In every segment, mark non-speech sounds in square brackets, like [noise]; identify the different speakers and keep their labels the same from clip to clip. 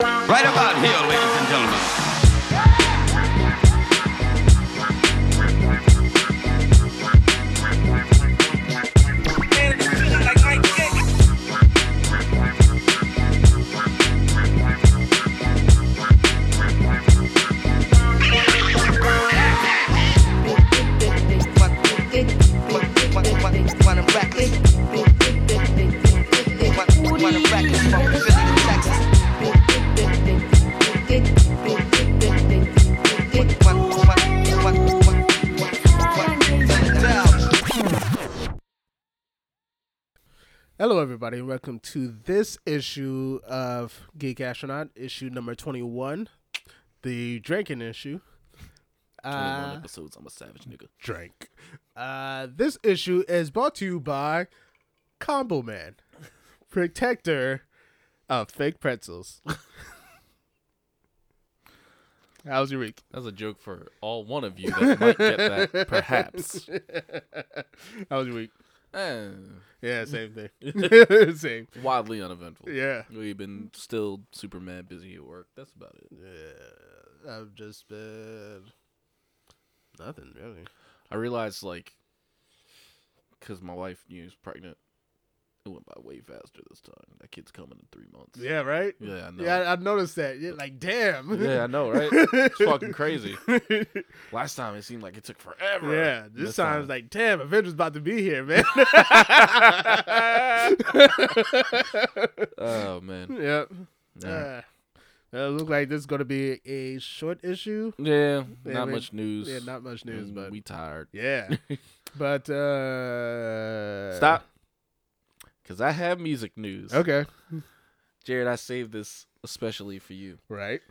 Speaker 1: Right about here, ladies and gentlemen.
Speaker 2: Hello, everybody, and welcome to this issue of Geek Astronaut, issue number 21, the drinking issue.
Speaker 3: 21
Speaker 2: Uh,
Speaker 3: episodes. I'm a savage nigga.
Speaker 2: drink. Uh, this issue is brought to you by Combo Man, protector of fake [laughs] pretzels. How's your week?
Speaker 3: That's a joke for all one of you that might get
Speaker 2: [laughs]
Speaker 3: that, perhaps.
Speaker 2: Eh, How's your week?
Speaker 3: Eh,
Speaker 2: Yeah, same [laughs] thing. same.
Speaker 3: wildly uneventful.
Speaker 2: Yeah.
Speaker 3: We've been still super mad busy at work. That's about it.
Speaker 2: Yeah, I've just been nothing really.
Speaker 3: I realized, like, because my wife you know, is pregnant, it went by way faster this time. That kid's coming in three months.
Speaker 2: Yeah, right.
Speaker 3: Yeah, I know.
Speaker 2: Yeah, I, I noticed that. Yeah, like damn.
Speaker 3: Yeah, I know, right?
Speaker 2: [laughs]
Speaker 3: It's fucking crazy. Last time it seemed like it took forever.
Speaker 2: Yeah, this
Speaker 3: time
Speaker 2: time it's like, damn, Avengers about to be here, man. [laughs]
Speaker 3: oh man.
Speaker 2: [laughs] yep.
Speaker 3: Yeah.
Speaker 2: Uh, it look like this is gonna be a short issue.
Speaker 3: Yeah,
Speaker 2: Yeah,
Speaker 3: not
Speaker 2: we-
Speaker 3: much news.
Speaker 2: Yeah, not much news,
Speaker 3: and
Speaker 2: but
Speaker 3: Mm, we tired.
Speaker 2: [laughs]
Speaker 3: [laughs]
Speaker 2: yeah. but uh
Speaker 3: Stop. Cause I have music news.
Speaker 2: Okay.
Speaker 3: Jared, I saved this especially for you.
Speaker 2: Right. [laughs]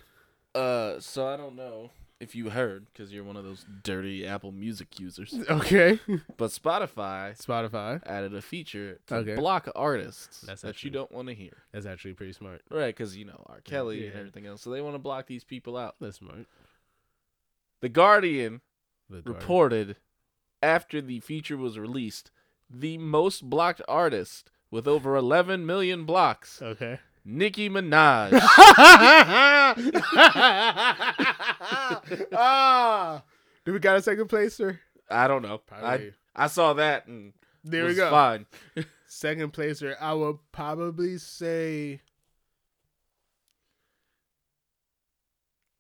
Speaker 3: Uh, so I don't know if you heard, because you're one of those dirty Apple Music
Speaker 2: [laughs]
Speaker 3: users,
Speaker 2: Okay.
Speaker 3: but Spotify
Speaker 2: Spotify.
Speaker 3: added a feature to
Speaker 2: Okay.
Speaker 3: block artists
Speaker 2: That's
Speaker 3: that
Speaker 2: actually-
Speaker 3: you don't want to hear.
Speaker 2: That's actually pretty smart.
Speaker 3: Right, because you know R. Kelly and
Speaker 2: Yeah.
Speaker 3: everything else, so they want to block these people out.
Speaker 2: That's smart.
Speaker 3: The Guardian
Speaker 2: The guard.
Speaker 3: reported after the feature was released, the most blocked artist with over 11 million blocks,
Speaker 2: Okay.
Speaker 3: Nicki
Speaker 2: [laughs]
Speaker 3: Minaj.
Speaker 2: ah, [laughs] do we got a second place, sir?
Speaker 3: I don't know. I,
Speaker 2: Probably.
Speaker 3: I saw that and
Speaker 2: There
Speaker 3: was
Speaker 2: we go.
Speaker 3: Fine.
Speaker 2: Second placer. I would probably say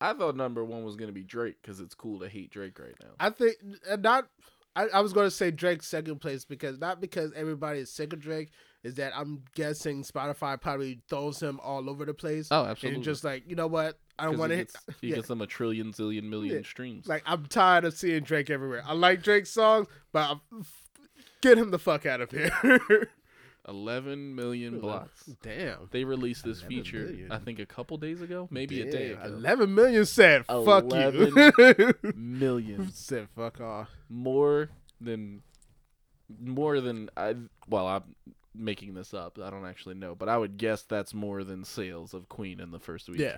Speaker 3: I thought number one was gonna be Drake because it's cool to hate Drake right now.
Speaker 2: I think uh, not. I, I was going to say Drake's second place because not because everybody is sick of Drake. Is that I'm guessing Spotify probably throws him all over the place
Speaker 3: Oh,
Speaker 2: and just like you know what I don't want to.
Speaker 3: he
Speaker 2: hit
Speaker 3: gets, [laughs] he
Speaker 2: [laughs] yeah.
Speaker 3: gets them a trillion zillion million
Speaker 2: Yeah.
Speaker 3: streams.
Speaker 2: Like I'm tired of seeing Drake everywhere. I like Drake's songs, but I'm, get him the fuck out of here. [laughs]
Speaker 3: Eleven million blocks.
Speaker 2: Damn.
Speaker 3: They released this
Speaker 2: 11
Speaker 3: feature,
Speaker 2: million.
Speaker 3: I think, a couple days ago, maybe a day
Speaker 2: Damn,
Speaker 3: ago.
Speaker 2: 11 million said, fuck you.
Speaker 3: Millions
Speaker 2: [laughs] said, fuck off.
Speaker 3: more than more than I. Well, I'm making this up. I don't actually know, but I would guess that's more than sales of Queen in the first week.
Speaker 2: Yeah.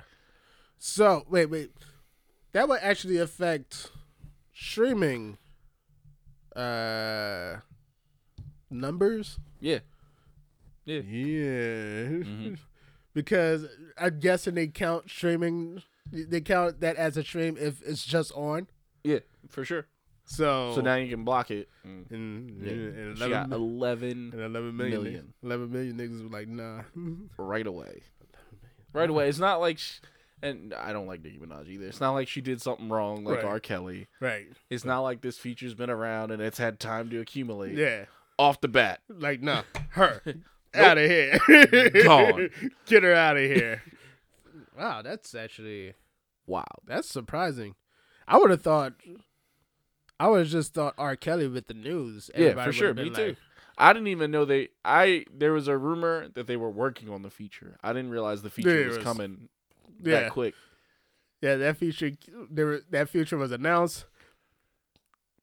Speaker 2: So, wait, wait. That would actually affect streaming uh numbers?
Speaker 3: yeah.
Speaker 2: Yeah.
Speaker 3: Mhm.
Speaker 2: [laughs] because I'm guessing they count streaming, they count that as a stream if it's just on.
Speaker 3: Yeah, for sure.
Speaker 2: So,
Speaker 3: So now you can block it. Mm.
Speaker 2: and,
Speaker 3: Yeah.
Speaker 2: and
Speaker 3: She got
Speaker 2: 11,
Speaker 3: eleven
Speaker 2: and 11 million,
Speaker 3: million.
Speaker 2: 11 million niggas were like, nah. [laughs]
Speaker 3: right away. Right away. It's not like, sh and I don't like Nicki Minaj either. It's not like she did something wrong like
Speaker 2: Right.
Speaker 3: R. Kelly.
Speaker 2: right.
Speaker 3: It's not like this feature's been around and it's had time to accumulate.
Speaker 2: Yeah.
Speaker 3: Off the bat,
Speaker 2: Like, [laughs] nah, her. out of here.
Speaker 3: Gone.
Speaker 2: [laughs] Get her out of here. [laughs] wow, that's actually
Speaker 3: wow.
Speaker 2: that's surprising. I would have thought I would have just thought R. Kelly with the news.
Speaker 3: yeah,
Speaker 2: Everybody
Speaker 3: for
Speaker 2: would've
Speaker 3: sure.
Speaker 2: been
Speaker 3: Me
Speaker 2: like,
Speaker 3: too. I didn't even know they. I there was a rumor that they were working on the feature. I didn't realize the feature
Speaker 2: Yeah, it
Speaker 3: was,
Speaker 2: was-
Speaker 3: coming
Speaker 2: Yeah.
Speaker 3: that quick.
Speaker 2: Yeah, that feature there were- that feature was announced,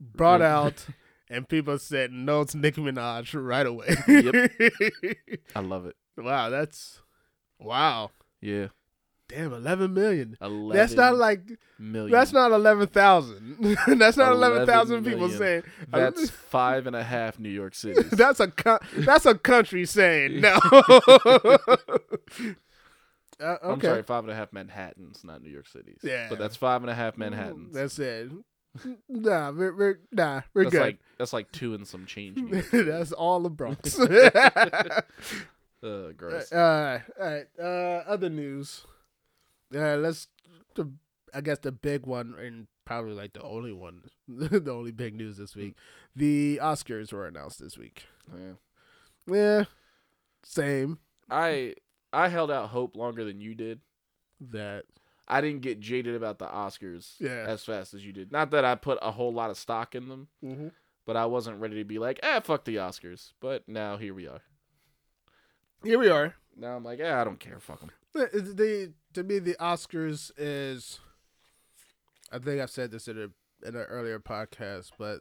Speaker 2: brought
Speaker 3: Yeah.
Speaker 2: out, [laughs] and people said no to Nicki Minaj right away.
Speaker 3: I love it.
Speaker 2: [laughs] wow, that's wow.
Speaker 3: Yeah,
Speaker 2: Damn, eleven million.
Speaker 3: eleven.
Speaker 2: That's not like
Speaker 3: million.
Speaker 2: that's not eleven thousand. [laughs] that's not eleven
Speaker 3: 11
Speaker 2: thousand people
Speaker 3: million.
Speaker 2: saying uh, [laughs]
Speaker 3: That's five and a half New York City. [laughs]
Speaker 2: That's a co- that's a country saying no. [laughs] Uh, okay.
Speaker 3: I'm sorry, five and a half Manhattans, not New York Cities.
Speaker 2: Yeah.
Speaker 3: but that's five and a half Manhattans.
Speaker 2: That's it. Nah, we're, we're nah, we're
Speaker 3: That's
Speaker 2: good. [laughs]
Speaker 3: like that's like two and some change. in New York City.
Speaker 2: That's all the
Speaker 3: [laughs]
Speaker 2: Bronx. [laughs]
Speaker 3: uh, gross.
Speaker 2: Uh, all right. Uh, other news. Uh, let's. The, I guess the big one and probably like the only one, [laughs] the only big news this week. The Oscars were announced this week.
Speaker 3: Yeah.
Speaker 2: Yeah. Same.
Speaker 3: I I held out hope longer than you did.
Speaker 2: That.
Speaker 3: I didn't get jaded about the Oscars
Speaker 2: Yeah.
Speaker 3: as fast as you did. Not that I put a whole lot of stock in them, but I wasn't ready to be like, ah, fuck the Oscars. But now here we are.
Speaker 2: Here we are.
Speaker 3: Now I'm like, ah, I don't care. Fuck them.
Speaker 2: The- The to me the Oscars is. I think I've said this in a in an earlier podcast, but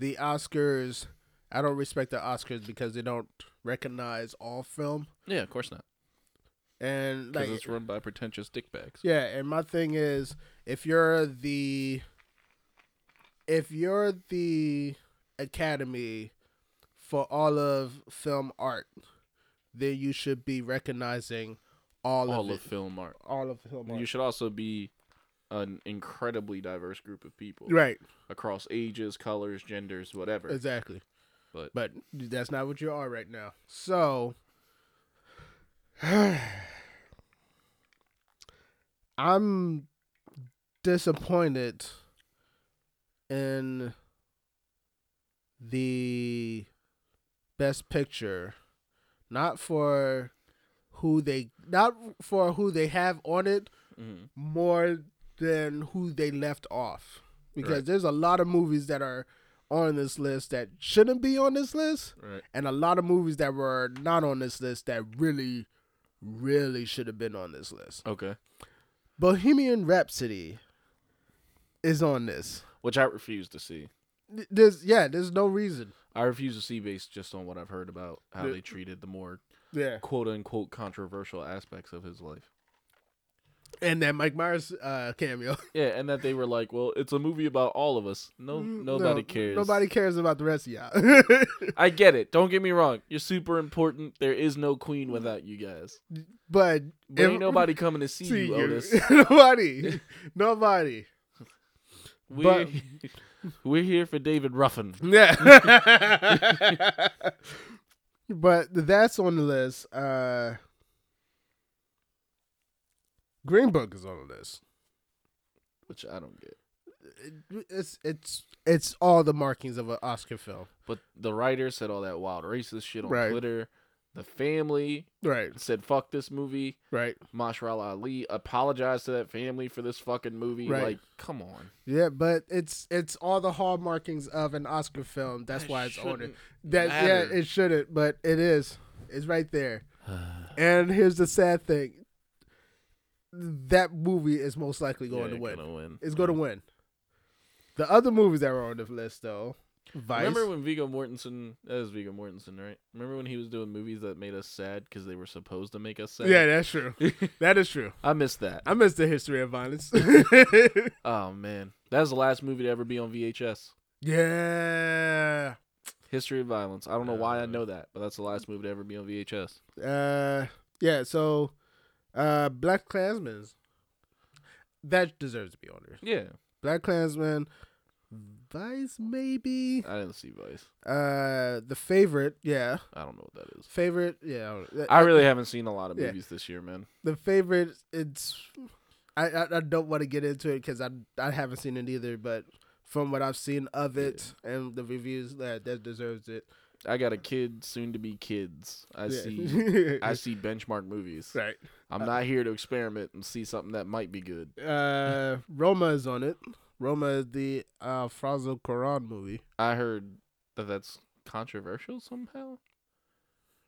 Speaker 2: the Oscars. I don't respect the Oscars because they don't recognize all film
Speaker 3: Yeah, of course not.
Speaker 2: and
Speaker 3: Because
Speaker 2: like
Speaker 3: it's run by pretentious dickbags.
Speaker 2: Yeah, and my thing is if you're the if you're the academy for all of film art, then you should be recognizing all,
Speaker 3: All
Speaker 2: of,
Speaker 3: of
Speaker 2: it,
Speaker 3: film art.
Speaker 2: all of film
Speaker 3: And you
Speaker 2: art.
Speaker 3: should also be an incredibly diverse group of people
Speaker 2: Right,
Speaker 3: across ages, colors, genders, whatever.
Speaker 2: exactly.
Speaker 3: But-
Speaker 2: but that's not what you are right now. So [sighs] I'm disappointed in the best picture not for who they not for who they have on it
Speaker 3: Mhm.
Speaker 2: more than who they left off because
Speaker 3: Right.
Speaker 2: there's a lot of movies that are on this list that shouldn't be on this list
Speaker 3: Right.
Speaker 2: and a lot of movies that were not on this list that really really should have been on this list
Speaker 3: Okay.
Speaker 2: Bohemian Rhapsody is on this.
Speaker 3: Which I refuse to see.
Speaker 2: Th- There's yeah, there's no reason.
Speaker 3: I refuse to see based just on what I've heard about how
Speaker 2: The-
Speaker 3: they treated the more
Speaker 2: Yeah,
Speaker 3: quote unquote controversial aspects of his life.
Speaker 2: and that Mike Myers uh, cameo.
Speaker 3: Yeah, and that they were like, "Well, it's a movie about all of us. [laughs] No, nobody
Speaker 2: Mm, No,
Speaker 3: cares.
Speaker 2: Nobody cares about the rest of y'all. [laughs]
Speaker 3: I get it. Don't get me wrong. You're super important. There is no queen without you guys.
Speaker 2: but
Speaker 3: But
Speaker 2: if-
Speaker 3: ain't
Speaker 2: [laughs]
Speaker 3: nobody coming to see, you, Otis.
Speaker 2: nobody, nobody.
Speaker 3: We're, [laughs] we're here for David Ruffin.
Speaker 2: Yeah. [laughs] but that's on the list. Uh, Green Book is on the list.
Speaker 3: which I don't get.
Speaker 2: It- It's it's it's all the markings of an Oscar film.
Speaker 3: But the writer said all that wild racist shit on
Speaker 2: Right.
Speaker 3: Twitter. The family
Speaker 2: Right,
Speaker 3: said "fuck this movie."
Speaker 2: right.
Speaker 3: Mashallah Ali apologized to that family for this fucking movie.
Speaker 2: Right.
Speaker 3: Like, come on.
Speaker 2: Yeah, but it's it's all the hallmarkings of an Oscar film. That's
Speaker 3: That
Speaker 2: why it's on it.
Speaker 3: shouldn't
Speaker 2: That
Speaker 3: matter.
Speaker 2: yeah, it shouldn't, but it is. It's right [sighs] there. and here's the sad thing. That movie is most likely going to
Speaker 3: Yeah,
Speaker 2: win.
Speaker 3: gonna win.
Speaker 2: It's going to win. The other movies that were on the list though, Vice.
Speaker 3: Remember when Vigo Mortensen? That was Vigo Mortensen, right? Remember when he was doing movies that made us sad because they were supposed to make us sad?
Speaker 2: yeah, that's true. that is true.
Speaker 3: [laughs] I missed that.
Speaker 2: I miss the history of violence. [laughs]
Speaker 3: Oh man, that was the last movie to ever be on VHS.
Speaker 2: yeah.
Speaker 3: History of Violence. I don't know why I know that, but that's the last movie to ever be on VHS.
Speaker 2: Uh, yeah. So, uh, Black Klansman. That deserves to be on there.
Speaker 3: Yeah,
Speaker 2: Black Klansman, Vice maybe.
Speaker 3: I didn't see Vice.
Speaker 2: Uh, the favorite. Yeah,
Speaker 3: I don't know what that is.
Speaker 2: favorite. Yeah, I don't know.
Speaker 3: I really haven't seen a lot of
Speaker 2: Yeah.
Speaker 3: movies this year, man.
Speaker 2: the favorite. It's. I I, I don't want to get into it because I I haven't seen it either, but. From what I've seen of it and the reviews, that that deserves it.
Speaker 3: I got a kid, soon to be kids. I
Speaker 2: Yeah. [laughs]
Speaker 3: see. I see benchmark movies.
Speaker 2: right.
Speaker 3: I'm not here to experiment and see something that might be good.
Speaker 2: Uh, Roma is on it. Roma is the uh, Frazo Quran movie.
Speaker 3: I heard that that's controversial somehow.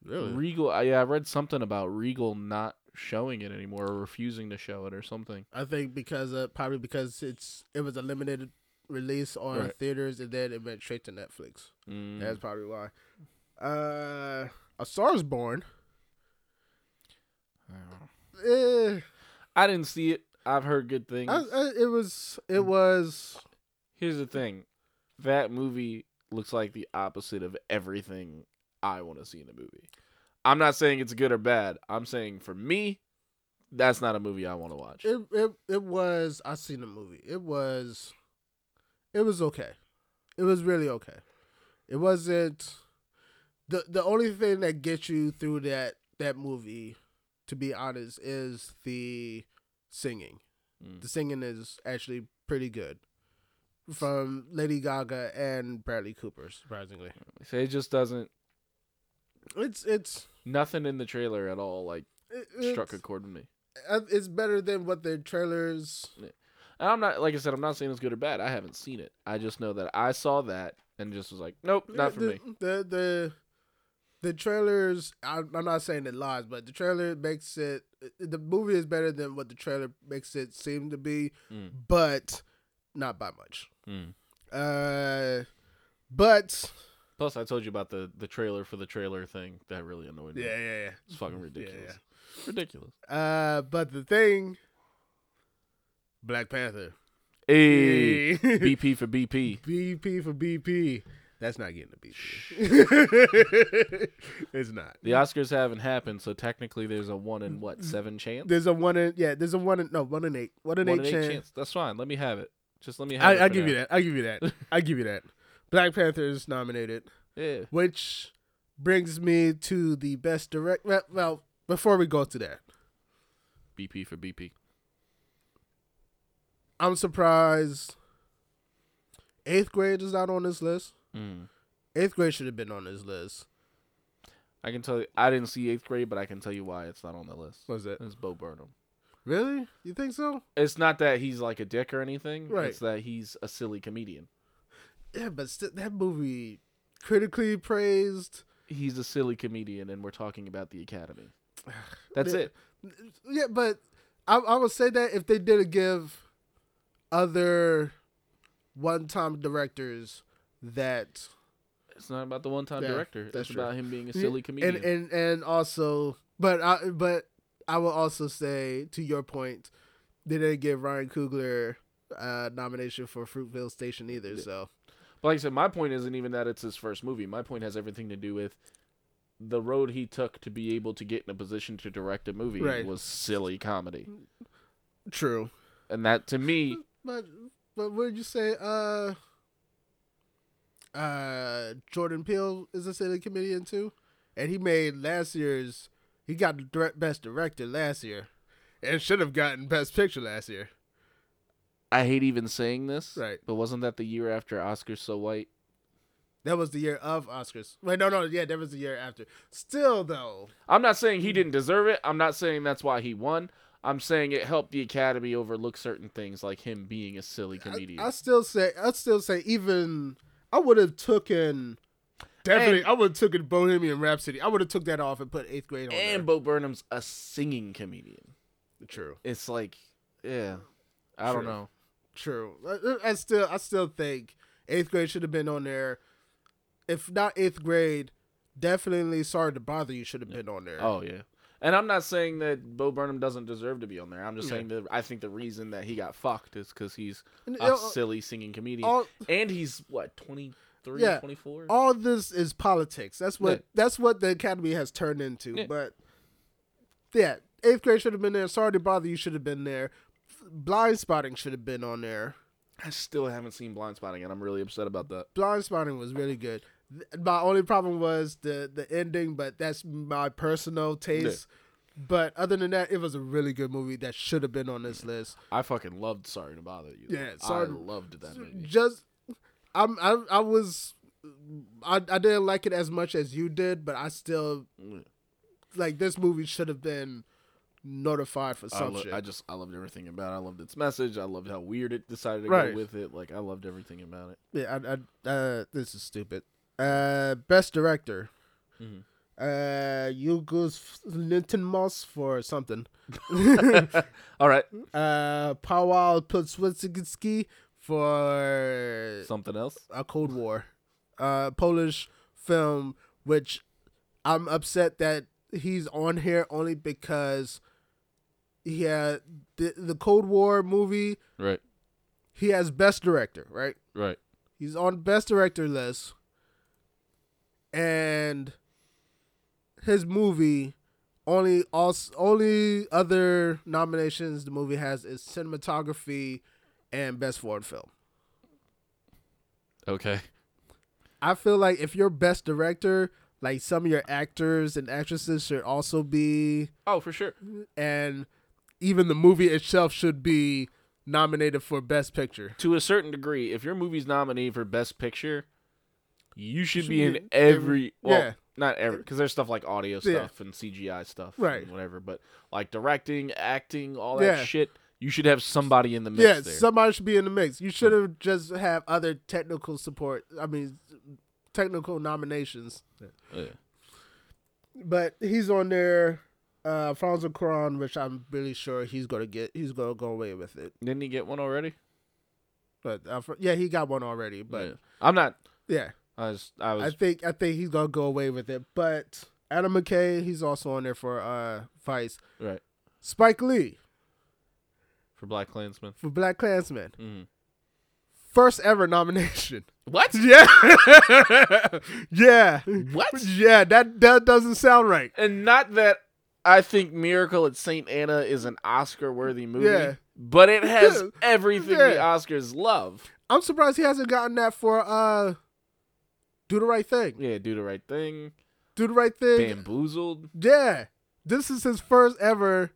Speaker 2: Really?
Speaker 3: Regal, I, yeah, I read something about Regal not showing it anymore or refusing to show it or something.
Speaker 2: I think because of probably because it's it was a limited release on
Speaker 3: Right.
Speaker 2: theaters and then it went straight to Netflix.
Speaker 3: Mm.
Speaker 2: That's probably why. Uh, A Star is Born. Eh,
Speaker 3: I didn't see it. I've heard good things. Mm.
Speaker 2: I, I, it was it was
Speaker 3: Here's the thing that movie looks like the opposite of everything I want to see in a movie. I'm not saying it's good or bad. I'm saying for me, that's not a movie I want to watch.
Speaker 2: It it it was. I seen the movie. It was, it was okay. It was really okay. It wasn't. the The only thing that gets you through that that movie, to be honest, is the singing.
Speaker 3: Mm.
Speaker 2: The singing is actually pretty good, from Lady Gaga and Bradley Cooper. Surprisingly,
Speaker 3: So it just doesn't. Mm.
Speaker 2: it's it's
Speaker 3: Nothing in the trailer at all like
Speaker 2: it-
Speaker 3: struck a
Speaker 2: it's,
Speaker 3: chord with me.
Speaker 2: uh, it's better than what the trailers.
Speaker 3: And I'm not like I said. I'm not saying it's good or bad. I haven't seen it. I just know that I saw that and just was like, nope, not for
Speaker 2: the,
Speaker 3: me.
Speaker 2: The the the trailers. I'm, I'm not saying it lies, but the trailer makes it. The movie is better than what the trailer makes it seem to be,
Speaker 3: Mm.
Speaker 2: but not by much.
Speaker 3: Mm.
Speaker 2: Uh, but
Speaker 3: Plus, I told you about the the trailer for the trailer thing that really annoyed me.
Speaker 2: yeah, yeah, yeah.
Speaker 3: It's fucking ridiculous. Ridiculous.
Speaker 2: Uh, but the thing, Black Panther.
Speaker 3: Hey,
Speaker 2: [laughs] BP
Speaker 3: BP for BP.
Speaker 2: for BP. That's not getting a BP. [laughs] it's not.
Speaker 3: The Oscars haven't happened, so technically there's a one in what seven chance.
Speaker 2: There's a one in yeah. There's a one in no one in eight. One in
Speaker 3: One in
Speaker 2: eight,
Speaker 3: eight
Speaker 2: chance.
Speaker 3: chance. That's fine. Let me have it. Just let me have
Speaker 2: I,
Speaker 3: it.
Speaker 2: I'll give you that. I'll give you that. I'll give you that. Black Panther is nominated,
Speaker 3: Yeah.
Speaker 2: which brings me to the best direct. well, Well, before we go to that,
Speaker 3: BP for BP.
Speaker 2: I'm surprised. Eighth grade is not on this list.
Speaker 3: Mm.
Speaker 2: Eighth grade should have been on this list.
Speaker 3: I can tell you. I didn't see eighth grade, but I can tell you why it's not on the list.
Speaker 2: Was it
Speaker 3: It's Bo Burnham.
Speaker 2: really? You think so?
Speaker 3: It's not that he's like a dick or anything.
Speaker 2: Right.
Speaker 3: It's that he's a silly comedian.
Speaker 2: Yeah, but st- that movie critically praised.
Speaker 3: He's a silly comedian, and we're talking about the Academy.
Speaker 2: [sighs]
Speaker 3: That's
Speaker 2: Yeah.
Speaker 3: it.
Speaker 2: Yeah, but I, I would say that if they didn't give other one-time directors that
Speaker 3: It's not about the one-time
Speaker 2: Yeah,
Speaker 3: director.
Speaker 2: that's
Speaker 3: It's
Speaker 2: true.
Speaker 3: about him being a silly comedian.
Speaker 2: and and and also, but I but I will also say to your point, they didn't give Ryan Coogler uh nomination for Fruitville Station either. So
Speaker 3: But like I said, my point isn't even that it's his first movie. My point has everything to do with the road he took to be able to get in a position to direct a movie
Speaker 2: Right.
Speaker 3: was silly comedy.
Speaker 2: true,
Speaker 3: And that to me,
Speaker 2: but but what did you say? Uh, uh, Jordan Peele is a silly comedian too, and he made last year's. He got the direct, best director last year, and should have gotten best picture last year.
Speaker 3: I hate even saying this.
Speaker 2: Right.
Speaker 3: But wasn't that the year after Oscar's So White?
Speaker 2: That was the year of Oscars. Wait, no, no, yeah, that was the year after. Still though,
Speaker 3: I'm not saying he didn't deserve it. I'm not saying that's why he won. I'm saying it helped the Academy overlook certain things like him being a silly comedian.
Speaker 2: I still say I still say even I would have taken definitely I would have taken Bohemian Rhapsody. I would have took that off and put eighth grade on
Speaker 3: and Bo Burnham's a singing comedian.
Speaker 2: there. True,
Speaker 3: It's like, yeah. I don't
Speaker 2: True.
Speaker 3: know.
Speaker 2: true. I- I, I still I still think eighth grade should have been on there. If not eighth grade, definitely sorry to bother you should have been on there.
Speaker 3: Oh yeah. And I'm not saying that Bo Burnham doesn't deserve to be on there. I'm just
Speaker 2: Yeah.
Speaker 3: saying that I think the reason that he got fucked is because
Speaker 2: [laughs]
Speaker 3: he's
Speaker 2: And, you
Speaker 3: a
Speaker 2: know,
Speaker 3: silly singing comedian,
Speaker 2: all,
Speaker 3: and he's what 23,
Speaker 2: Yeah.
Speaker 3: 24.
Speaker 2: all this is politics. That's what
Speaker 3: Yeah.
Speaker 2: that's what the academy has turned into.
Speaker 3: Yeah.
Speaker 2: But yeah, eighth grade should have been there. Sorry to bother you should have been there. Blind spotting should have been on there.
Speaker 3: I still haven't seen Blind Spotting, and I'm really upset about that.
Speaker 2: Blind spotting was really good. Th- My only problem was the the ending, but that's my personal taste. But other than that, it was a really good movie that should have been on this list.
Speaker 3: I fucking loved Sorry to Bother You.
Speaker 2: Yeah, Sorry
Speaker 3: I
Speaker 2: to-
Speaker 3: loved that movie.
Speaker 2: Just I'm I I was I I didn't like it as much as you did, but I still
Speaker 3: Mm.
Speaker 2: like this movie should have been notified for
Speaker 3: I,
Speaker 2: some
Speaker 3: lo-
Speaker 2: shit.
Speaker 3: I just I loved everything about. it. I loved its message. I loved how weird it decided to
Speaker 2: Right.
Speaker 3: go with it. Like I loved everything about it.
Speaker 2: yeah, I, I, uh, this is stupid. Uh, best director.
Speaker 3: Mhm.
Speaker 2: Uh, you goose Linton Moss for something. [laughs]
Speaker 3: [laughs] All right,
Speaker 2: uh, Powwow Putwitski for
Speaker 3: something else.
Speaker 2: a Cold War, uh, Polish film, which I'm upset that he's on here only because he had the, the Cold War movie.
Speaker 3: Right,
Speaker 2: He has best director, right?
Speaker 3: right.
Speaker 2: He's on best director list, and his movie Only also, only other nominations the movie has is cinematography and best foreign film.
Speaker 3: Okay.
Speaker 2: I feel like if you're best director, like some of your actors and actresses should also be
Speaker 3: Oh, for sure.
Speaker 2: and even the movie itself should be nominated for best picture.
Speaker 3: To a certain degree, if your movie's nominated for Best Picture, you should,
Speaker 2: Should
Speaker 3: be in
Speaker 2: be
Speaker 3: every.
Speaker 2: every-
Speaker 3: well,
Speaker 2: yeah.
Speaker 3: not every, because there's stuff like audio
Speaker 2: Yeah.
Speaker 3: stuff and CGI stuff,
Speaker 2: Right.
Speaker 3: And whatever, but like directing, acting, all that
Speaker 2: Yeah.
Speaker 3: shit, you should have somebody in the mix
Speaker 2: Yeah,
Speaker 3: there.
Speaker 2: somebody should be in the mix. You should have just have other technical support. I mean, technical nominations.
Speaker 3: Yeah.
Speaker 2: But he's on there, uh, Franz Cuarón, which I'm really sure he's gonna get. He's gonna go away with it.
Speaker 3: Didn't he get one already?
Speaker 2: But uh, fr- yeah, he got one already.
Speaker 3: Yeah.
Speaker 2: But
Speaker 3: I'm not.
Speaker 2: yeah,
Speaker 3: I was. I was.
Speaker 2: I think I think he's gonna go away with it. But Adam McKay, he's also on there for uh, Vice.
Speaker 3: right
Speaker 2: Spike Lee
Speaker 3: for Black Klansman.
Speaker 2: for Black Klansman,
Speaker 3: Mhm.
Speaker 2: first ever [laughs] nomination.
Speaker 3: [laughs] What?
Speaker 2: Yeah. [laughs] yeah.
Speaker 3: What?
Speaker 2: Yeah, that that doesn't sound right.
Speaker 3: And not that I think Miracle at Saint Anna is an Oscar-worthy movie,
Speaker 2: Yeah.
Speaker 3: but it has
Speaker 2: [laughs] Yeah.
Speaker 3: everything the
Speaker 2: Yeah.
Speaker 3: Oscars love.
Speaker 2: I'm surprised he hasn't gotten that for uh Do the Right Thing.
Speaker 3: Yeah, do the right thing.
Speaker 2: Do the Right Thing.
Speaker 3: Bamboozled.
Speaker 2: Yeah. This is his first ever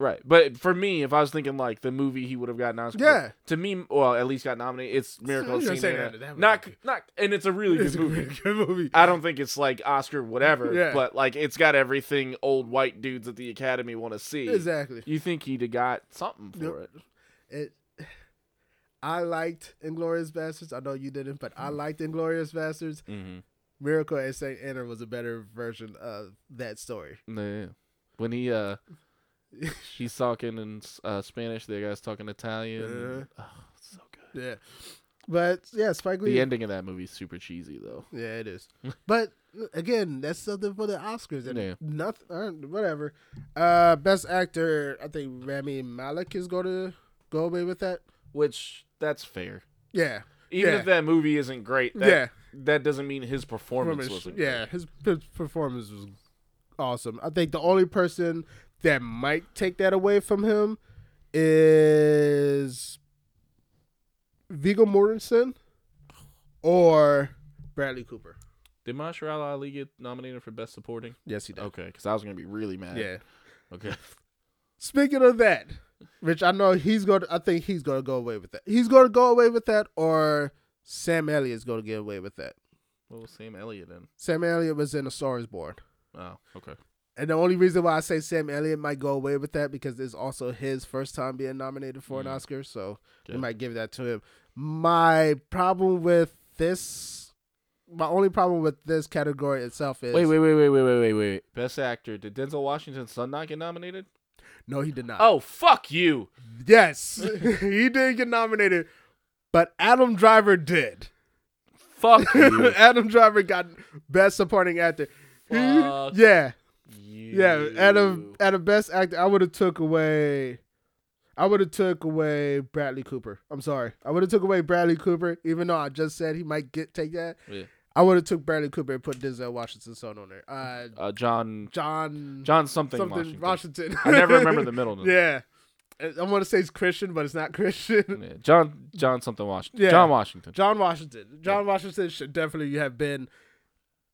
Speaker 3: Right, but for me, if I was thinking like the movie, he would have gotten an Oscar. for-
Speaker 2: Yeah.
Speaker 3: To me, well, at least got nominated. It's Miracle at
Speaker 2: you're
Speaker 3: Saint
Speaker 2: saying
Speaker 3: Anna.
Speaker 2: that- that would
Speaker 3: Not,
Speaker 2: be
Speaker 3: not, and it's a really [laughs] good
Speaker 2: It's a
Speaker 3: movie.
Speaker 2: good movie.
Speaker 3: I don't think it's like Oscar whatever,
Speaker 2: Yeah.
Speaker 3: but like it's got everything old white dudes at the Academy want to see.
Speaker 2: Exactly.
Speaker 3: You think he'd have got something for it?
Speaker 2: It I liked Inglorious Bastards. I know you didn't, but I liked Inglorious Bastards.
Speaker 3: Mm-hmm.
Speaker 2: Miracle at St. Anna was a better version of that story.
Speaker 3: Yeah. When he uh, he's talking in uh, Spanish, the guy's talking Italian.
Speaker 2: Yeah.
Speaker 3: Oh, it's so good.
Speaker 2: Yeah. But yeah, Spike Lee.
Speaker 3: The ending of that movie's super cheesy though.
Speaker 2: Yeah, it is.
Speaker 3: [laughs]
Speaker 2: but again, that's something for the Oscars. And
Speaker 3: Yeah.
Speaker 2: Nothing. Uh, whatever. Uh, best actor. I think Rami Malek is going to go away with that.
Speaker 3: Which that's fair.
Speaker 2: Yeah.
Speaker 3: Even
Speaker 2: Yeah.
Speaker 3: if that movie isn't great, that,
Speaker 2: Yeah.
Speaker 3: that doesn't mean his performance
Speaker 2: Performance-
Speaker 3: wasn't.
Speaker 2: yeah, his, his performance was awesome. I think the only person that might take that away from him is Viggo Mortensen or Bradley Cooper.
Speaker 3: Did Mahershala Ali get nominated for Best Supporting?
Speaker 2: Yes, he did.
Speaker 3: Okay, because I was gonna be really mad.
Speaker 2: Yeah.
Speaker 3: Okay.
Speaker 2: Speaking of that, Rich, I know he's going. to I think he's going to go away with that. He's going to go away with that, or Sam Elliott's going to get away with that.
Speaker 3: [laughs] Well, Sam Elliott then.
Speaker 2: Sam Elliott was in A Star Is Born,
Speaker 3: Oh, okay.
Speaker 2: and the only reason why I say Sam Elliott might go away with that because it's also his first time being nominated for
Speaker 3: Mm.
Speaker 2: an Oscar, so they
Speaker 3: Okay.
Speaker 2: might give that to him. My problem with this, my only problem with this category itself is
Speaker 3: Wait, wait, wait, wait, wait, wait, wait, wait. Best Actor. Did Denzel Washington's son not get nominated?
Speaker 2: no, he did not.
Speaker 3: Oh, fuck you.
Speaker 2: yes, [laughs] he did get nominated, but Adam Driver did. [laughs]
Speaker 3: Fuck you.
Speaker 2: Adam Driver got best supporting actor. He-
Speaker 3: Fuck
Speaker 2: yeah,
Speaker 3: you.
Speaker 2: yeah. At a at a best actor, I would have took away. I would have took away Bradley Cooper. I'm sorry. I would have took away Bradley Cooper, even though I just said he might get take that.
Speaker 3: Yeah.
Speaker 2: I would have took Bradley Cooper and put Denzel Washington's son on there. Uh,
Speaker 3: Uh, John.
Speaker 2: John
Speaker 3: John something,
Speaker 2: something
Speaker 3: Washington.
Speaker 2: Washington.
Speaker 3: I never remember
Speaker 2: [laughs]
Speaker 3: the middle name.
Speaker 2: yeah, I want to say it's Christian, but it's not Christian.
Speaker 3: Yeah, John. John something Washington.
Speaker 2: Yeah.
Speaker 3: John Washington.
Speaker 2: John Washington. John Washington should definitely have been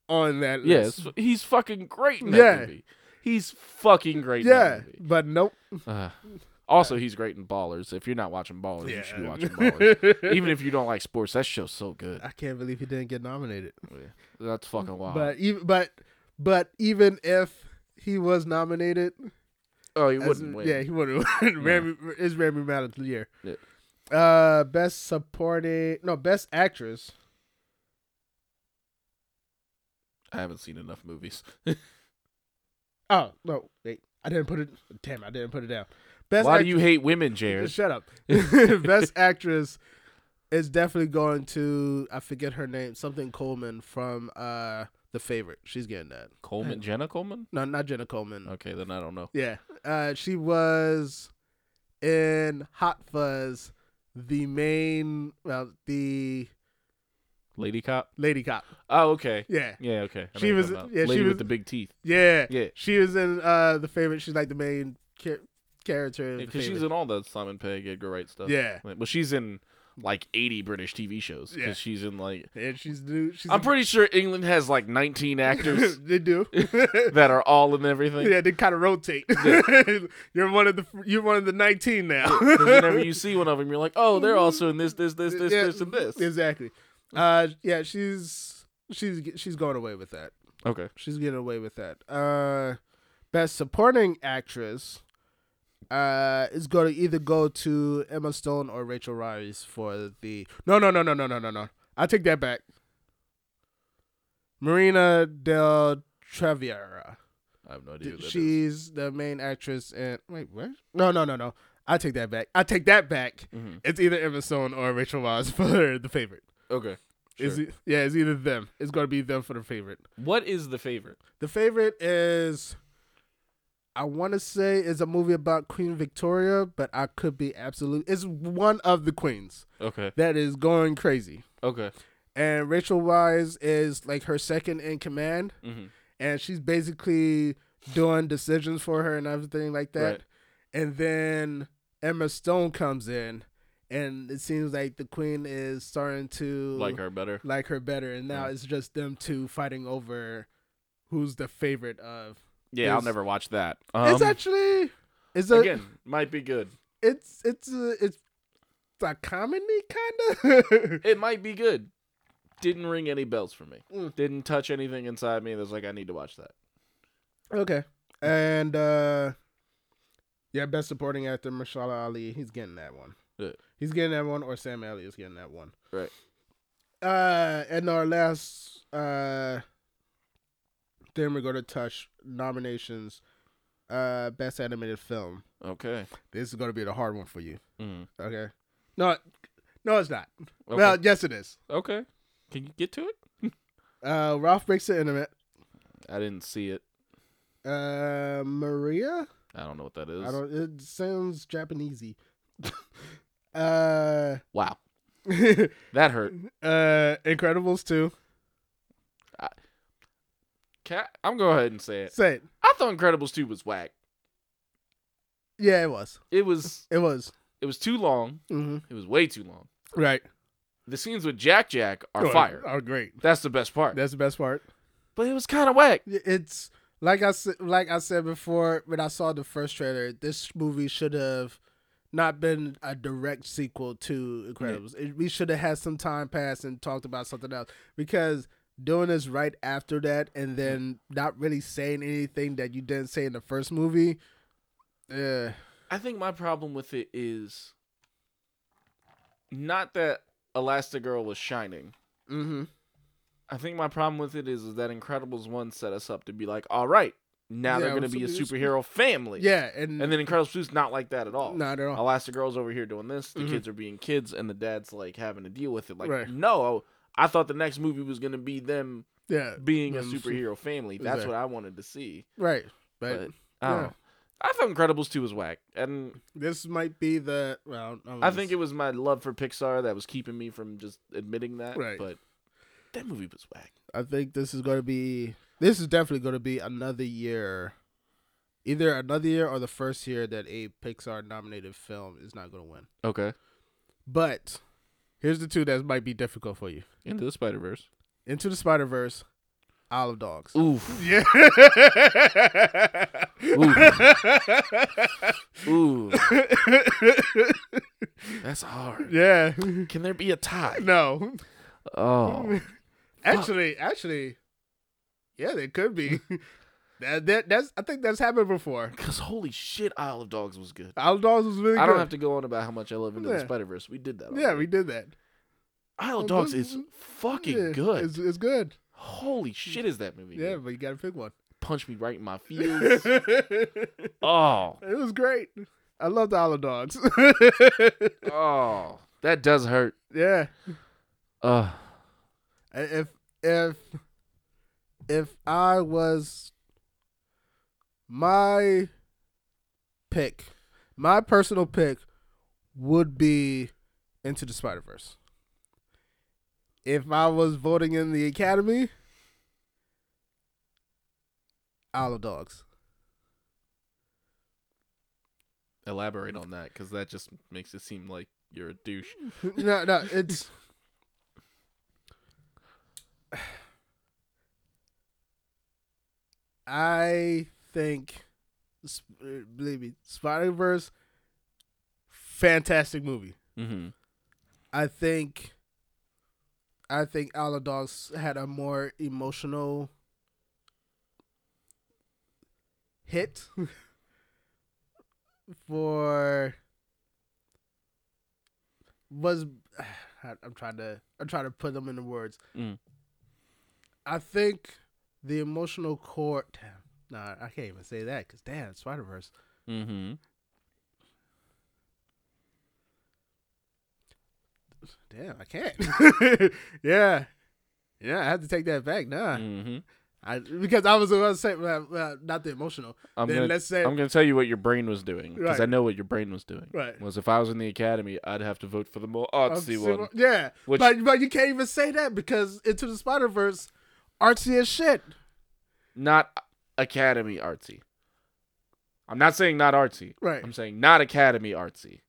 Speaker 2: on that list.
Speaker 3: Yes, he's fucking great in that
Speaker 2: Yeah.
Speaker 3: movie. He's fucking great. In
Speaker 2: Yeah,
Speaker 3: that movie.
Speaker 2: but nope.
Speaker 3: Uh, also, he's great in Ballers. If you're not watching Ballers, Oh, you should be watching
Speaker 2: [laughs]
Speaker 3: Ballers.
Speaker 2: I
Speaker 3: even if you don't like sports, that show's so good.
Speaker 2: can't believe he didn't get nominated.
Speaker 3: That's fucking wild.
Speaker 2: But even but but even if he was nominated,
Speaker 3: oh, he
Speaker 2: as-
Speaker 3: wouldn't win.
Speaker 2: yeah, he wouldn't. [laughs] Win. Rami, is Rami Malek's year?
Speaker 3: Yeah.
Speaker 2: Uh, best supporting no, best actress.
Speaker 3: I haven't seen enough movies.
Speaker 2: Oh no, wait, I didn't put it. Damn, I didn't put it down. Best
Speaker 3: Why
Speaker 2: act-
Speaker 3: do you hate women,
Speaker 2: [laughs]
Speaker 3: Jared? [laughs]
Speaker 2: shut up? best actress is definitely going to I forget her name, something Coleman from uh The Favorite. She's getting that.
Speaker 3: Coleman, Jenna Coleman.
Speaker 2: No, not Jenna Coleman.
Speaker 3: Okay, then I don't know.
Speaker 2: Yeah. Uh, she was in Hot Fuzz, the main, well, the
Speaker 3: Lady
Speaker 2: [laughs]
Speaker 3: Cop.
Speaker 2: Lady Cop.
Speaker 3: Oh, okay.
Speaker 2: Yeah.
Speaker 3: Yeah, okay. I know
Speaker 2: She
Speaker 3: you're
Speaker 2: was-
Speaker 3: talking about.
Speaker 2: yeah, she
Speaker 3: Lady
Speaker 2: was-
Speaker 3: with the big teeth.
Speaker 2: Yeah.
Speaker 3: Yeah.
Speaker 2: She was in uh the favorite. She's like the main char- character. of the
Speaker 3: Because she's
Speaker 2: Favorite.
Speaker 3: in all that Simon Pegg, Edgar Wright stuff.
Speaker 2: Yeah.
Speaker 3: Like, Well, she's in like 80 British TV shows. Because
Speaker 2: Yeah.
Speaker 3: she's in like.
Speaker 2: and she's new. She's
Speaker 3: I'm pretty sure England has like 19 actors
Speaker 2: [laughs]
Speaker 3: [laughs]
Speaker 2: they do.
Speaker 3: that are all in everything.
Speaker 2: [laughs] yeah, they kind of rotate. [laughs] you're one of the you're one of the 19 now.
Speaker 3: [laughs] 'Cause
Speaker 2: [laughs]
Speaker 3: whenever you see one of them, you're like, oh, they're also in this, this, this, this,
Speaker 2: Yeah,
Speaker 3: this, and this.
Speaker 2: Exactly. Uh, yeah, she's she's she's going away with that.
Speaker 3: Okay.
Speaker 2: She's getting away with that. Uh, best supporting actress uh, is going to either go to Emma Stone or Rachel Rice for the. No, no, no, no, no, no, no, no. I take that back. Marina del Traviera.
Speaker 3: I have no idea who that is.
Speaker 2: She's the main actress in. Wait, what? No, no, no, no. I take that back. I take that back.
Speaker 3: Mhm.
Speaker 2: It's either Emma Stone or Rachel Rice [laughs] for the favorite.
Speaker 3: Okay.
Speaker 2: Is
Speaker 3: sure.
Speaker 2: it, yeah, it's either them. It's gonna be them for the favorite.
Speaker 3: What is the favorite?
Speaker 2: The favorite is, I want to say, is a movie about Queen Victoria, but I could be absolute. It's one of the queens
Speaker 3: Okay.
Speaker 2: that is going crazy,
Speaker 3: Okay.
Speaker 2: and Rachel Wise is like her second in command,
Speaker 3: Mm-hmm.
Speaker 2: and she's basically doing decisions for her and everything like that.
Speaker 3: Right.
Speaker 2: And then Emma Stone comes in, and it seems like the queen is starting to
Speaker 3: Like her better.
Speaker 2: like her better, and now
Speaker 3: Yeah.
Speaker 2: it's just them two fighting over who's the favorite of.
Speaker 3: Yeah, I'll
Speaker 2: Is-
Speaker 3: never watch that.
Speaker 2: it's
Speaker 3: Um,
Speaker 2: actually it's a
Speaker 3: again might be good.
Speaker 2: it's it's a, it's a comedy kind of.
Speaker 3: It might be good. Didn't ring any bells for me.
Speaker 2: Mm.
Speaker 3: Didn't touch anything inside me that's like I need to watch that.
Speaker 2: [laughs] okay, and uh yeah, best supporting actor Mashallah Ali, he's getting that one.
Speaker 3: Yeah.
Speaker 2: He's getting that one, or Sam Elliott's getting that one.
Speaker 3: Right.
Speaker 2: Uh, and our last uh, then we're gonna touch nominations. Uh, best animated film.
Speaker 3: Okay.
Speaker 2: This is gonna be the hard one for you.
Speaker 3: Mm.
Speaker 2: Okay. No, no, it's not.
Speaker 3: Okay.
Speaker 2: Well, yes, it is.
Speaker 3: okay. Can you get to it?
Speaker 2: Uh, Ralph breaks the internet.
Speaker 3: I didn't see it.
Speaker 2: Uh, Maria.
Speaker 3: I don't know what that is.
Speaker 2: I don't. It sounds Japanesey. [laughs] uh, [laughs]
Speaker 3: Wow. That hurt.
Speaker 2: uh, Incredibles two.
Speaker 3: Can I- I'm going to go ahead and say it.
Speaker 2: Say it.
Speaker 3: I thought Incredibles 2 was whack.
Speaker 2: Yeah, it was.
Speaker 3: It was
Speaker 2: It was.
Speaker 3: it was too long.
Speaker 2: hmm
Speaker 3: It was way too long.
Speaker 2: Right.
Speaker 3: The scenes with Jack Jack are
Speaker 2: Oh,
Speaker 3: fire.
Speaker 2: Oh, great.
Speaker 3: That's the best part.
Speaker 2: That's the best part.
Speaker 3: But it was kind of whack.
Speaker 2: It's like I said, like I said before when I saw the first trailer. This movie should have not been a direct sequel to Incredibles. It, we should have had some time pass and talked about something else because doing this right after that and then not really saying anything that you didn't say in the first movie. eh, Yeah,
Speaker 3: I think my problem with it is not that Elastigirl was shining.
Speaker 2: mm-hmm.
Speaker 3: I think my problem with it is, is that Incredibles 1 set us up to be like, all right, now
Speaker 2: Yeah,
Speaker 3: they're going to be a
Speaker 2: superheroes-
Speaker 3: superhero family.
Speaker 2: yeah, and,
Speaker 3: And then Incredibles 2's not like that at all.
Speaker 2: not at all.
Speaker 3: Elastigirl's over here doing this, the
Speaker 2: Mhm.
Speaker 3: kids are being kids, and the dad's like having to deal with it. Like,
Speaker 2: Right.
Speaker 3: no, I thought the next movie was going to be them
Speaker 2: Yeah,
Speaker 3: being a
Speaker 2: Them-
Speaker 3: superhero family. That's
Speaker 2: Exactly.
Speaker 3: what I wanted to see.
Speaker 2: right. But,
Speaker 3: But, I don't
Speaker 2: Yeah.
Speaker 3: know. I thought Incredibles 2 was whack. And
Speaker 2: this might be the well. don't
Speaker 3: I
Speaker 2: know.
Speaker 3: think it was my love for Pixar that was keeping me from just admitting that.
Speaker 2: Right.
Speaker 3: But that movie was whack.
Speaker 2: I think this is going to be this is definitely going to be another year, either another year or the first year that a Pixar nominated film is not going to win.
Speaker 3: Okay.
Speaker 2: But here's the two that might be difficult for you:
Speaker 3: Into the Spider Verse.
Speaker 2: Into the Spider Verse, Isle of Dogs. [laughs]
Speaker 3: Oof.
Speaker 2: Yeah.
Speaker 3: Ooh.
Speaker 2: [laughs]
Speaker 3: That's hard.
Speaker 2: [laughs] yeah.
Speaker 3: Can there be a tie?
Speaker 2: [laughs] No.
Speaker 3: Oh.
Speaker 2: Actually, actually, yeah, they could be. [laughs] that, that that's I think that's happened before.
Speaker 3: Because holy shit, Isle of Dogs was good.
Speaker 2: Isle of Dogs was really
Speaker 3: I
Speaker 2: good.
Speaker 3: don't have to go on about how much I love Into the
Speaker 2: Yeah.
Speaker 3: Spider Verse. We did that.
Speaker 2: Yeah,
Speaker 3: already.
Speaker 2: we did that.
Speaker 3: Isle of
Speaker 2: Well,
Speaker 3: Dogs
Speaker 2: those-
Speaker 3: is fucking
Speaker 2: Yeah,
Speaker 3: good.
Speaker 2: It's, it's good.
Speaker 3: Holy shit, is that movie?
Speaker 2: Yeah,
Speaker 3: good.
Speaker 2: but you gotta pick one.
Speaker 3: Punch me right in
Speaker 2: [laughs]
Speaker 3: my feels.
Speaker 2: it
Speaker 3: oh.
Speaker 2: was great. I love the Isle of Dogs.
Speaker 3: Oh. That does hurt.
Speaker 2: [laughs] yeah.
Speaker 3: Uh.
Speaker 2: I- If if if I was my pick, my personal pick would be Into the Spider Verse. if I was voting in the Academy, Isle of Dogs.
Speaker 3: Elaborate on that because that just makes it seem like you're a douche.
Speaker 2: Mm. no, no, it's. I think, sp- uh, believe me, Spider Verse, fantastic movie.
Speaker 3: Mm-hmm.
Speaker 2: I think, I think Isle of Dogs had a more emotional hit [laughs] for was [sighs] I'm trying to I'm trying to put them into words.
Speaker 3: Mm.
Speaker 2: I think the emotional core. Damn, nah, I can't even say that because damn, Spider Verse.
Speaker 3: Mm-hmm.
Speaker 2: Damn, I can't. [laughs] yeah, yeah, I have to take that back. Nah,
Speaker 3: Mm-hmm.
Speaker 2: I because I was about to say well, well, not the emotional.
Speaker 3: I'm
Speaker 2: then
Speaker 3: gonna
Speaker 2: let's say
Speaker 3: I'm gonna tell you what your brain was doing because
Speaker 2: Right.
Speaker 3: I know what your brain was doing.
Speaker 2: Right.
Speaker 3: Was if I was in the academy, I'd have to vote for the more artsy
Speaker 2: Artsy
Speaker 3: one.
Speaker 2: one- Um, Yeah,
Speaker 3: Which-
Speaker 2: but but you can't even say that because Into the Spider Verse, artsy as shit.
Speaker 3: not academy artsy. I'm not saying not artsy.
Speaker 2: Right.
Speaker 3: I'm saying not academy artsy.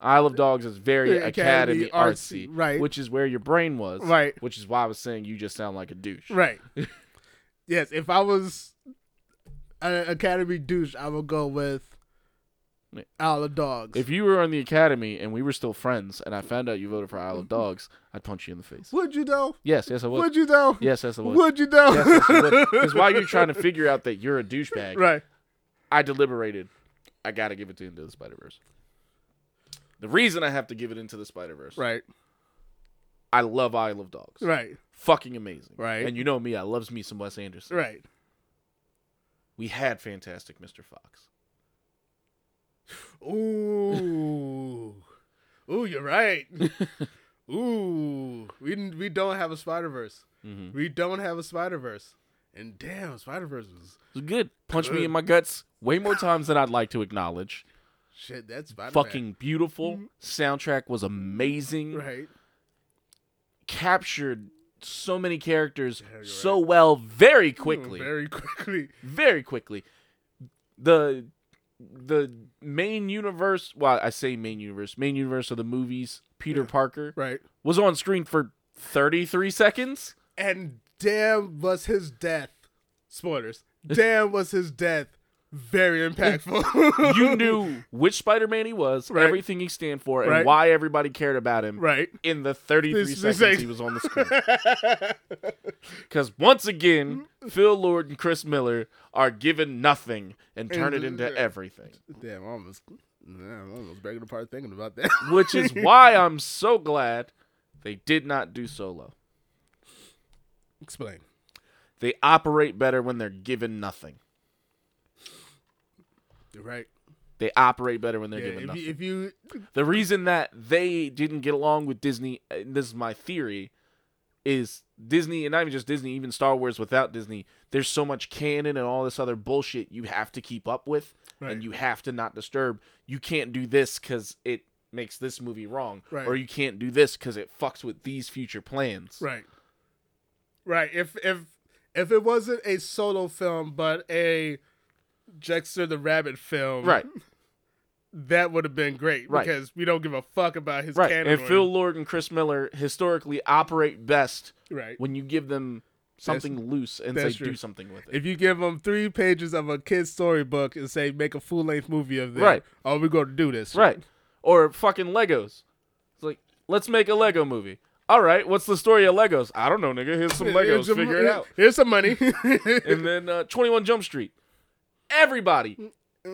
Speaker 3: Isle of Dogs is very
Speaker 2: Yeah,
Speaker 3: academy,
Speaker 2: Academy
Speaker 3: artsy,
Speaker 2: artsy, right.
Speaker 3: Which is where your brain was,
Speaker 2: Right.
Speaker 3: Which is why I was saying you just sound like a douche, [laughs]
Speaker 2: Right. yes, if I was an Academy douche, I would go with
Speaker 3: Yeah.
Speaker 2: Isle of Dogs.
Speaker 3: If you were on the academy and we were still friends, and I found out you voted for Isle of Dogs, I'd punch you in the face.
Speaker 2: would you though?
Speaker 3: Yes, yes, I would.
Speaker 2: Would you though?
Speaker 3: Yes, yes, I would.
Speaker 2: Would you though?
Speaker 3: Yes, yes, you would.
Speaker 2: [laughs]
Speaker 3: Because while you're trying to figure out that you're a douchebag,
Speaker 2: right.
Speaker 3: I deliberated. I gotta give it to Into the Spider Verse. The reason I have to give it Into the Spider Verse,
Speaker 2: Right.
Speaker 3: I love Isle of Dogs.
Speaker 2: Right.
Speaker 3: Fucking amazing.
Speaker 2: Right.
Speaker 3: And you know me, I loves me some Wes Anderson.
Speaker 2: Right.
Speaker 3: We had fantastic Mr. Fox.
Speaker 2: Ooh. Ooh, you're right. [laughs] Ooh. We didn't- we don't have a Spider Verse.
Speaker 3: Mm-hmm. It
Speaker 2: We don't have a Spider Verse. And damn, Spider Verse was
Speaker 3: was good. Punched me
Speaker 2: Good.
Speaker 3: in my guts way [laughs] more times than I'd like to acknowledge.
Speaker 2: shit. That's Spider
Speaker 3: Fucking beautiful. Soundtrack was amazing.
Speaker 2: right.
Speaker 3: Captured so many characters
Speaker 2: Yeah, you're
Speaker 3: so well Mm, very quickly.
Speaker 2: Very quickly. [laughs]
Speaker 3: very quickly. The the main universe, well, I say main universe, main universe of the movies, Peter Parker
Speaker 2: Right.
Speaker 3: was on screen for 33 seconds.
Speaker 2: And damn was his death. Spoilers.
Speaker 3: [laughs]
Speaker 2: Damn was his death. Very impactful.
Speaker 3: [laughs]
Speaker 2: [laughs]
Speaker 3: You knew which Spider-Man he was,
Speaker 2: Right.
Speaker 3: everything he stand for, and
Speaker 2: Right.
Speaker 3: why everybody cared about him
Speaker 2: right.
Speaker 3: in the 33
Speaker 2: This-
Speaker 3: seconds
Speaker 2: this
Speaker 3: he
Speaker 2: ain't-
Speaker 3: was
Speaker 2: [laughs]
Speaker 3: on the screen. Because once again,
Speaker 2: Mm-hmm.
Speaker 3: Phil Lord and Chris Miller are given nothing and turn it into everything.
Speaker 2: Damn, I almost, damn, I'm almost breaking apart thinking about that. [laughs]
Speaker 3: which is why I'm so glad they did not do solo.
Speaker 2: Explain.
Speaker 3: They operate better when they're given nothing.
Speaker 2: You're right.
Speaker 3: They operate better when they're
Speaker 2: Yeah,
Speaker 3: given
Speaker 2: if,
Speaker 3: nothing.
Speaker 2: you, if you,
Speaker 3: the reason that they didn't get along with Disney, and this is my theory, is Disney, and not even just Disney, even Star Wars without Disney, there's so much canon and all this other bullshit you have to keep up with,
Speaker 2: Right.
Speaker 3: and you have to not disturb. You can't do this because it makes this movie wrong,
Speaker 2: Right.
Speaker 3: or you can't do this because it fucks with these future plans.
Speaker 2: right, right. If if if it wasn't a solo film but a Jexter the Rabbit
Speaker 3: [laughs]
Speaker 2: film,
Speaker 3: Right.
Speaker 2: that would have been great
Speaker 3: Right.
Speaker 2: because we don't give a fuck about his
Speaker 3: Right.
Speaker 2: canon.
Speaker 3: And
Speaker 2: or-
Speaker 3: Phil Lord and Chris Miller historically operate best
Speaker 2: right.
Speaker 3: when you give them something loose and say
Speaker 2: that's
Speaker 3: do
Speaker 2: true.
Speaker 3: something with it.
Speaker 2: If you give them three pages of a kid's storybook and say make a full length movie of this,
Speaker 3: Right.
Speaker 2: Oh, we're going to do this,
Speaker 3: right. Or fucking Legos. It's like, let's make a Lego movie. All right, what's the story of Legos? I don't know, nigga. Here's [laughs] some Legos.
Speaker 2: Here's some-
Speaker 3: Figure it out.
Speaker 2: Here's some money.
Speaker 3: And then uh, 21 Jump Street. [laughs] Everybody,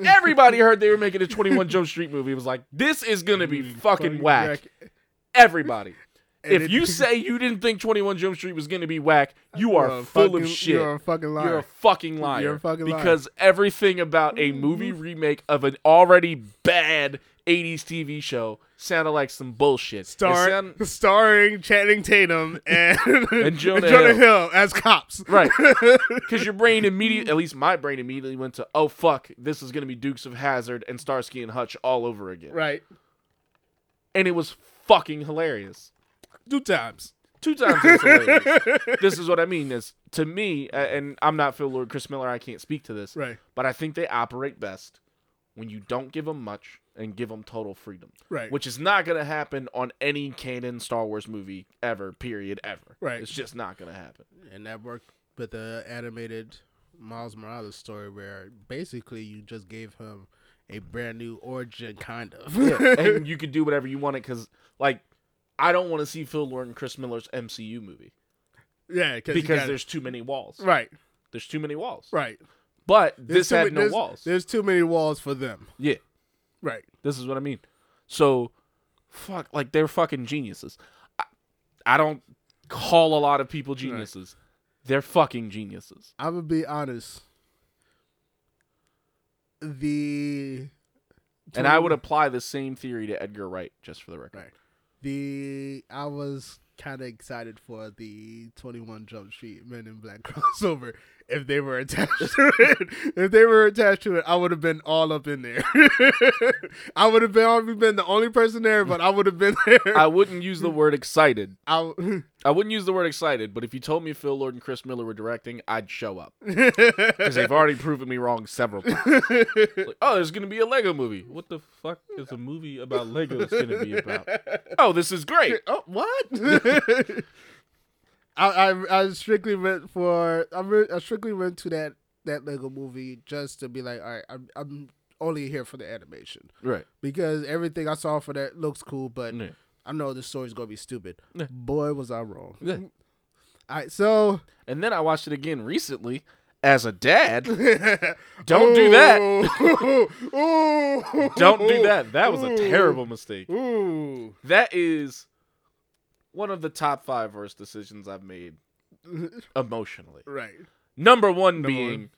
Speaker 3: everybody heard they were making a 21 [laughs] Jump Street movie. It was like, this is gonna
Speaker 2: [laughs]
Speaker 3: be Mm, fucking whack. [laughs] Everybody.
Speaker 2: And
Speaker 3: If
Speaker 2: it-
Speaker 3: you say you didn't think 21 Jump Street was gonna be whack, you are
Speaker 2: You're a
Speaker 3: full
Speaker 2: fucking-
Speaker 3: of shit.
Speaker 2: You're a fucking liar.
Speaker 3: You're a fucking liar.
Speaker 2: You're a fucking liar. Mm-hmm.
Speaker 3: because everything about a movie remake of an already bad 80s TV show sounded like some bullshit. It
Speaker 2: Star- [laughs]
Speaker 3: sound-
Speaker 2: starring
Speaker 3: [laughs]
Speaker 2: Channing Tatum and, and
Speaker 3: Jonah Hill.
Speaker 2: Hill. as cops.
Speaker 3: right. Because your brain immediately, at least my brain immediately went to, oh fuck, this is going to be Dukes of Hazard and Starsky and Hutch all over again.
Speaker 2: [laughs] Right.
Speaker 3: And it was fucking hilarious.
Speaker 2: Two times.
Speaker 3: two times as hilarious.
Speaker 2: [laughs]
Speaker 3: this is what I mean. Is to me, a- and I'm not Phil Lord, Chris Miller. I can't speak to this,
Speaker 2: Right.
Speaker 3: but I think they operate best when you don't give them much and give them total freedom,
Speaker 2: Right.
Speaker 3: which is not going to happen on any canon Star Wars movie ever. Period. Ever.
Speaker 2: Right.
Speaker 3: It's just not going to [laughs] happen.
Speaker 2: and that worked with the animated Miles Morales story, where basically you just gave him a brand new origin, kind of. [laughs]
Speaker 3: and you could do whatever you wanted because, like, I don't want to see Phil Lord and Chris Miller's MCU movie
Speaker 2: yeah, you
Speaker 3: because
Speaker 2: gotta-
Speaker 3: there's too many walls.
Speaker 2: right,
Speaker 3: There's too many walls.
Speaker 2: right.
Speaker 3: But this
Speaker 2: There's too
Speaker 3: had
Speaker 2: ma-
Speaker 3: no
Speaker 2: there's-
Speaker 3: walls.
Speaker 2: There's too many walls for them.
Speaker 3: yeah.
Speaker 2: Right.
Speaker 3: This is what I mean. So, fuck, like they're fucking geniuses. I, I don't call a lot of people geniuses. They're fucking geniuses.
Speaker 2: I'm gonna be honest. The
Speaker 3: And I
Speaker 2: Totally.
Speaker 3: would apply the same theory to Edgar Wright, just for the record.
Speaker 2: Right. The I was kind of excited for the Twenty One Jump Street Men in Black [laughs] crossover. If they were attached to it, if they were attached to it, I would have been all up in there. [laughs] I would have been, I would've been the only person there, but I would have been [laughs] there.
Speaker 3: I
Speaker 2: I,
Speaker 3: wouldn't use the word excited.
Speaker 2: w- [laughs]
Speaker 3: I wouldn't use the word excited, but if you told me Phil Lord and Chris Miller were directing, I'd show up. Because they've already proven me wrong several times. It's like, oh, there's going to be a Lego movie. What the fuck is a movie about Legos going to be about? Oh, this is great.
Speaker 2: oh, what? [laughs] I, I I strictly went for I, re- I strictly went to that that Lego movie just to be like, all right, I'm I'm only here for the animation.
Speaker 3: Right.
Speaker 2: because everything I saw for that looks cool, but
Speaker 3: Yeah.
Speaker 2: I know the story's gonna be stupid.
Speaker 3: Yeah.
Speaker 2: Boy, was I wrong.
Speaker 3: Yeah.
Speaker 2: All right, so
Speaker 3: And then I watched it again recently as a dad.
Speaker 2: don't
Speaker 3: [laughs] Don't do
Speaker 2: [laughs]
Speaker 3: that.
Speaker 2: that.
Speaker 3: Don't do that. That was a terrible mistake.
Speaker 2: Ooh,
Speaker 3: That is one of the top five worst decisions I've made emotionally.
Speaker 2: [laughs] right.
Speaker 3: Number one
Speaker 2: Number
Speaker 3: being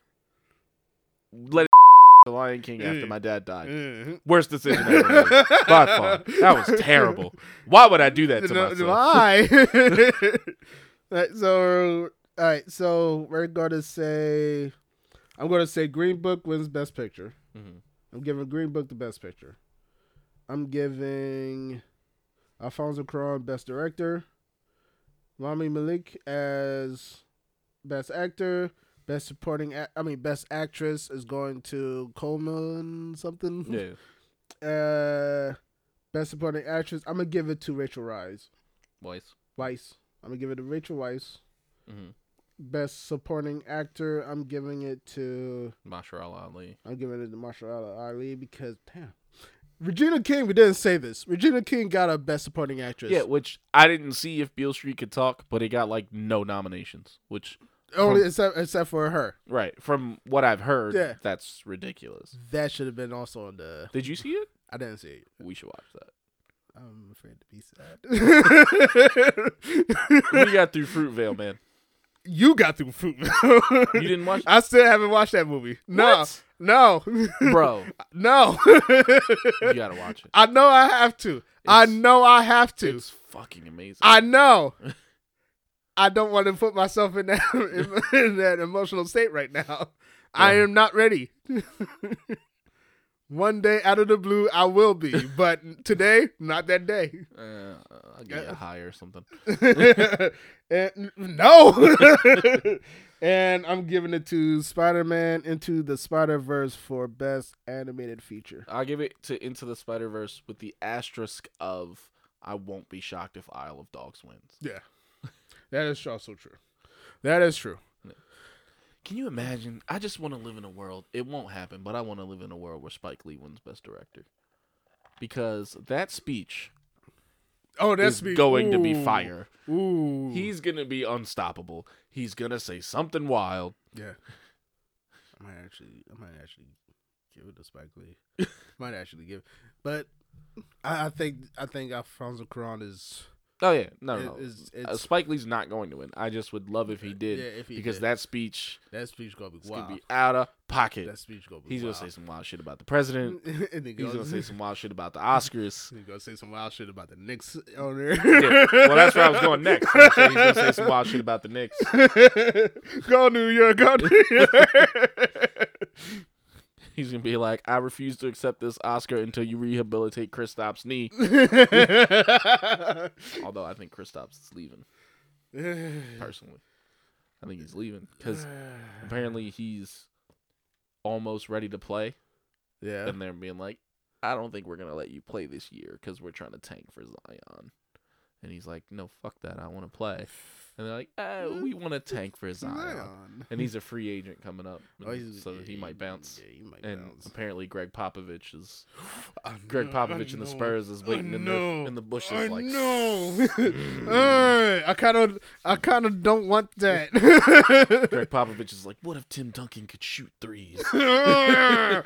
Speaker 3: letting [laughs] the Lion King after
Speaker 2: Mm.
Speaker 3: my dad died.
Speaker 2: Mhm.
Speaker 3: Worst decision I ever
Speaker 2: [laughs]
Speaker 3: made. By far. That was terrible. Why would I do that to
Speaker 2: No,
Speaker 3: myself?
Speaker 2: Why?
Speaker 3: [laughs]
Speaker 2: [laughs] Right, so, all right. So we're gonna say, I'm gonna say Green Book wins Best Picture.
Speaker 3: Mhm.
Speaker 2: I'm giving Green Book the Best Picture. I'm giving Alfonso Cuarón Best Director. Rami Malik as Best Actor. Best Supporting, Ac- I mean Best Actress is going to Coleman something.
Speaker 3: Yeah.
Speaker 2: Uh, Best Supporting Actress. I'm gonna give it to Rachel Rise.
Speaker 3: Voice.
Speaker 2: Weiss. I'm gonna give it to Rachel Weiss.
Speaker 3: Mhm.
Speaker 2: Best supporting actor. I'm giving it to
Speaker 3: Mashallah Ali.
Speaker 2: I'm giving it to Marshall Ali because damn. Regina King, we didn't say this. Regina King got a best supporting actress.
Speaker 3: Yeah, which I didn't see if Beale Street could talk, but it got like no nominations, which
Speaker 2: only
Speaker 3: from-
Speaker 2: Oh, except except for her.
Speaker 3: Right. From what I've heard,
Speaker 2: Yeah.
Speaker 3: that's ridiculous.
Speaker 2: That should have been also on the.
Speaker 3: Did you see it?
Speaker 2: I didn't see it.
Speaker 3: We should watch that.
Speaker 2: I'm afraid to be sad. [laughs]
Speaker 3: We got through Fruitvale, man.
Speaker 2: you got through food. you
Speaker 3: You
Speaker 2: [laughs]
Speaker 3: didn't watch
Speaker 2: I still haven't watched that movie. No,
Speaker 3: What?
Speaker 2: no, [laughs]
Speaker 3: Bro,
Speaker 2: no. [laughs]
Speaker 3: you gotta watch it.
Speaker 2: I know I have to. I
Speaker 3: It's-
Speaker 2: know I have to.
Speaker 3: It's fucking amazing.
Speaker 2: I [laughs] know. I don't want to put myself in that [laughs] in, that emotional state right now. I am not ready. [laughs] One day out of the blue, I will [laughs] be, but today, not that day. [laughs]
Speaker 3: Uh, I'll get you a high or something.
Speaker 2: and, no. [laughs] and I'm giving it to Spider-Man into the Spider-Verse for best animated feature.
Speaker 3: I'll give it to Into the Spider Verse with the asterisk of I won't be shocked if Isle of Dogs wins.
Speaker 2: Yeah, that is also true. That is true.
Speaker 3: Can you imagine? I just want to live in a world. It won't happen, but I want to live in a world where Spike Lee wins Best Director. Because that speech
Speaker 2: Oh, that's
Speaker 3: is
Speaker 2: me.
Speaker 3: going to be
Speaker 2: Ooh.
Speaker 3: fire.
Speaker 2: Ooh.
Speaker 3: He's gonna be unstoppable. He's gonna say something wild.
Speaker 2: Yeah. I might actually I might actually give it to Spike Lee. might actually give but I, I think I think Alfonso Cuarón is
Speaker 3: Oh yeah, no, no.
Speaker 2: It- it's-
Speaker 3: no. Uh,
Speaker 2: it's-
Speaker 3: Spike Lee's not going to win. I just would love if he did,
Speaker 2: Yeah, if he
Speaker 3: because
Speaker 2: did.
Speaker 3: that speech
Speaker 2: that speech gonna be
Speaker 3: is
Speaker 2: wild.
Speaker 3: gonna be out of pocket.
Speaker 2: that speech gonna be
Speaker 3: he's
Speaker 2: wild.
Speaker 3: gonna say some wild shit about the president.
Speaker 2: [laughs] and he
Speaker 3: He's
Speaker 2: goes,
Speaker 3: gonna say
Speaker 2: [laughs]
Speaker 3: some wild shit [laughs] about the Oscars.
Speaker 2: he's gonna say some wild shit about the Knicks owner.
Speaker 3: Yeah. Well, that's where I was going next. I was saying He's gonna say some wild shit about the Knicks.
Speaker 2: [laughs] go New York, go New York.
Speaker 3: [laughs] He's gonna be like, "I refuse to accept this Oscar until you [laughs]
Speaker 2: [laughs]
Speaker 3: rehabilitate Kristaps' knee." Although I think Kristaps is leaving. [sighs] personally. I think he's leaving because apparently he's almost ready to play,
Speaker 2: yeah.
Speaker 3: and they're being like, "I don't think we're gonna let you play this year because we're trying to tank for Zion." And he's like, "No, fuck that. I want to play." And they're like, uh, "We want to tank for Zion."
Speaker 2: Zion.
Speaker 3: And he's a free agent coming up,
Speaker 2: [laughs] Oh,
Speaker 3: and
Speaker 2: he's-
Speaker 3: so he
Speaker 2: yeah,
Speaker 3: might bounce.
Speaker 2: Yeah, he might
Speaker 3: And
Speaker 2: bounce.
Speaker 3: apparently, Greg Popovich
Speaker 2: [laughs]
Speaker 3: is
Speaker 2: I
Speaker 3: [laughs] Greg
Speaker 2: know,
Speaker 3: Popovich and
Speaker 2: I
Speaker 3: the
Speaker 2: know,
Speaker 3: Spurs is
Speaker 2: I
Speaker 3: waiting in the
Speaker 2: know,
Speaker 3: in the bushes
Speaker 2: I
Speaker 3: like [laughs] "Mm."
Speaker 2: know. [laughs] Hey, I kind of, I kind of don't want that.
Speaker 3: Greg Popovich is like, what if Tim Duncan could shoot
Speaker 2: [laughs]
Speaker 3: threes?
Speaker 2: Uh,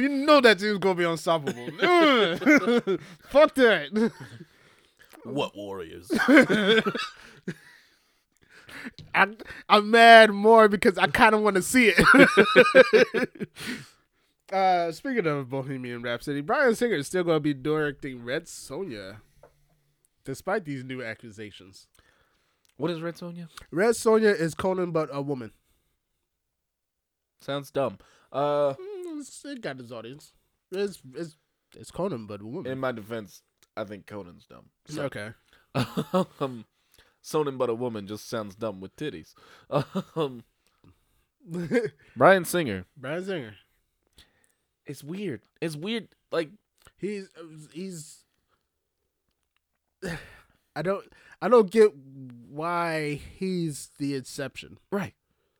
Speaker 2: you know that dude's gonna be unstoppable. [laughs]
Speaker 3: [laughs]
Speaker 2: Ugh. Fuck that. [laughs]
Speaker 3: what Warriors?
Speaker 2: I, I'm mad more because I kind of want to see it. [laughs] uh, speaking of Bohemian Rhapsody, Brian Singer is still going to be directing Red Sonja, despite these new accusations.
Speaker 3: what is Red Sonja?
Speaker 2: Red Sonja is Conan, but a woman.
Speaker 3: Sounds dumb. Uh,
Speaker 2: Mm, it's- it got its audience. It's it's it's Conan, but a
Speaker 3: in
Speaker 2: woman.
Speaker 3: my defense, I think Conan's dumb. So,
Speaker 2: okay.
Speaker 3: [laughs] um, Sonin but a woman just sounds dumb with titties. [laughs] Um, Brian Singer.
Speaker 2: Brian Singer.
Speaker 3: It's weird. It's weird. Like
Speaker 2: He's he's. [sighs] I don't I don't get why he's the exception.
Speaker 3: right.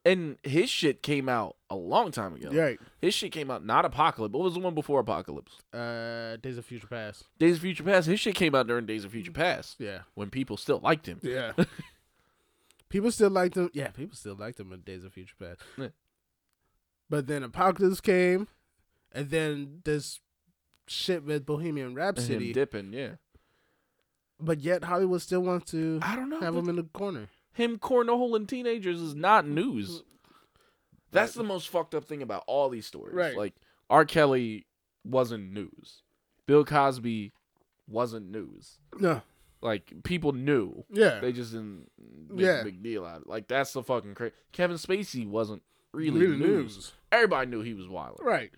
Speaker 3: And his shit came out a long time ago.
Speaker 2: Right.
Speaker 3: His shit came out not Apocalypse. What was the one before Apocalypse?
Speaker 2: Uh, Days of Future Past.
Speaker 3: Days of Future Past. His shit came out during Days of Future Past.
Speaker 2: Mm-hmm. Yeah.
Speaker 3: When people still liked him.
Speaker 2: Yeah. [laughs] people still liked him. Yeah, people still liked him in Days of Future Past.
Speaker 3: Yeah.
Speaker 2: But then Apocalypse came, and then this shit with Bohemian
Speaker 3: And him
Speaker 2: Rhapsody.
Speaker 3: dipping, yeah.
Speaker 2: But yet Hollywood still wants to
Speaker 3: I don't know.
Speaker 2: have
Speaker 3: but
Speaker 2: him in the corner.
Speaker 3: him cornholing teenagers is not news. That's the most fucked up thing about all these stories.
Speaker 2: Right.
Speaker 3: Like R. Kelly wasn't news. Bill Cosby wasn't news.
Speaker 2: No.
Speaker 3: Like people knew.
Speaker 2: Yeah.
Speaker 3: They just didn't make
Speaker 2: Yeah.
Speaker 3: a big deal out of it. Like that's the fucking crazy. Kevin Spacey wasn't really, news. Everybody knew he was wild.
Speaker 2: Right.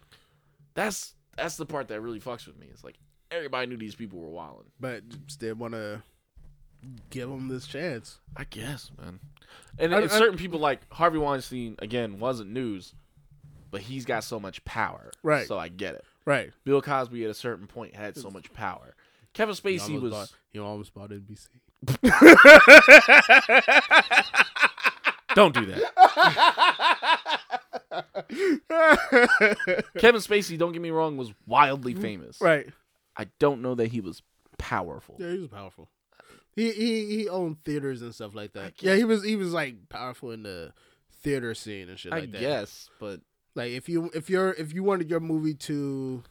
Speaker 3: That's that's the part that really fucks with me. It's like everybody knew these people were wilding.
Speaker 2: But still want to give him this chance.
Speaker 3: I guess, man. And,
Speaker 2: I-
Speaker 3: and
Speaker 2: I-
Speaker 3: certain people like Harvey Weinstein again wasn't news, but he's got so much power,
Speaker 2: Right.
Speaker 3: So I get it.
Speaker 2: Right.
Speaker 3: Bill Cosby at a certain point had so much power. Kevin
Speaker 2: He
Speaker 3: Spacey
Speaker 2: almost,
Speaker 3: was
Speaker 2: bought,
Speaker 3: [laughs]
Speaker 2: he almost bought NBC.
Speaker 3: don't do that. Kevin Spacey, don't get me wrong, was wildly famous.
Speaker 2: [laughs] Mm. right.
Speaker 3: I don't know that he was powerful.
Speaker 2: Yeah, he was powerful. He he he owned theaters and stuff like that.
Speaker 3: guess.
Speaker 2: Yeah, he was he was like powerful in the theater scene and shit
Speaker 3: I
Speaker 2: like that.
Speaker 3: guess, but
Speaker 2: Like if you if you're if you wanted your movie to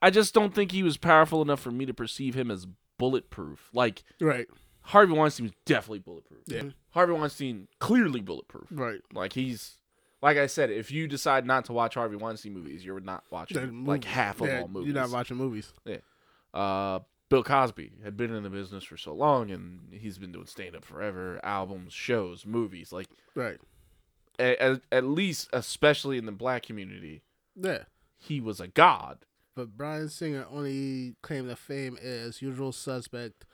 Speaker 3: I just don't think he was powerful enough for me to perceive him as bulletproof. Like
Speaker 2: Right.
Speaker 3: Harvey Weinstein was definitely bulletproof.
Speaker 2: Yeah.
Speaker 3: Harvey Weinstein clearly bulletproof.
Speaker 2: Right.
Speaker 3: Like he's like I said, if you decide not to watch Harvey Weinstein movies, you're not watching
Speaker 2: That
Speaker 3: like
Speaker 2: movie-
Speaker 3: half of
Speaker 2: yeah,
Speaker 3: all movies.
Speaker 2: You're not watching movies.
Speaker 3: uh, Bill Cosby had been in the business for so long, and he's been doing stand up forever, albums, shows, movies. Like
Speaker 2: Right.
Speaker 3: a- a- at least, especially in the black community,
Speaker 2: Yeah.
Speaker 3: he was a god.
Speaker 2: But Brian Singer only claimed to fame as usual suspect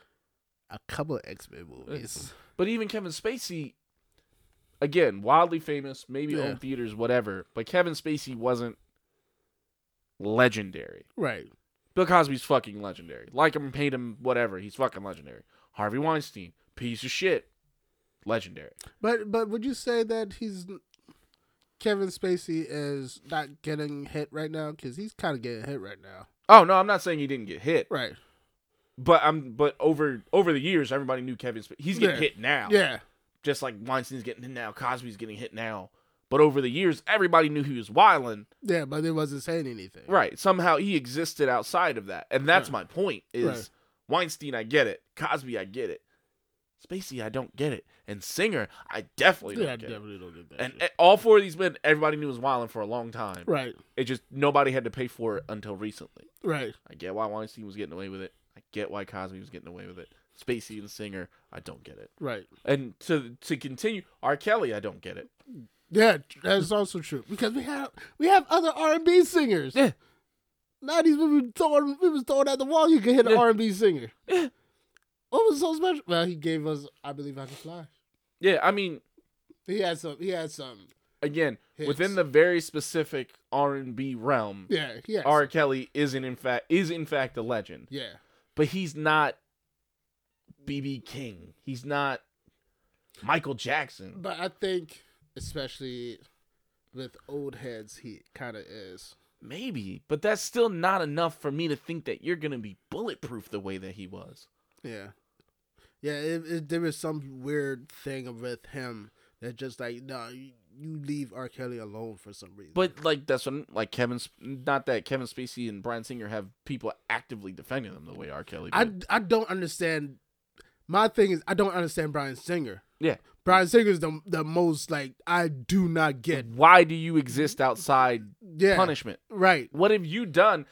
Speaker 2: a couple of X Men movies.
Speaker 3: But even Kevin Spacey, again, wildly famous, maybe
Speaker 2: Yeah.
Speaker 3: owned theaters, whatever. But Kevin Spacey wasn't legendary.
Speaker 2: Right.
Speaker 3: Bill Cosby's fucking legendary. Like him, hate him, whatever. He's fucking legendary. Harvey Weinstein, piece of shit, legendary.
Speaker 2: But but would you say that he's Kevin Spacey is not getting hit right now because he's kind of getting hit right now.
Speaker 3: Oh no, I'm not saying he didn't get hit,
Speaker 2: Right.
Speaker 3: but I'm but over over the years, everybody knew Kevin. Spacey. He's getting
Speaker 2: Yeah.
Speaker 3: hit now,
Speaker 2: Yeah.
Speaker 3: Just like Weinstein's getting hit now, Cosby's getting hit now. But over the years, everybody knew he was wilding.
Speaker 2: Yeah, but it wasn't saying anything.
Speaker 3: Right. Somehow he existed outside of that, and that's
Speaker 2: Right.
Speaker 3: my point. Is
Speaker 2: Right.
Speaker 3: Weinstein, I get it. Cosby, I get it. Spacey, I don't get it. And Singer, I definitely don't
Speaker 2: Yeah, I
Speaker 3: get it.
Speaker 2: definitely don't get that.
Speaker 3: And
Speaker 2: shit.
Speaker 3: a- all four of these men, everybody knew was wilding for a long time.
Speaker 2: right.
Speaker 3: It just nobody had to pay for it until recently.
Speaker 2: Right.
Speaker 3: I get why Weinstein was getting away with it. I get why Cosby was getting away with it. Spacey and Singer, I don't get it.
Speaker 2: Right.
Speaker 3: And to to continue, R. Kelly, I don't get it.
Speaker 2: Yeah, that's also true because we have we have other R and B singers.
Speaker 3: Yeah.
Speaker 2: Nineties, we were throwing we was throwing at the wall. You could hit an
Speaker 3: Yeah.
Speaker 2: R and B singer. What was so special? Well, he gave us I Believe I Can Fly.
Speaker 3: Yeah, I mean,
Speaker 2: He had some he had some
Speaker 3: again, within
Speaker 2: Hits.
Speaker 3: the very specific R and B realm,
Speaker 2: Yeah, he had
Speaker 3: R. Kelly isn't in fact is in fact a legend,
Speaker 2: some, Yeah.
Speaker 3: but he's not BB King. He's not Michael Jackson.
Speaker 2: But I think especially with old heads he kinda is.
Speaker 3: Maybe, but that's still not enough for me to think that you're gonna be bulletproof the way that he was.
Speaker 2: Yeah. Yeah, it, it, there was some weird thing with him that just like no, you, you leave R. Kelly alone for some reason.
Speaker 3: But like that's when like Kevin, Sp- not that Kevin Spacey and Brian Singer have people actively defending them the way R. Kelly did.
Speaker 2: I, I don't understand. My thing is I don't understand Brian Singer.
Speaker 3: yeah.
Speaker 2: Brian Singer is the the most like I do not get.
Speaker 3: Why do you exist outside
Speaker 2: Yeah,
Speaker 3: punishment?
Speaker 2: right,
Speaker 3: What have you done?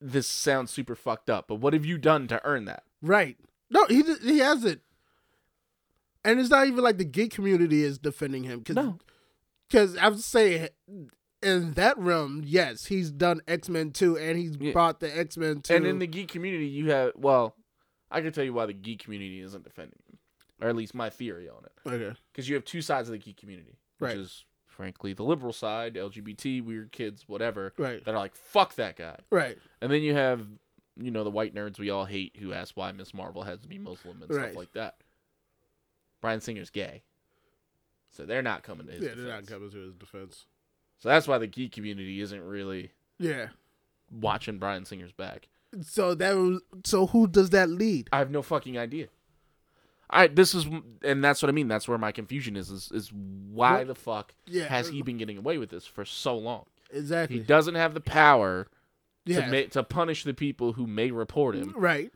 Speaker 3: This sounds super fucked up, but what have you done to earn that?
Speaker 2: right. No, he d- he has it, and it's not even like the gay community is defending him because
Speaker 3: No.
Speaker 2: I'm saying in that realm, yes, he's done X Men two, and he's
Speaker 3: Yeah.
Speaker 2: brought the X Men two,
Speaker 3: And in the geek community, you have well, I can tell you why the geek community isn't defending him, or at least my theory on it,
Speaker 2: okay,
Speaker 3: because you have two sides of the geek community, which
Speaker 2: Right.
Speaker 3: is frankly the liberal side, LGBT, weird kids, whatever,
Speaker 2: right,
Speaker 3: that are like fuck that guy,
Speaker 2: right,
Speaker 3: and then you have you know the white nerds we all hate who ask why Miss Marvel has to be Muslim and
Speaker 2: Right.
Speaker 3: stuff like that. Brian Singer's gay, so they're not coming to his
Speaker 2: yeah,
Speaker 3: defense.
Speaker 2: they're not coming to his defense.
Speaker 3: So that's why the geek community isn't really
Speaker 2: Yeah,
Speaker 3: watching Brian Singer's back.
Speaker 2: so that was, so who does that lead?
Speaker 3: I have no fucking idea. I this is and that's what I mean. That's where my confusion is. Is, is why
Speaker 2: What-
Speaker 3: the fuck
Speaker 2: Yeah,
Speaker 3: has he been getting away with this for so long? He
Speaker 2: exactly?
Speaker 3: doesn't have the power
Speaker 2: yeah,
Speaker 3: to ma- to punish the people who may report him.
Speaker 2: right.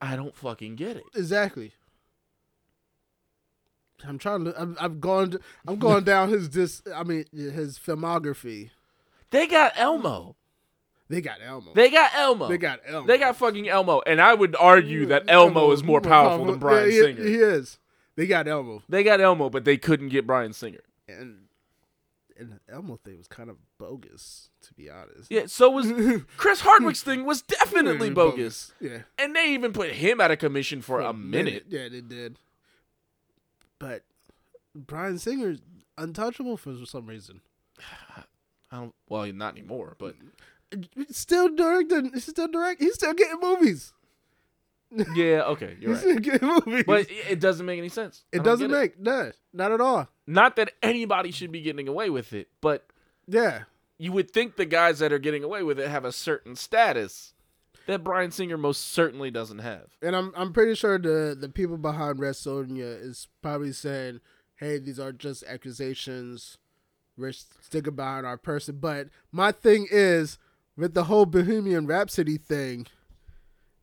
Speaker 3: I don't fucking get it.
Speaker 2: Exactly. I'm trying to. I'm, I'm going.
Speaker 3: [laughs]
Speaker 2: I'm going down his dis. I mean, his filmography.
Speaker 3: They got Elmo.
Speaker 2: They got Elmo.
Speaker 3: They got Elmo.
Speaker 2: They got Elmo.
Speaker 3: They got fucking Elmo. And I would argue that Elmo is more powerful than Brian
Speaker 2: Yeah, he-
Speaker 3: Singer.
Speaker 2: He, is. They got Elmo,
Speaker 3: They got Elmo, but they couldn't get Brian Singer.
Speaker 2: and and the Elmo thing was kind of bogus, to be honest. [laughs]
Speaker 3: Yeah, so was Chris Hardwick's thing was definitely bogus.
Speaker 2: Yeah.
Speaker 3: And they even put him out of commission for, a minute.
Speaker 2: Yeah, they did. But Brian Singer's untouchable for some reason.
Speaker 3: I don't, well, not anymore, but
Speaker 2: Still directing. Still direct. He's still getting movies.
Speaker 3: [laughs] yeah, okay, you're
Speaker 2: He's
Speaker 3: right.
Speaker 2: still [laughs] getting movies.
Speaker 3: But it it doesn't make any sense. I
Speaker 2: It
Speaker 3: don't
Speaker 2: doesn't
Speaker 3: get
Speaker 2: make no, not at all.
Speaker 3: Not that anybody should be getting away with it, but
Speaker 2: Yeah,
Speaker 3: you would think the guys that are getting away with it have a certain status that Brian Singer most certainly doesn't have.
Speaker 2: and I'm I'm pretty sure the the people behind Red Sonia is probably saying, "Hey, these are just accusations. We're sticking behind our person." But my thing is with the whole Bohemian Rhapsody thing.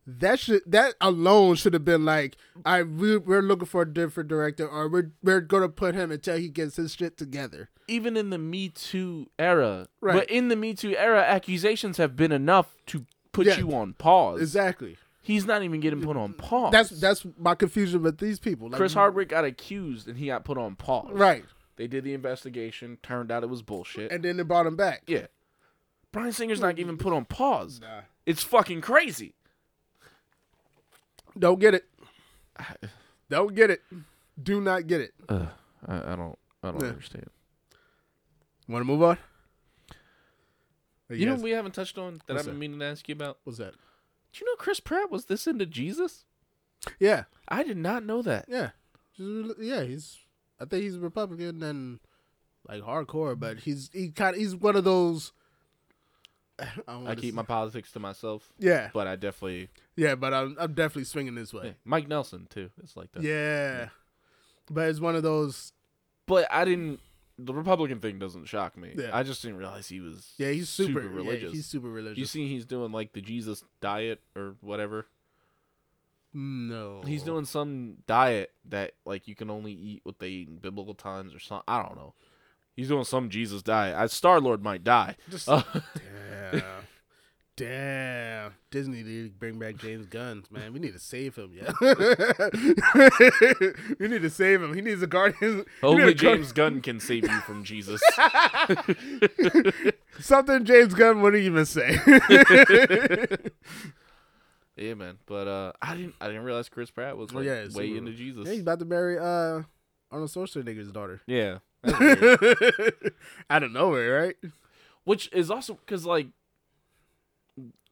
Speaker 2: That should that alone should have been like, I we, we're looking for a different director, or we're we're gonna put him until he gets his shit together.
Speaker 3: Even in the Me Too era,
Speaker 2: Right.
Speaker 3: but in the Me Too era, accusations have been enough to put
Speaker 2: Yeah.
Speaker 3: you on pause.
Speaker 2: Exactly.
Speaker 3: He's not even getting put on pause.
Speaker 2: That's that's my confusion with these people. Like,
Speaker 3: Chris Hardwick got accused and he got put on pause.
Speaker 2: Right.
Speaker 3: They did the investigation. Turned out it was bullshit.
Speaker 2: And then they brought him back.
Speaker 3: yeah. Brian Singer's not even put on pause.
Speaker 2: Nah.
Speaker 3: It's fucking crazy.
Speaker 2: Don't get it. Don't get it. Do not get it.
Speaker 3: Ugh, Uh, I, I don't. I don't
Speaker 2: Yeah.
Speaker 3: understand.
Speaker 2: Want to move on?
Speaker 3: You know what we haven't touched on that
Speaker 2: What's
Speaker 3: I've been
Speaker 2: that?
Speaker 3: meaning to ask you about.
Speaker 2: what's that?
Speaker 3: Do you know Chris Pratt was this into Jesus?
Speaker 2: Yeah,
Speaker 3: I did not know that.
Speaker 2: yeah, Just- yeah. He's, I think he's a Republican and like hardcore, but he's he kind of he's one of those. [sighs] I, don't
Speaker 3: I
Speaker 2: wanna
Speaker 3: keep
Speaker 2: say-
Speaker 3: my politics to myself,
Speaker 2: yeah,
Speaker 3: but I definitely
Speaker 2: yeah, but I'm I'm definitely swinging this
Speaker 3: yeah.
Speaker 2: way.
Speaker 3: Mike Nelson too. It's like that.
Speaker 2: Yeah, but it's one of those.
Speaker 3: But I didn't. The Republican thing doesn't shock me.
Speaker 2: Yeah.
Speaker 3: I just didn't realize he was.
Speaker 2: Yeah, he's super,
Speaker 3: Super
Speaker 2: religious.
Speaker 3: religious.
Speaker 2: he's super religious.
Speaker 3: You see, he's doing like the Jesus diet or whatever.
Speaker 2: Mm, no,
Speaker 3: He's doing some diet that like you can only eat what they eat in biblical times or something. I don't know. He's doing some Jesus diet. I Star Lord might
Speaker 2: [laughs]
Speaker 3: die. [laughs]
Speaker 2: Just-
Speaker 3: Uh,
Speaker 2: Damn. Damn. Disney need to bring back James Gunn, man. We need to save him, yeah. [laughs] we need to save him. He needs a guardian.
Speaker 3: only James
Speaker 2: [laughs]
Speaker 3: Gunn can save you from Jesus. [laughs]
Speaker 2: [laughs] Something James Gunn wouldn't even say.
Speaker 3: Yeah, man. But uh, I didn't I didn't realize Chris Pratt was
Speaker 2: Oh,
Speaker 3: like,
Speaker 2: yeah, it's
Speaker 3: way
Speaker 2: super-
Speaker 3: into Jesus.
Speaker 2: Yeah, he's about to marry uh Arnold Schwarzenegger's daughter.
Speaker 3: yeah.
Speaker 2: [laughs]
Speaker 3: That's weird.
Speaker 2: Out of nowhere, right?
Speaker 3: Which is also because like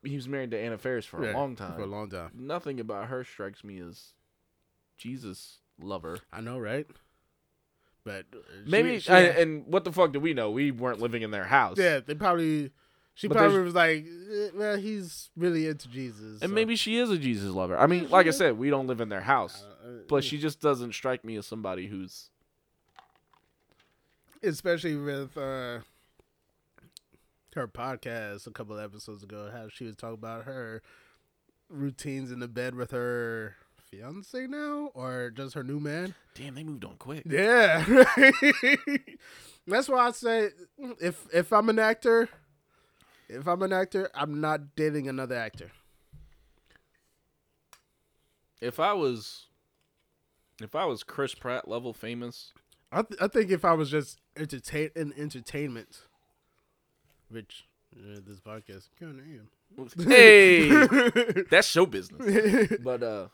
Speaker 3: he was married to Anna Faris for a
Speaker 2: Yeah,
Speaker 3: long time.
Speaker 2: For a long time.
Speaker 3: Nothing about her strikes me as Jesus lover.
Speaker 2: I know, right? But uh, she-
Speaker 3: Maybe
Speaker 2: she-
Speaker 3: and, and what the fuck do we know? We weren't living in their house.
Speaker 2: yeah, they probably. She
Speaker 3: But
Speaker 2: probably
Speaker 3: there's-
Speaker 2: was like, eh, well, he's really into Jesus.
Speaker 3: And
Speaker 2: so-
Speaker 3: maybe she is a Jesus lover. I mean,
Speaker 2: Yeah, she
Speaker 3: like I
Speaker 2: is.
Speaker 3: said, we don't live in their house,
Speaker 2: Uh,
Speaker 3: but she just doesn't strike me as somebody who's
Speaker 2: especially with uh, her podcast a couple of episodes ago, how she was talking about her routines in the bed with her fiance now, or just her new man.
Speaker 3: damn. They moved on
Speaker 2: [laughs]
Speaker 3: quick.
Speaker 2: Yeah, that's why I say if if I'm an actor, if I'm an actor, I'm not dating another actor.
Speaker 3: If I was, if I was Chris Pratt level
Speaker 2: [laughs]
Speaker 3: famous,
Speaker 2: I th- I think if I was just entertain in entertainment, which uh, this podcast kind of am.
Speaker 3: hey,
Speaker 2: [laughs]
Speaker 3: that's show [laughs] business. But uh,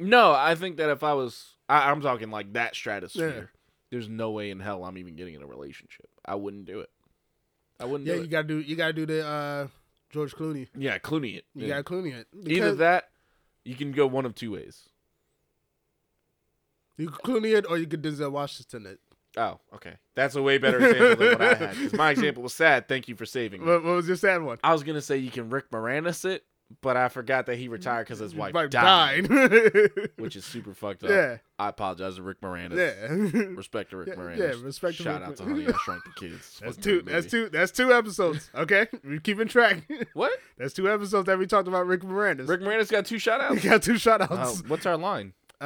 Speaker 3: no, I think that if I was, I, I'm talking like that stratosphere. There's no way in hell I'm even getting in a relationship. I wouldn't do it. I wouldn't
Speaker 2: Yeah,
Speaker 3: do
Speaker 2: you
Speaker 3: it.
Speaker 2: gotta do you gotta do the uh, George Clooney.
Speaker 3: yeah, Clooney. It.
Speaker 2: You
Speaker 3: Yeah.
Speaker 2: gotta Clooney it.
Speaker 3: Either
Speaker 2: Because
Speaker 3: that, you can go one of two ways.
Speaker 2: you could Clooney it or you could Denzel Washington it.
Speaker 3: Oh, okay. That's a way better example than what I had. 'cause
Speaker 2: [laughs]
Speaker 3: My example was sad. Thank you for saving me.
Speaker 2: What, what was your sad one?
Speaker 3: I was gonna say you can Rick Moranis it, but I forgot that he retired because his wife,
Speaker 2: Wife
Speaker 3: died,
Speaker 2: died. [laughs]
Speaker 3: which is super fucked up.
Speaker 2: yeah,
Speaker 3: I apologize to Rick Moranis.
Speaker 2: yeah.
Speaker 3: Respect to Rick
Speaker 2: Yeah,
Speaker 3: Moranis.
Speaker 2: yeah, respect to
Speaker 3: Shout
Speaker 2: Rick
Speaker 3: out to
Speaker 2: Moran-
Speaker 3: Honey I Shrunk the Kids.
Speaker 2: [laughs] That's
Speaker 3: Fucking
Speaker 2: two.
Speaker 3: great
Speaker 2: That's
Speaker 3: movie.
Speaker 2: two. That's
Speaker 3: [laughs]
Speaker 2: two episodes. Okay, we're keeping track. [laughs]
Speaker 3: What?
Speaker 2: That's two episodes that we talked about Rick Moranis.
Speaker 3: Rick Moranis got two shout
Speaker 2: [laughs] We [laughs]
Speaker 3: outs?
Speaker 2: got two
Speaker 3: Uh,
Speaker 2: shoutouts.
Speaker 3: what's our line?
Speaker 2: Uh,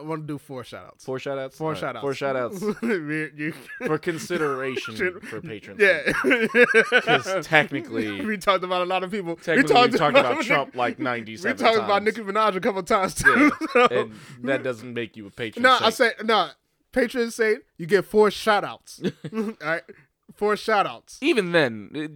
Speaker 2: I want to do four shoutouts.
Speaker 3: Four shout outs?
Speaker 2: Four shoutouts.
Speaker 3: Four shout
Speaker 2: [laughs]
Speaker 3: outs
Speaker 2: We- you-
Speaker 3: for consideration for patrons. [laughs]
Speaker 2: yeah. [laughs]
Speaker 3: Because technically,
Speaker 2: we talked about a lot of people.
Speaker 3: technically we talked, about,
Speaker 2: [laughs] Nick-
Speaker 3: Trump like 97
Speaker 2: We talked about
Speaker 3: times.
Speaker 2: Nicki Minaj a couple times
Speaker 3: Yeah,
Speaker 2: too. [laughs]
Speaker 3: and that doesn't make you a patron.
Speaker 2: no, I
Speaker 3: saint.
Speaker 2: say no. Patrons say you get four shout
Speaker 3: [laughs]
Speaker 2: outs. [laughs] All right. Four shout outs.
Speaker 3: even then, it-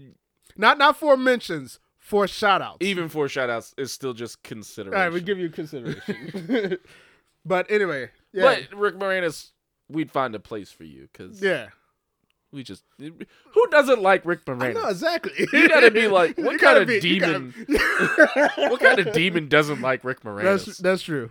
Speaker 2: Not not four mentions, four shout outs.
Speaker 3: even four shout outs is still just
Speaker 2: All
Speaker 3: consideration.
Speaker 2: right, we give you
Speaker 3: [laughs]
Speaker 2: consideration. [laughs] but anyway, yeah.
Speaker 3: But Rick Moranis, we'd find a place for you because
Speaker 2: yeah.
Speaker 3: we just who doesn't like Rick
Speaker 2: I know
Speaker 3: Moranis?
Speaker 2: [laughs] exactly.
Speaker 3: You gotta be like, what
Speaker 2: You
Speaker 3: kind
Speaker 2: gotta
Speaker 3: of
Speaker 2: be- [laughs] you gotta-
Speaker 3: demon? [laughs] what kind of demon doesn't like
Speaker 2: [laughs]
Speaker 3: Rick Moranis?
Speaker 2: that's
Speaker 3: [laughs]
Speaker 2: that's true.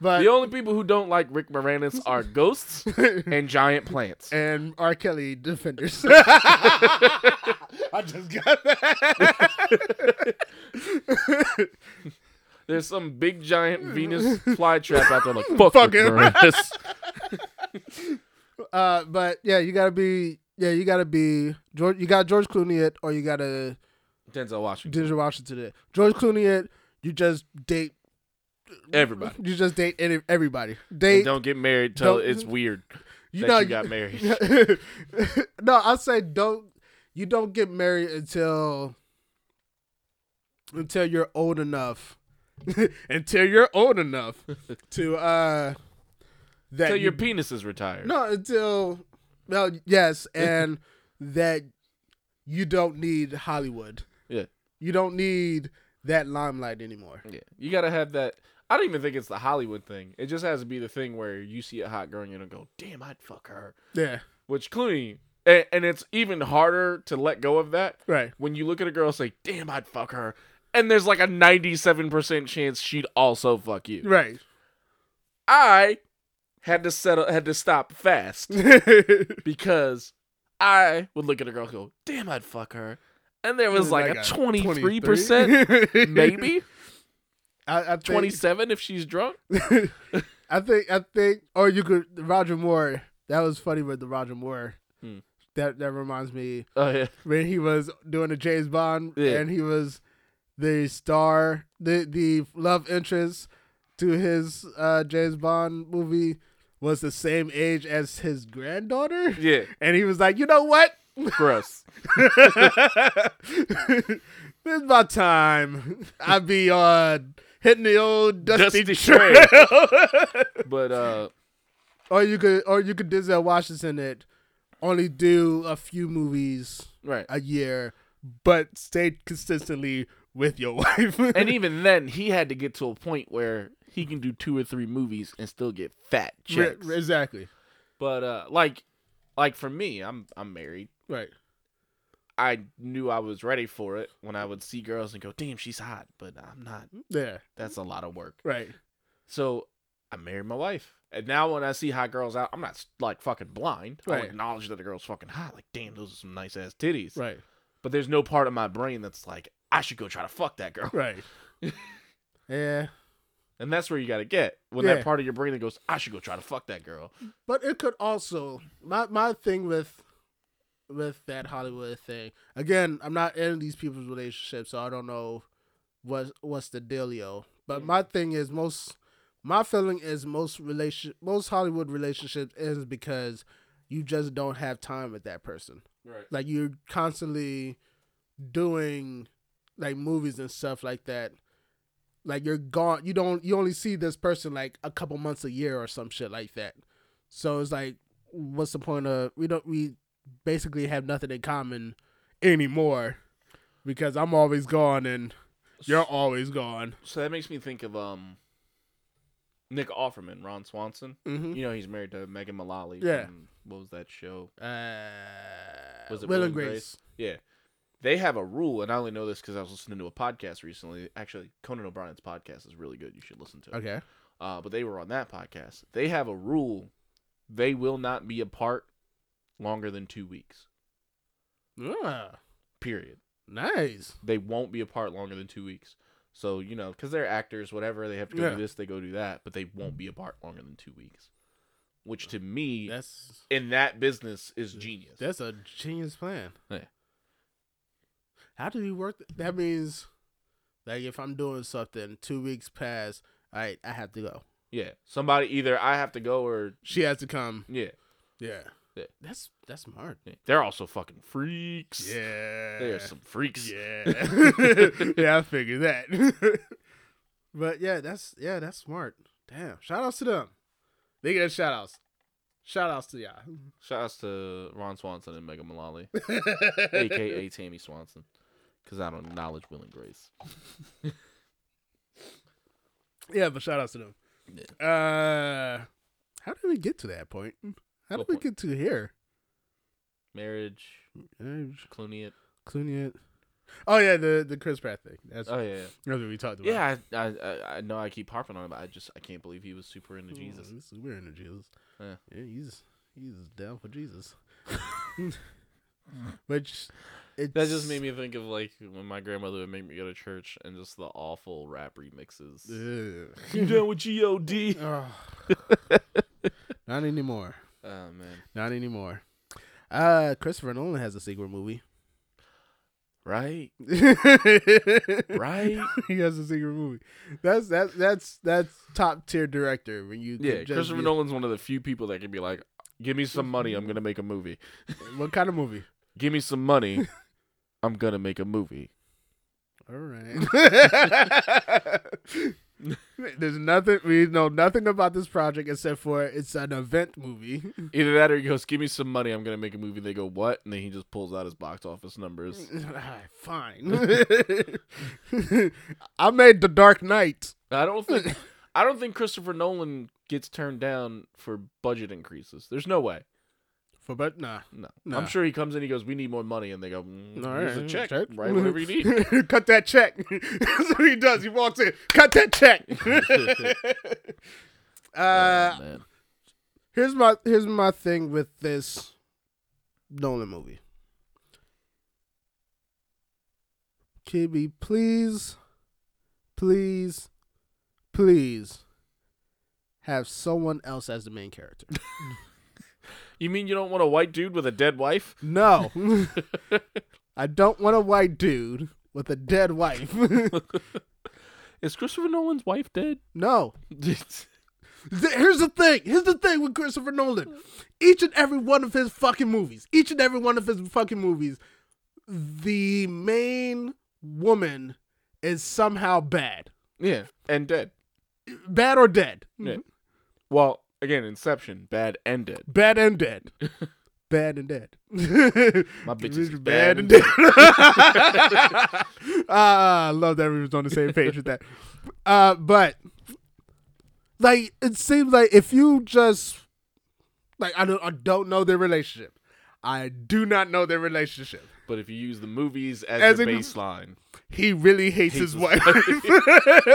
Speaker 2: But
Speaker 3: the only people who don't like Rick Moranis
Speaker 2: [laughs]
Speaker 3: are ghosts and giant plants.
Speaker 2: and R. Kelly defenders.
Speaker 3: [laughs]
Speaker 2: I just got that.
Speaker 3: There's some big
Speaker 2: [laughs]
Speaker 3: giant Venus flytrap out there like fuck,
Speaker 2: Fuck
Speaker 3: Rick
Speaker 2: him."
Speaker 3: Moranis.
Speaker 2: [laughs] uh, but yeah, you gotta be yeah, you gotta be George. You got George Clooney it, or you gotta
Speaker 3: Denzel Washington.
Speaker 2: Denzel Washington it. George Clooney it. You just date.
Speaker 3: Everybody.
Speaker 2: You just date any, everybody.
Speaker 3: And
Speaker 2: Date.
Speaker 3: don't get married till
Speaker 2: Don't-
Speaker 3: it's weird
Speaker 2: you
Speaker 3: that
Speaker 2: know
Speaker 3: you got married.
Speaker 2: [laughs] no, I say don't. You don't get married until until you're old enough. [laughs] until you're old enough to uh that
Speaker 3: Till
Speaker 2: you-
Speaker 3: your penis is retired.
Speaker 2: no until well yes and [laughs] that you don't need Hollywood.
Speaker 3: Yeah.
Speaker 2: You don't need that limelight anymore.
Speaker 3: Yeah. You gotta have that. I don't even think it's the Hollywood thing. It just has to be the thing where you see a hot girl and you don't go, damn, I'd fuck her.
Speaker 2: Yeah.
Speaker 3: Which Clooney, and, and it's even harder to let go of that
Speaker 2: Right.
Speaker 3: when you look at a girl and say, damn, I'd fuck her. And there's like a 97% chance she'd also fuck you.
Speaker 2: Right.
Speaker 3: I had to settle, had to stop fast [laughs] because I would look at a girl and go, damn, I'd fuck her. And there
Speaker 2: [laughs]
Speaker 3: was like, a 23%, [laughs] maybe
Speaker 2: I, I think,
Speaker 3: 27 if she's drunk.
Speaker 2: I think I think or you could Roger Moore. That was funny with the Roger Moore.
Speaker 3: Hmm.
Speaker 2: That that reminds me
Speaker 3: Oh, yeah.
Speaker 2: when he was doing the James Bond
Speaker 3: Yeah.
Speaker 2: and he was the star the the love interest to his uh James Bond movie was the same age as his granddaughter.
Speaker 3: Yeah.
Speaker 2: And he was like, "You know what? [laughs]
Speaker 3: Gross. [laughs]
Speaker 2: this is my time. I be uh hitting the old dusty,
Speaker 3: Dusty
Speaker 2: trail." [laughs]
Speaker 3: But uh
Speaker 2: or you could or you could Denzel Washington it only do a few movies
Speaker 3: right.
Speaker 2: a year, but stay consistently with your [laughs] wife.
Speaker 3: and even then, he had to get to a point where he can do two or three movies and still get fat
Speaker 2: Re-
Speaker 3: chicks.
Speaker 2: exactly.
Speaker 3: But uh, like, like for me, I'm I'm married.
Speaker 2: Right.
Speaker 3: I knew I was ready for it when I would see girls and go, "Damn, she's hot," but I'm not.
Speaker 2: Yeah.
Speaker 3: That's a lot of work.
Speaker 2: Right.
Speaker 3: So I married my wife, and now when I see hot girls out, I'm not like fucking blind. I'll
Speaker 2: Right.
Speaker 3: acknowledge that the girl's fucking hot. Like, damn, those are some nice ass titties.
Speaker 2: Right.
Speaker 3: But there's no part of my brain that's like, I should go try to fuck that girl. [laughs]
Speaker 2: Right. yeah.
Speaker 3: And that's where you got to get when
Speaker 2: Yeah.
Speaker 3: that part of your brain that goes, I should go try to fuck that girl.
Speaker 2: But it could also my my thing with with that Hollywood thing. Again, I'm not in these people's relationships, so I don't know what what's the dealio. But my thing is most my feeling is most relation most Hollywood relationships is because you just don't have time with that person.
Speaker 3: Right.
Speaker 2: Like you're constantly doing like movies and stuff like that. Like you're gone. You don't. You only see this person like a couple months a year or some shit like that. So it's like, what's the point of we don't we basically have nothing in common anymore because I'm always gone and you're always gone.
Speaker 3: So that makes me think of um Nick Offerman, Ron Swanson.
Speaker 2: Mm-hmm.
Speaker 3: You know he's married to Megan Mullally.
Speaker 2: Yeah.
Speaker 3: From, what was that show?
Speaker 2: Uh,
Speaker 3: Was it
Speaker 2: Will
Speaker 3: Will
Speaker 2: and
Speaker 3: and
Speaker 2: Grace?
Speaker 3: Yeah. They have a rule, and I only know this because I was listening to a podcast recently. Actually, Conan O'Brien's podcast is really good. You should listen to it.
Speaker 2: Okay.
Speaker 3: Uh, but they were on that podcast. They have a rule: they will not be apart longer than two weeks.
Speaker 2: Yeah.
Speaker 3: Period.
Speaker 2: Ah, Nice.
Speaker 3: They won't be apart longer than two weeks. So you know, because they're actors, whatever they have to go
Speaker 2: Yeah.
Speaker 3: do this, they go do that, but they won't be apart longer than two weeks. Which to me,
Speaker 2: That's
Speaker 3: in that business, is genius.
Speaker 2: That's a genius plan.
Speaker 3: Yeah.
Speaker 2: How do you work? th- that means, like, if I'm doing something, two weeks pass. All right, I have to go.
Speaker 3: yeah, somebody either I have to go or
Speaker 2: She has to come.
Speaker 3: yeah,
Speaker 2: Yeah.
Speaker 3: Yeah.
Speaker 2: That's that's smart.
Speaker 3: Yeah. they're also fucking freaks.
Speaker 2: Yeah.
Speaker 3: They are some freaks.
Speaker 2: Yeah.
Speaker 3: [laughs]
Speaker 2: yeah, I figured that. [laughs] but yeah, that's yeah, that's smart. Damn. Shout outs to them. They get shout outs. Shout outs to y'all.
Speaker 3: Shout outs to Ron Swanson and Megan
Speaker 2: [laughs]
Speaker 3: Mullally, aka Tammy Swanson, because I don't acknowledge Will and Grace.
Speaker 2: Yeah, but shout outs to them. Uh, how did we get to that point? How
Speaker 3: What
Speaker 2: did we
Speaker 3: point?
Speaker 2: get to here?
Speaker 3: Marriage,
Speaker 2: Uh,
Speaker 3: Clooney. It.
Speaker 2: Clooney. it- Oh yeah, the the Chris Pratt thing. That's,
Speaker 3: Oh yeah,
Speaker 2: that's what we talked about.
Speaker 3: yeah. yeah I, I- I I know I keep harping on it, but I just I can't believe he was super into
Speaker 2: Ooh,
Speaker 3: Jesus.
Speaker 2: this is- we're into Jesus.
Speaker 3: Yeah.
Speaker 2: he's he's down
Speaker 3: [laughs]
Speaker 2: for Jesus. [laughs] Which it's,
Speaker 3: That just made me think of like when my grandmother would make me go to church and just the awful rap remixes.
Speaker 2: Ugh. [laughs]
Speaker 3: you done with God?
Speaker 2: Ugh. Not anymore.
Speaker 3: [laughs] Oh man,
Speaker 2: Not anymore. Uh, Christopher Nolan has a secret movie. [laughs]
Speaker 3: right,
Speaker 2: right.
Speaker 3: [laughs] right.
Speaker 2: he has a secret movie. That's that's that's that's top tier director when you could
Speaker 3: yeah,
Speaker 2: just
Speaker 3: Christopher
Speaker 2: be-
Speaker 3: Nolan's one of the few people that can be like, "Give me some money, I'm gonna make a movie."
Speaker 2: What kind of movie?
Speaker 3: give me some [laughs] money. I'm gonna make a [laughs] movie.
Speaker 2: All right. [laughs] There's nothing we know nothing about this project except for it's an event movie.
Speaker 3: Either that or he goes, give me some money. I'm gonna make a movie. They go, what? And then he just pulls out his box office [laughs]
Speaker 2: [laughs]
Speaker 3: numbers.
Speaker 2: Alright, Fine. [laughs] I made The Dark Knight.
Speaker 3: I don't think, I don't think Christopher Nolan gets turned down for budget increases. There's no way.
Speaker 2: For but nah.
Speaker 3: No,
Speaker 2: Nah.
Speaker 3: I'm sure he comes in. He goes, we need more money, and they go, mm,
Speaker 2: All
Speaker 3: here's a
Speaker 2: right,
Speaker 3: check,
Speaker 2: check.
Speaker 3: right? Whatever you
Speaker 2: [laughs]
Speaker 3: need.
Speaker 2: Cut that check. [laughs] That's what he does. He walks in. Cut
Speaker 3: [laughs]
Speaker 2: that check. [laughs] uh,
Speaker 3: Oh, man.
Speaker 2: here's my here's my thing with this Nolan movie. Can we please, please, please have someone else as the main character?
Speaker 3: You mean you don't want a white dude with a dead wife?
Speaker 2: No, [laughs] I don't want a white dude with a
Speaker 3: [laughs]
Speaker 2: dead wife.
Speaker 3: Is Christopher Nolan's wife [laughs] dead?
Speaker 2: no. Th- Here's the thing. Here's the thing with Christopher Nolan. Each and every one of his fucking movies, each and every one of his fucking movies, the main woman is somehow bad.
Speaker 3: yeah, and dead.
Speaker 2: Bad or dead.
Speaker 3: Yeah. Well, again, Inception, bad and dead. [laughs]
Speaker 2: Bad and dead. bad and dead. My
Speaker 3: bitch is bad and
Speaker 2: [laughs] ah, I love that we was on the same page with that. Uh, but like, it seems like if you just like, I don't, I don't know their relationship. I do not know their relationship.
Speaker 3: But if you use the movies as,
Speaker 2: As
Speaker 3: your
Speaker 2: in- [laughs]
Speaker 3: baseline,
Speaker 2: He really hates,
Speaker 3: Hates
Speaker 2: his,
Speaker 3: his
Speaker 2: wife. [laughs]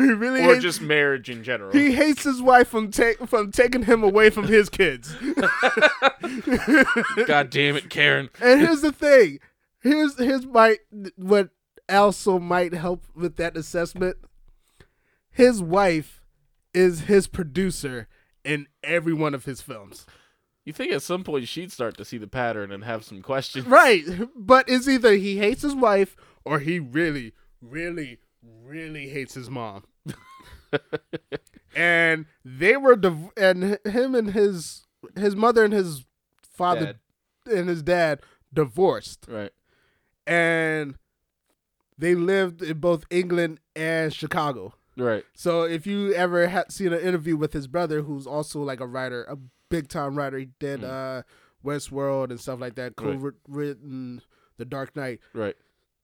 Speaker 2: he really
Speaker 3: or
Speaker 2: hates,
Speaker 3: just marriage in general,
Speaker 2: [laughs] he hates his wife from ta- from taking him away from his kids.
Speaker 3: God damn it, Karen.
Speaker 2: And here's the thing. Here's here's my what also might help with that assessment. His wife is his producer in every one of his films.
Speaker 3: You think at some point she'd start to see the pattern and have some
Speaker 2: [laughs]
Speaker 3: questions?
Speaker 2: Right. But it's either he hates his wife or he really, really, really hates his [laughs] mom. and they were div- and him and his his mother and his father and his dad divorced.
Speaker 3: Right.
Speaker 2: and they lived in both England and Chicago.
Speaker 3: Right.
Speaker 2: So if you ever had seen an interview with his brother, who's also like a writer, a big time writer, he did uh, Westworld and stuff like that,
Speaker 3: Hmm. Right.
Speaker 2: co-written The Dark Knight.
Speaker 3: Right.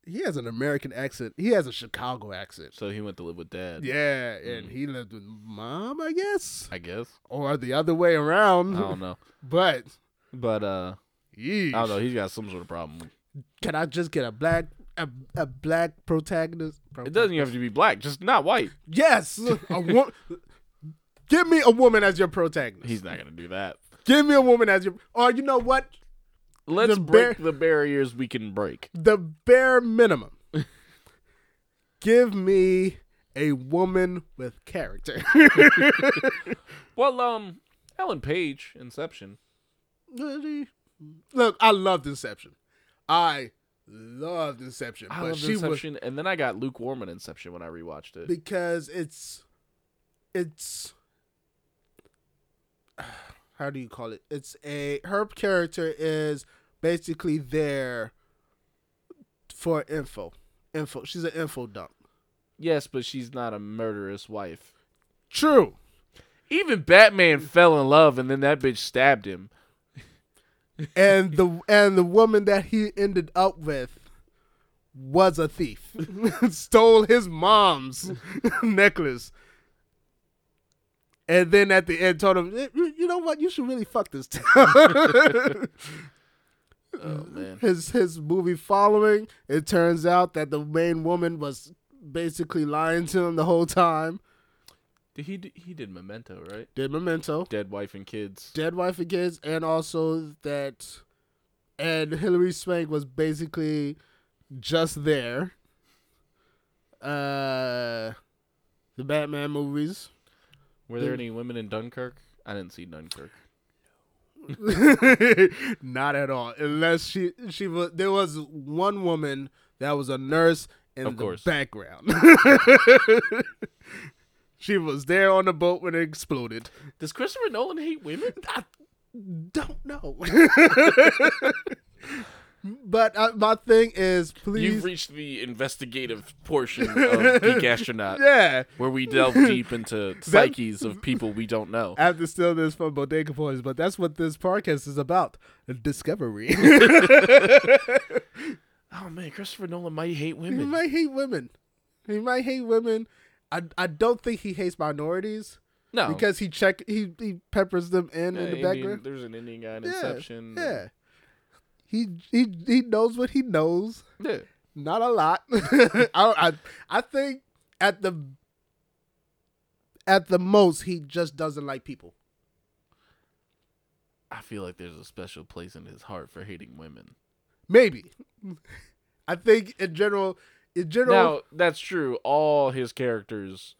Speaker 2: He has an American accent. He has a Chicago accent.
Speaker 3: So he went to live with dad.
Speaker 2: Yeah, and
Speaker 3: Hmm.
Speaker 2: he lived with mom, I guess,
Speaker 3: I guess.
Speaker 2: or the other way
Speaker 3: I
Speaker 2: [laughs] around.
Speaker 3: don't know.
Speaker 2: But
Speaker 3: But uh Um, I
Speaker 2: yeesh.
Speaker 3: don't know, he's got some sort of problem.
Speaker 2: can I just get a black a, a black protagonist?
Speaker 3: It doesn't even have to be black, just not white.
Speaker 2: Yes, a wo- Give me a woman as your protagonist.
Speaker 3: He's not gonna do that.
Speaker 2: Give me a woman as your. Or you know what?
Speaker 3: Let's
Speaker 2: The
Speaker 3: break
Speaker 2: bear-
Speaker 3: the barriers we can break.
Speaker 2: The
Speaker 3: [laughs]
Speaker 2: bare minimum. Give me a woman with character. [laughs]
Speaker 3: Well, um, Ellen Page, Inception.
Speaker 2: Look, I loved Inception. I loved Inception,
Speaker 3: I
Speaker 2: but
Speaker 3: loved
Speaker 2: she was
Speaker 3: Inception, and then I got lukewarm in Inception when I rewatched it.
Speaker 2: because it's it's [sighs] how do you call it it's a her character is basically there for info info she's an info dump
Speaker 3: Yes, but she's not a murderous wife.
Speaker 2: true
Speaker 3: Even Batman fell in love, and then that bitch stabbed him.
Speaker 2: and the and the woman that he ended up with was a thief [laughs] stole his mom's [laughs] necklace and then at the end told him "Eh, you you know what you should really fuck this town [laughs]
Speaker 3: Oh man,
Speaker 2: his his movie following. It turns out that the main woman was basically lying to him the whole time.
Speaker 3: did he d- he did Memento right?
Speaker 2: Did Memento,
Speaker 3: Dead wife and kids.
Speaker 2: Dead Wife and Kids, and also that, and Hillary Swank was basically just there. Uh, the Batman movies.
Speaker 3: Were there any women in Dunkirk? I didn't see Dunkirk.
Speaker 2: [laughs] Not at all. Unless she she was there was one woman that was a nurse in
Speaker 3: Of
Speaker 2: the
Speaker 3: course.
Speaker 2: background. [laughs] she was there on the boat when it exploded.
Speaker 3: Does Christopher Nolan hate women?
Speaker 2: I don't know. [laughs] but uh, my thing is
Speaker 3: [laughs]
Speaker 2: please
Speaker 3: You've reached the investigative portion [laughs] of Geek Astronaut,
Speaker 2: yeah.
Speaker 3: where we
Speaker 2: [laughs]
Speaker 3: delve deep into psyches of people we don't know.
Speaker 2: I have to steal this from Bodega Boys, but that's what this podcast is about. Discovery. [laughs]
Speaker 3: Oh man, Christopher Nolan might hate
Speaker 2: He
Speaker 3: women.
Speaker 2: might hate women. He might hate women. I I don't think he hates minorities
Speaker 3: No,
Speaker 2: because he check he, he peppers them in
Speaker 3: Oh. Yeah,
Speaker 2: in the
Speaker 3: Indian-
Speaker 2: background.
Speaker 3: There's an Indian guy in
Speaker 2: Yeah,
Speaker 3: Inception.
Speaker 2: Yeah. He he he knows what he knows.
Speaker 3: yeah.
Speaker 2: Not a lot. [laughs] I, I I think at the at the most he just doesn't like people.
Speaker 3: I feel like there's a special place in his heart for hating women.
Speaker 2: Maybe. [laughs] I think in general in general
Speaker 3: Now that's true. All his characters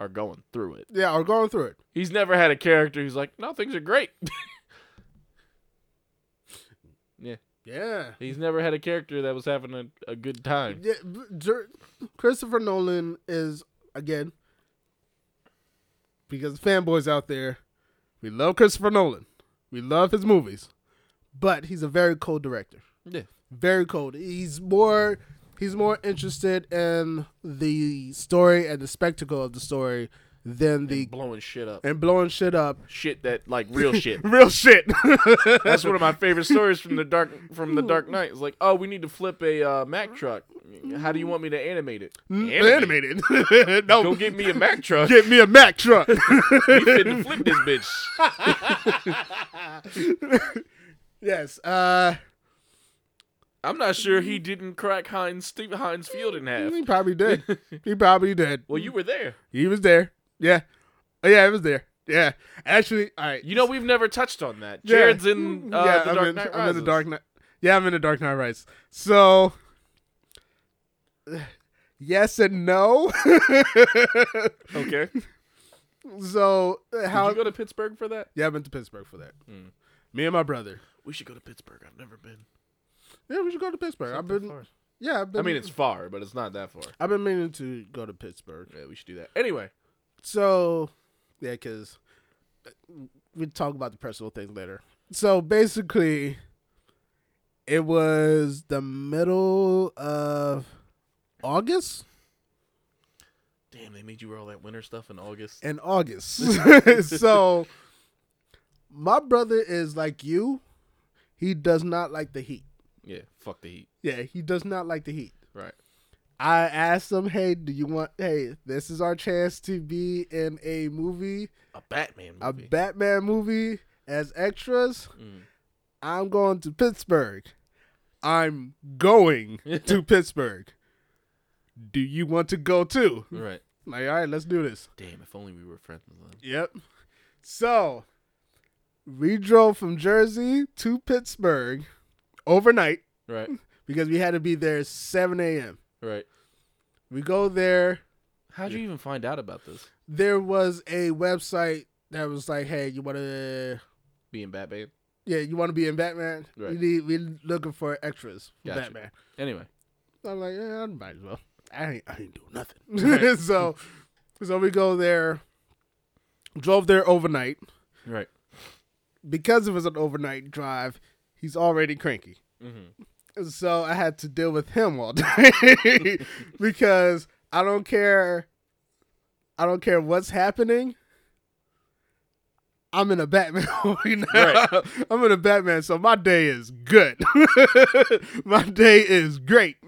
Speaker 3: are going through it.
Speaker 2: yeah, are going through it.
Speaker 3: He's never had a character who's like, "No, things are great." [laughs]
Speaker 2: Yeah.
Speaker 3: He's never had a character that was having a, a good time.
Speaker 2: Yeah, b- Jer- Christopher Nolan is again because fanboys out there, we love Christopher Nolan, we love his movies, but he's a very cold director.
Speaker 3: Yeah.
Speaker 2: Very cold. He's more he's more interested in the story and the spectacle of the story than the
Speaker 3: blowing shit up.
Speaker 2: and blowing shit up.
Speaker 3: Shit that like real shit.
Speaker 2: [laughs] Real shit. [laughs]
Speaker 3: That's one of my favorite stories from [laughs] the dark from the Dark Knight. It's like, oh, we need to flip a uh, Mack truck. How do you want me to animate it?
Speaker 2: Animated. [laughs] no,
Speaker 3: Go get me a [laughs] Mack truck.
Speaker 2: get me a Mack truck. [laughs]
Speaker 3: We finna flip this bitch. [laughs]
Speaker 2: yes. Uh,
Speaker 3: I'm not sure he didn't crack Heinz Steve Heinz Field in half.
Speaker 2: he probably did. He probably did.
Speaker 3: Well, you were there.
Speaker 2: He was there. Yeah. Oh, yeah, it was there. Yeah. Actually, all right.
Speaker 3: You know we've never touched on that.
Speaker 2: Yeah.
Speaker 3: Jared's in uh, the
Speaker 2: I'm
Speaker 3: Dark
Speaker 2: in,
Speaker 3: Knight
Speaker 2: I'm in
Speaker 3: Rises.
Speaker 2: the Dark Knight. Yeah, I'm in the Dark Knight Rises. So, [sighs] yes and no. [laughs]
Speaker 3: [laughs] Okay.
Speaker 2: so uh,
Speaker 3: Did
Speaker 2: how?
Speaker 3: you go Hmm. to Pittsburgh for that?
Speaker 2: yeah, I've been to Pittsburgh for that. Me and my brother.
Speaker 3: We should go to Pittsburgh. I've never been.
Speaker 2: Yeah, we should go to Pittsburgh. I've been. Yeah, I've been.
Speaker 3: I mean, it's far, but it's not that far.
Speaker 2: I've been meaning to go to Pittsburgh.
Speaker 3: Yeah, we should do that. Anyway,
Speaker 2: So, yeah, because we talk about the personal things later. So basically, it was the middle of August.
Speaker 3: damn, they made you wear all that winter stuff in August.
Speaker 2: In August, [laughs] so my brother is like you. He does not like the heat.
Speaker 3: Yeah, fuck the heat.
Speaker 2: Yeah, he does not like the heat.
Speaker 3: Right.
Speaker 2: I asked him, "Hey, do you want? Hey, this is our chance to be in a movie."
Speaker 3: A Batman [laughs]
Speaker 2: a
Speaker 3: movie.
Speaker 2: Batman movie as extras,
Speaker 3: Mm.
Speaker 2: I'm going to Pittsburgh. I'm
Speaker 3: [laughs]
Speaker 2: going to Pittsburgh. Do you want to go too?
Speaker 3: right.
Speaker 2: Like, all right, let's do this.
Speaker 3: Damn, if only we were friends with them.
Speaker 2: Yep. So, we drove from Jersey to Pittsburgh overnight
Speaker 3: Right.
Speaker 2: because we had to be there 7 a.m.
Speaker 3: Right.
Speaker 2: We go there.
Speaker 3: How'd you even find out about this?
Speaker 2: There was a website that was like, hey, you want to
Speaker 3: Being Batman.
Speaker 2: Yeah, you want to be in Batman?
Speaker 3: Right.
Speaker 2: We need we looking for extras for
Speaker 3: Gotcha.
Speaker 2: Batman.
Speaker 3: Anyway.
Speaker 2: I'm like, yeah, I might as well. I ain't I ain't doing nothing.
Speaker 3: Right.
Speaker 2: [laughs] so so we go there. Drove there overnight.
Speaker 3: Right.
Speaker 2: Because it was an overnight drive, he's already cranky.
Speaker 3: [laughs] Mm-hmm.
Speaker 2: So I had to deal with him all [laughs] day. because I don't care I don't care what's happening. I'm in a Batman [laughs] movie now.
Speaker 3: Right.
Speaker 2: I'm in a Batman, so my day is good. [laughs] my day is great.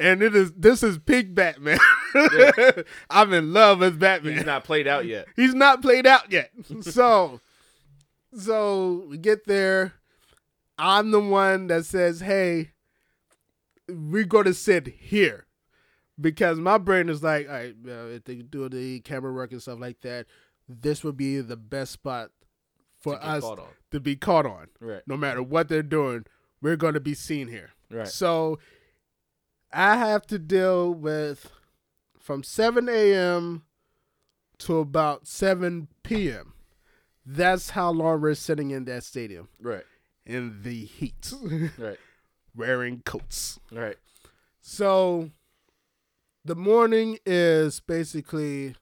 Speaker 2: And it is this is peak Batman. [laughs] I'm in love with Batman.
Speaker 3: He's not played out
Speaker 2: [laughs]
Speaker 3: yet.
Speaker 2: He's not played out yet. [laughs] So, so we get there. I'm the one that says, "Hey, we're going to sit here," because my brain is like, "All right, uh, if they do the camera work and stuff like that, this would be the best spot for
Speaker 3: To get
Speaker 2: us
Speaker 3: caught on.
Speaker 2: to be caught on.
Speaker 3: Right.
Speaker 2: No matter what they're doing, we're going to be seen here."
Speaker 3: Right.
Speaker 2: So I have to deal with from 7 a.m. to about 7 p.m. That's how long we're sitting in that stadium
Speaker 3: Right.
Speaker 2: in the heat,
Speaker 3: Right.
Speaker 2: wearing coats.
Speaker 3: Right.
Speaker 2: So the morning is basically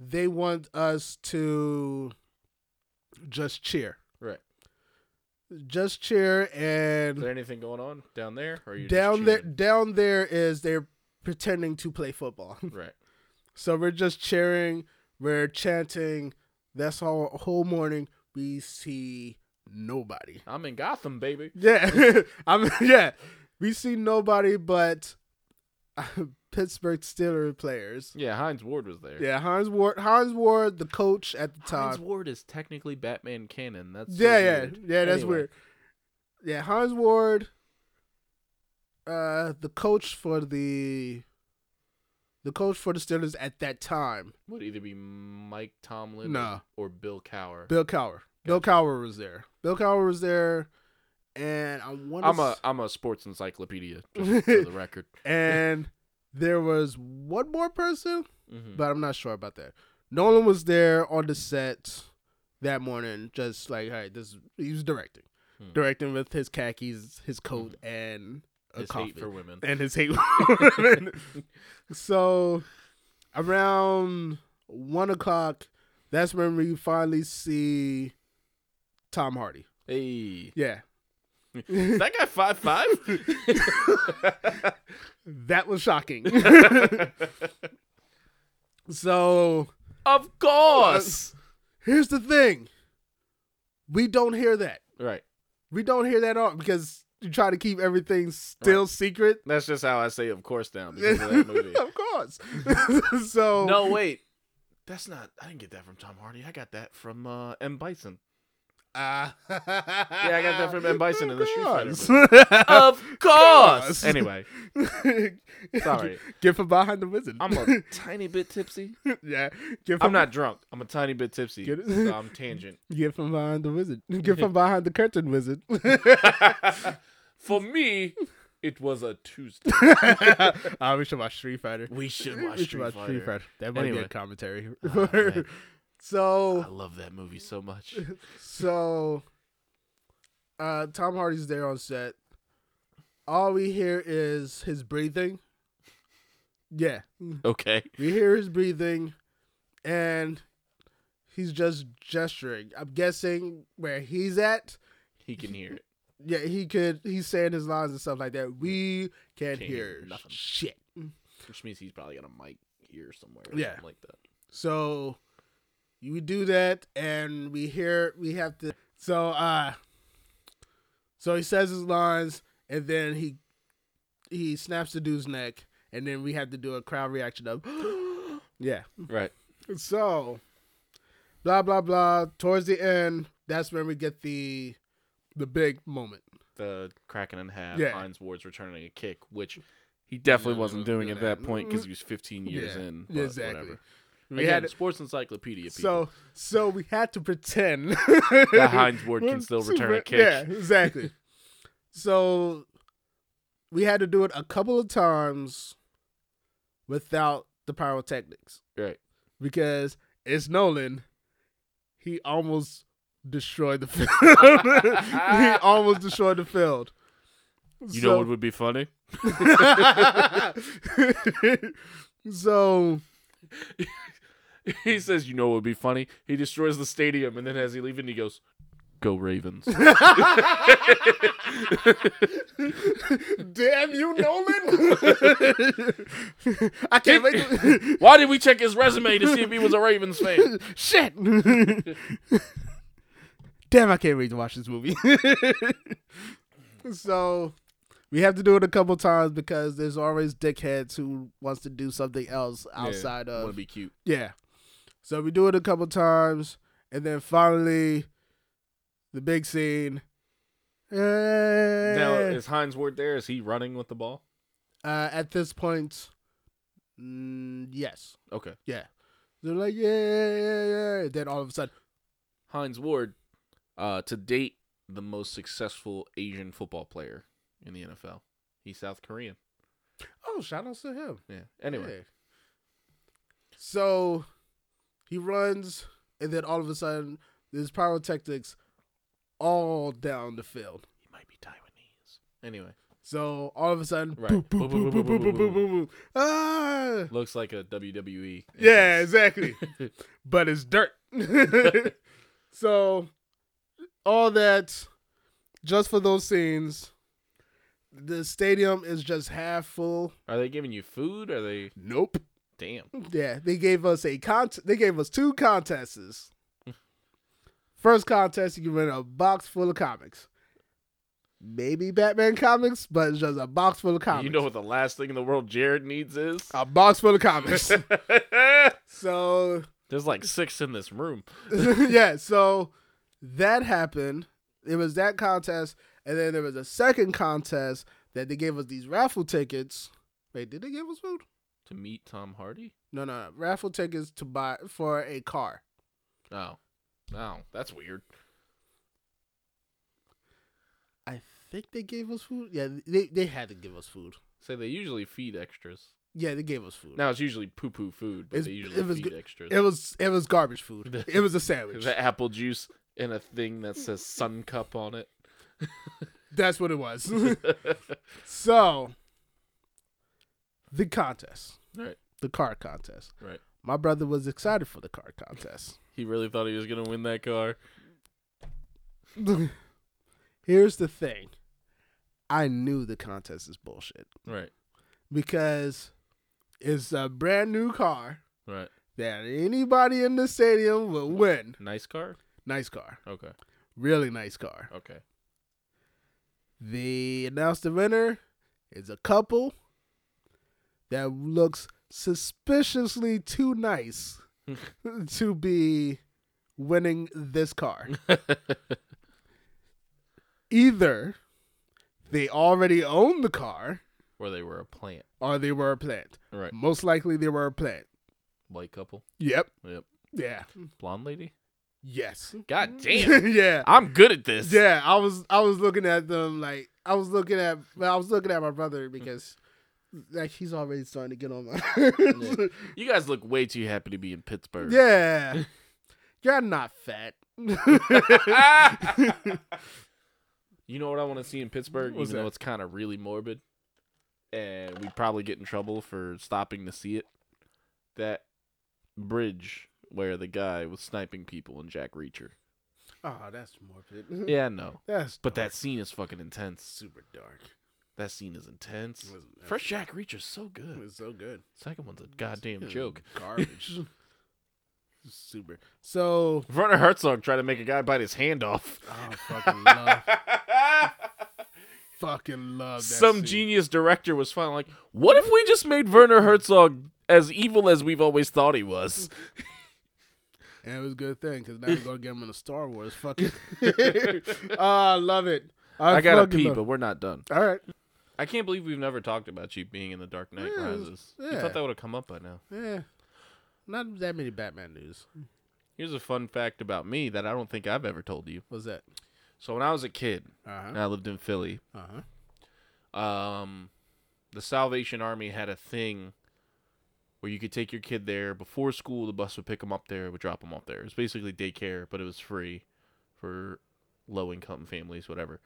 Speaker 2: they want us to just cheer.
Speaker 3: Right.
Speaker 2: Just cheer and
Speaker 3: Is there anything going on down there? Or are you just
Speaker 2: down there
Speaker 3: cheering?
Speaker 2: down there is they're pretending to play football [laughs]
Speaker 3: Right.
Speaker 2: so we're just cheering we're chanting that's all whole morning we see nobody
Speaker 3: I'm in Gotham, baby.
Speaker 2: yeah [laughs] i'm yeah we see nobody but uh, [laughs] pittsburgh steelers players
Speaker 3: Yeah, Heinz Ward was there.
Speaker 2: yeah hans ward hans ward the coach at the
Speaker 3: Heinz
Speaker 2: time
Speaker 3: Ward is technically Batman canon. That's so
Speaker 2: yeah yeah
Speaker 3: weird.
Speaker 2: yeah that's
Speaker 3: Anyway,
Speaker 2: weird yeah hans ward uh the coach for the the coach for the steelers at that time
Speaker 3: Would either be Mike Tomlin
Speaker 2: Nah.
Speaker 3: or Bill Cower.
Speaker 2: bill cower bill cower was there bill cower was there and i want
Speaker 3: I'm a I'm a sports encyclopedia
Speaker 2: [laughs]
Speaker 3: just for the record. [laughs]
Speaker 2: and there was one more person
Speaker 3: Mhm.
Speaker 2: but i'm not sure about that nolan was there on the set that morning just like hey this is, he was directing
Speaker 3: Hmm.
Speaker 2: directing with his khakis his coat and a
Speaker 3: His
Speaker 2: coffee
Speaker 3: hate for women.
Speaker 2: and his hate women. [laughs] so around one o'clock, that's when we finally see Tom Hardy.
Speaker 3: Hey,
Speaker 2: Yeah.
Speaker 3: is that guy five [laughs] five?
Speaker 2: That was shocking. [laughs] So
Speaker 3: Of course.
Speaker 2: here's the thing. We don't hear that.
Speaker 3: Right.
Speaker 2: We don't hear that on because you try to keep everything still secret.
Speaker 3: That's just how I say of course now because of [laughs]
Speaker 2: [laughs]
Speaker 3: that movie.
Speaker 2: of course. [laughs] so
Speaker 3: No, wait. That's not. I didn't get that from Tom Hardy. I got that from uh, M. Bison.
Speaker 2: Ah.
Speaker 3: Yeah, I got that from M. Bison in the Street Fighter. movie.
Speaker 2: [laughs] Street
Speaker 3: Of course. anyway,
Speaker 2: Fighter. [laughs]
Speaker 3: Sorry.
Speaker 2: Get from behind the wizard.
Speaker 3: I'm [laughs] a tiny bit tipsy.
Speaker 2: [laughs] yeah. Get from,
Speaker 3: I'm [laughs] not drunk. I'm a tiny bit tipsy.
Speaker 2: Get it?
Speaker 3: So I'm tangent.
Speaker 2: Get from behind the wizard. [laughs] Get from behind the curtain wizard.
Speaker 3: [laughs]
Speaker 2: [laughs]
Speaker 3: For me, it was a [laughs] Tuesday.
Speaker 2: Ah, we should watch Street Fighter.
Speaker 3: We should
Speaker 2: We
Speaker 3: watch
Speaker 2: should
Speaker 3: Street,
Speaker 2: watch
Speaker 3: Fighter.
Speaker 2: Street Fighter. That might be
Speaker 3: Anyway. Ah,
Speaker 2: a commentary.
Speaker 3: man. I
Speaker 2: [laughs] so
Speaker 3: love that movie so
Speaker 2: [laughs]
Speaker 3: much. [laughs]
Speaker 2: so uh Tom Hardy's there on set. All we hear is his breathing. Yeah.
Speaker 3: Okay.
Speaker 2: We hear his breathing and he's just gesturing. I'm guessing where he's at.
Speaker 3: He can hear it.
Speaker 2: Yeah, he could he's saying his lines and stuff like that. We
Speaker 3: Can't
Speaker 2: can't, hear,
Speaker 3: hear nothing.
Speaker 2: shit.
Speaker 3: Which means he's probably got a mic here somewhere. Or
Speaker 2: Yeah.
Speaker 3: Something like that.
Speaker 2: So you do that, and we hear we have to. So uh, so he says his lines, and then he he snaps the dude's neck, and then we have to do a crowd reaction of [gasps] yeah.
Speaker 3: Right.
Speaker 2: So blah blah blah. Towards the end, that's when we get the the big moment.
Speaker 3: the Kraken in half,
Speaker 2: Yeah.
Speaker 3: Heinz Ward's returning a kick, which he definitely wasn't doing at that point because he was 15 years
Speaker 2: Mm-hmm. Yeah,
Speaker 3: in. But
Speaker 2: exactly.
Speaker 3: Whatever.
Speaker 2: We
Speaker 3: Again,
Speaker 2: had
Speaker 3: Sports Encyclopedia. People.
Speaker 2: so so we had
Speaker 3: [laughs]
Speaker 2: to pretend
Speaker 3: that Heinz Ward
Speaker 2: [laughs]
Speaker 3: can still return a kick.
Speaker 2: Yeah, exactly. so we had to do it a couple of times without the pyrotechnics
Speaker 3: Right.
Speaker 2: because it's Nolan. He almost destroyed
Speaker 3: [laughs]
Speaker 2: the field. [laughs] he almost destroyed the field.
Speaker 3: You know what would be [laughs] funny?
Speaker 2: so
Speaker 3: he says, "You know what would be funny?" He destroys the stadium, and then as he leaving, he goes, "Go
Speaker 2: [laughs]
Speaker 3: Ravens."
Speaker 2: damn you, Nolan! I can't wait. to-
Speaker 3: Why did we check his resume to see if he was a Ravens fan?
Speaker 2: Shit. Damn, I can't wait to watch this movie. so we have to do it a couple times because there's always dickheads who wants to do something else [laughs] outside
Speaker 3: want to
Speaker 2: of
Speaker 3: be cute.
Speaker 2: yeah. So we do it a couple times and then finally the big scene.
Speaker 3: Now,
Speaker 2: Eh,
Speaker 3: is Heinz Ward there? Is he running with the ball?
Speaker 2: uh, at this point, mm, yes,
Speaker 3: Okay.
Speaker 2: yeah. They're like yeah, yeah, yeah. Then all of a sudden,
Speaker 3: Heinz Ward, uh, to date, the most successful Asian football player in the NFL. He's South Korean.
Speaker 2: oh, shout outs to him.
Speaker 3: Yeah. Anyway,
Speaker 2: Yeah. So he runs, and then all of a sudden, there's pyrotechnics all down the field.
Speaker 3: he might be Taiwanese. Anyway,
Speaker 2: So all of a sudden,
Speaker 3: Right.
Speaker 2: boop, boop,
Speaker 3: Boop,
Speaker 2: boop, boop, boop, boop, boop, boop, boop. Ah!
Speaker 3: looks like a E WWE.
Speaker 2: Yeah, exactly. [laughs] but it's [laughs] dirt. so all that just for those scenes. The stadium is just half full.
Speaker 3: [laughs] Are they giving you food? Are they?
Speaker 2: Nope.
Speaker 3: Damn.
Speaker 2: Yeah, they gave us a cont. They gave us two contests. First contest, you can win a box full of comics. Maybe Batman comics, but it's just a box full of comics.
Speaker 3: You know what the last thing in the world Jared needs is? [laughs]
Speaker 2: a box full of [laughs] comics. so
Speaker 3: There's like six in this room.
Speaker 2: [laughs] yeah, so that happened. It was that contest, and then there was a second contest that they gave us these raffle tickets. Wait, did they give us food?
Speaker 3: To meet Tom Hardy?
Speaker 2: No, no, raffle tickets to buy for a car.
Speaker 3: Oh. Oh, that's weird.
Speaker 2: I think they gave us food. Yeah, they they had to give us food.
Speaker 3: Say they usually feed extras.
Speaker 2: Yeah, they gave us food.
Speaker 3: Now it's usually poo poo food, but
Speaker 2: It's-
Speaker 3: they
Speaker 2: it
Speaker 3: usually
Speaker 2: was
Speaker 3: feed
Speaker 2: good-
Speaker 3: extras.
Speaker 2: it was it was garbage food. It was a sandwich.
Speaker 3: the apple juice and a thing that says sun cup on it [laughs]
Speaker 2: That's what it was. [laughs] so, the contest,
Speaker 3: right
Speaker 2: the car contest.
Speaker 3: right
Speaker 2: My brother was excited for the car contest.
Speaker 3: he really thought he was gonna win that car
Speaker 2: [laughs] Here's the thing. I knew the contest is bullshit
Speaker 3: right
Speaker 2: because it's a brand new car.
Speaker 3: right
Speaker 2: that anybody in the stadium will win.
Speaker 3: Nice car.
Speaker 2: Nice car.
Speaker 3: Okay.
Speaker 2: Really nice car.
Speaker 3: [laughs] Okay.
Speaker 2: They announced the winner is a couple that looks suspiciously too nice to be winning this car. Either they already own the car
Speaker 3: or they were a plant.
Speaker 2: or they were a plant.
Speaker 3: Right.
Speaker 2: Most likely they were a plant.
Speaker 3: White couple.
Speaker 2: Yep.
Speaker 3: Yep.
Speaker 2: Yeah.
Speaker 3: Blonde lady.
Speaker 2: Yes.
Speaker 3: God damn.
Speaker 2: [laughs] yeah.
Speaker 3: I'm good at this.
Speaker 2: Yeah, I was I was looking at them like I was looking at well, I was looking at my brother
Speaker 3: Hmm.
Speaker 2: because like he's already starting to get on my [laughs]
Speaker 3: You guys look way too happy to be in Pittsburgh.
Speaker 2: Yeah. You're not
Speaker 3: [laughs]
Speaker 2: fat.
Speaker 3: You know what I want to see in Pittsburgh,
Speaker 2: What's
Speaker 3: even though
Speaker 2: that?
Speaker 3: it's kind of really morbid, and we probably get in trouble for stopping to see it. That bridge where the guy was sniping people in Jack Reacher.
Speaker 2: oh, that's morbid.
Speaker 3: Yeah, I know.
Speaker 2: That's
Speaker 3: But
Speaker 2: dark.
Speaker 3: that scene is fucking intense.
Speaker 2: super dark.
Speaker 3: That scene is intense.
Speaker 2: It was-
Speaker 3: First Jack Reacher's so
Speaker 2: It
Speaker 3: good.
Speaker 2: was so good.
Speaker 3: Second one's a goddamn
Speaker 2: It was
Speaker 3: joke.
Speaker 2: Garbage. [laughs] super. So
Speaker 3: Werner Herzog tried to make a guy bite his hand off.
Speaker 2: oh, fucking love fucking love that
Speaker 3: Some
Speaker 2: scene.
Speaker 3: genius director was finally like, what if we just made Werner Herzog as evil as we've always thought he was?
Speaker 2: And it was a good thing because now we're gonna get him in a Star Wars. Fucking,
Speaker 3: [laughs]
Speaker 2: oh, I love it. I,
Speaker 3: I gotta
Speaker 2: fucking
Speaker 3: pee,
Speaker 2: love-
Speaker 3: but we're not done.
Speaker 2: All right,
Speaker 3: I can't believe we've never talked about you being in the Dark Knight
Speaker 2: Yeah, it was-
Speaker 3: Rises. I
Speaker 2: yeah.
Speaker 3: thought that would have come up by now.
Speaker 2: yeah. Not that many Batman news.
Speaker 3: Here's a fun fact about me that I don't think I've ever told you.
Speaker 2: What's that?
Speaker 3: So when I was a kid
Speaker 2: Uh
Speaker 3: and
Speaker 2: huh.
Speaker 3: I lived in Philly,
Speaker 2: Uh huh.
Speaker 3: um, the Salvation Army had a thing where you could take your kid there before school. The bus would pick them up there, would drop them off there. It was basically daycare, but it was free for low income families, whatever.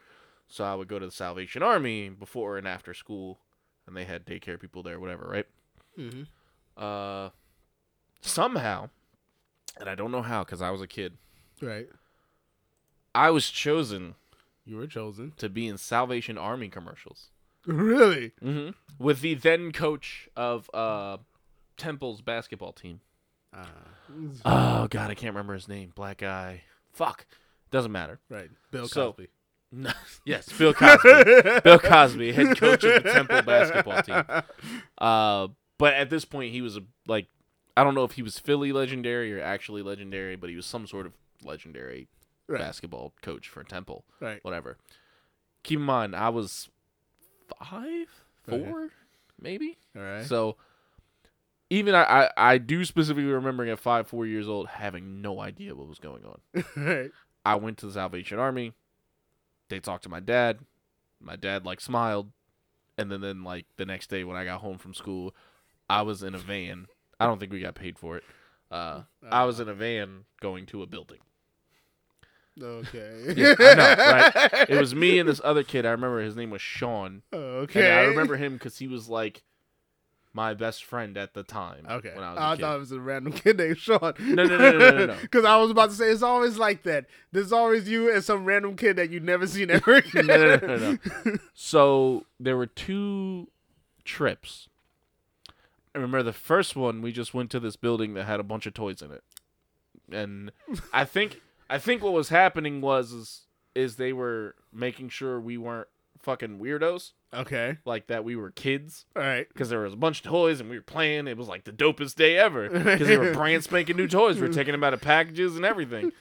Speaker 3: So I would go to the Salvation Army before and after school, and they had daycare people there, whatever, right?
Speaker 2: Mm-hmm.
Speaker 3: uh, somehow, and I don't know how because I was a kid,
Speaker 2: Right.
Speaker 3: I was chosen
Speaker 2: You
Speaker 3: [laughs]
Speaker 2: were chosen.
Speaker 3: to be in Salvation Army commercials
Speaker 2: Really?
Speaker 3: mm-hmm. with the then coach of uh, Temple's basketball team.
Speaker 2: Uh,
Speaker 3: Oh God, I can't remember his name. Black guy. Fuck. Doesn't matter.
Speaker 2: right. Bill
Speaker 3: So-
Speaker 2: Cosby.
Speaker 3: [laughs] No. yes, Bill [laughs] Cosby. Bill Cosby, head coach of the Temple basketball team. [laughs] Uh, but at this point, he was a like, I don't know if he was Philly legendary or actually legendary, but he was some sort of legendary
Speaker 2: [laughs] Right.
Speaker 3: basketball coach for Temple,
Speaker 2: Right.
Speaker 3: whatever. Keep in mind, I was five, four,
Speaker 2: Okay.
Speaker 3: maybe.
Speaker 2: All right.
Speaker 3: So even I, I, I do specifically remembering at five, four years old, having no idea what was going on.
Speaker 2: [laughs] right.
Speaker 3: I went to the Salvation Army. They talked to my dad. My dad like smiled, and then then like the next day when I got home from school, I was in a van. I don't think we got paid for it. Uh, I was in a van going to a building.
Speaker 2: Okay.
Speaker 3: Yeah, I know, right?
Speaker 2: [laughs]
Speaker 3: It was me and this other kid. I remember his name was Sean,
Speaker 2: Okay.
Speaker 3: and I remember him because he was like my best friend at the time.
Speaker 2: Okay.
Speaker 3: when I was a
Speaker 2: I,
Speaker 3: kid.
Speaker 2: thought it was a random [laughs] kid named Sean.
Speaker 3: No, no, no, no, no, no, no.
Speaker 2: [laughs] Because I was about to say it's always like that. There's always you and some random kid that you never seen ever
Speaker 3: [laughs] [laughs]
Speaker 2: again.
Speaker 3: no, no, no, no,
Speaker 2: [laughs]
Speaker 3: no. So there were two trips. I remember the first one we just went to this building that had a bunch of toys in it,
Speaker 2: [laughs]
Speaker 3: and I think I think what was happening was is, is they were making sure we weren't fucking weirdos,
Speaker 2: Okay.
Speaker 3: like that we were kids,
Speaker 2: All right.
Speaker 3: because there was a bunch of toys and we were playing. It was like the dopest day
Speaker 2: [laughs]
Speaker 3: ever because they were brand spanking new toys. We were taking them out of packages and
Speaker 2: [laughs]
Speaker 3: everything.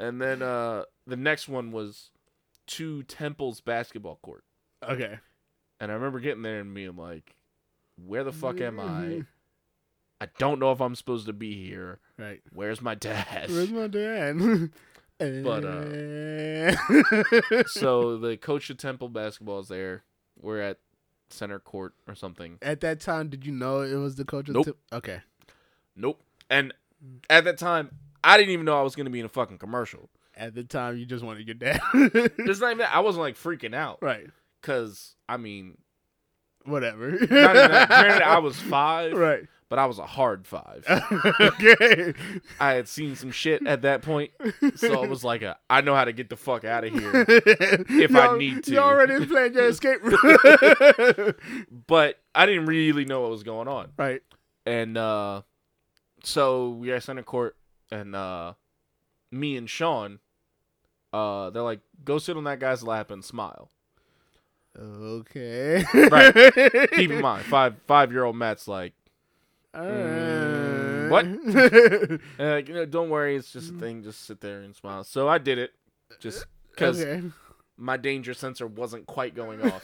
Speaker 3: And then uh, the next one was to Temple's basketball court.
Speaker 2: Okay.
Speaker 3: And I remember getting there and being like, where the fuck am
Speaker 2: Mm.
Speaker 3: I? I don't know if I'm supposed to be here.
Speaker 2: Right.
Speaker 3: Where's my dad?
Speaker 2: Where's my dad? [laughs]
Speaker 3: But,
Speaker 2: uh.
Speaker 3: [laughs] so the coach of Temple basketball is there. We're at center court or something.
Speaker 2: [laughs] At that time, did you know it was the coach? of
Speaker 3: Nope.
Speaker 2: Tim- Okay.
Speaker 3: Nope. And at that time, I didn't even know I was going to be in a fucking commercial.
Speaker 2: At the time, you just wanted your dad. [laughs]
Speaker 3: It's not even that. I wasn't like freaking out
Speaker 2: right.
Speaker 3: because, I mean,
Speaker 2: Whatever.
Speaker 3: not even that. granted, I was five,
Speaker 2: [laughs] Right.
Speaker 3: but I was a hard five.
Speaker 2: okay.
Speaker 3: I had seen some shit at that point. So it was like, a, I know how to get the fuck out of here.
Speaker 2: [laughs] if
Speaker 3: I need to.
Speaker 2: You already played your escape room.
Speaker 3: [laughs] but I didn't really know what was going on.
Speaker 2: right.
Speaker 3: And uh so we are at center court and uh me and Sean uh they're like go sit on that guy's lap and smile.
Speaker 2: Okay.
Speaker 3: Right. Keep
Speaker 2: [laughs]
Speaker 3: in mind, five five year old Matt's like, Mm,
Speaker 2: [laughs] what?
Speaker 3: eh, you know, don't worry, it's just a thing. Just sit there and smile. So I did it, just because
Speaker 2: okay.
Speaker 3: my danger sensor wasn't quite going
Speaker 2: [laughs]
Speaker 3: off.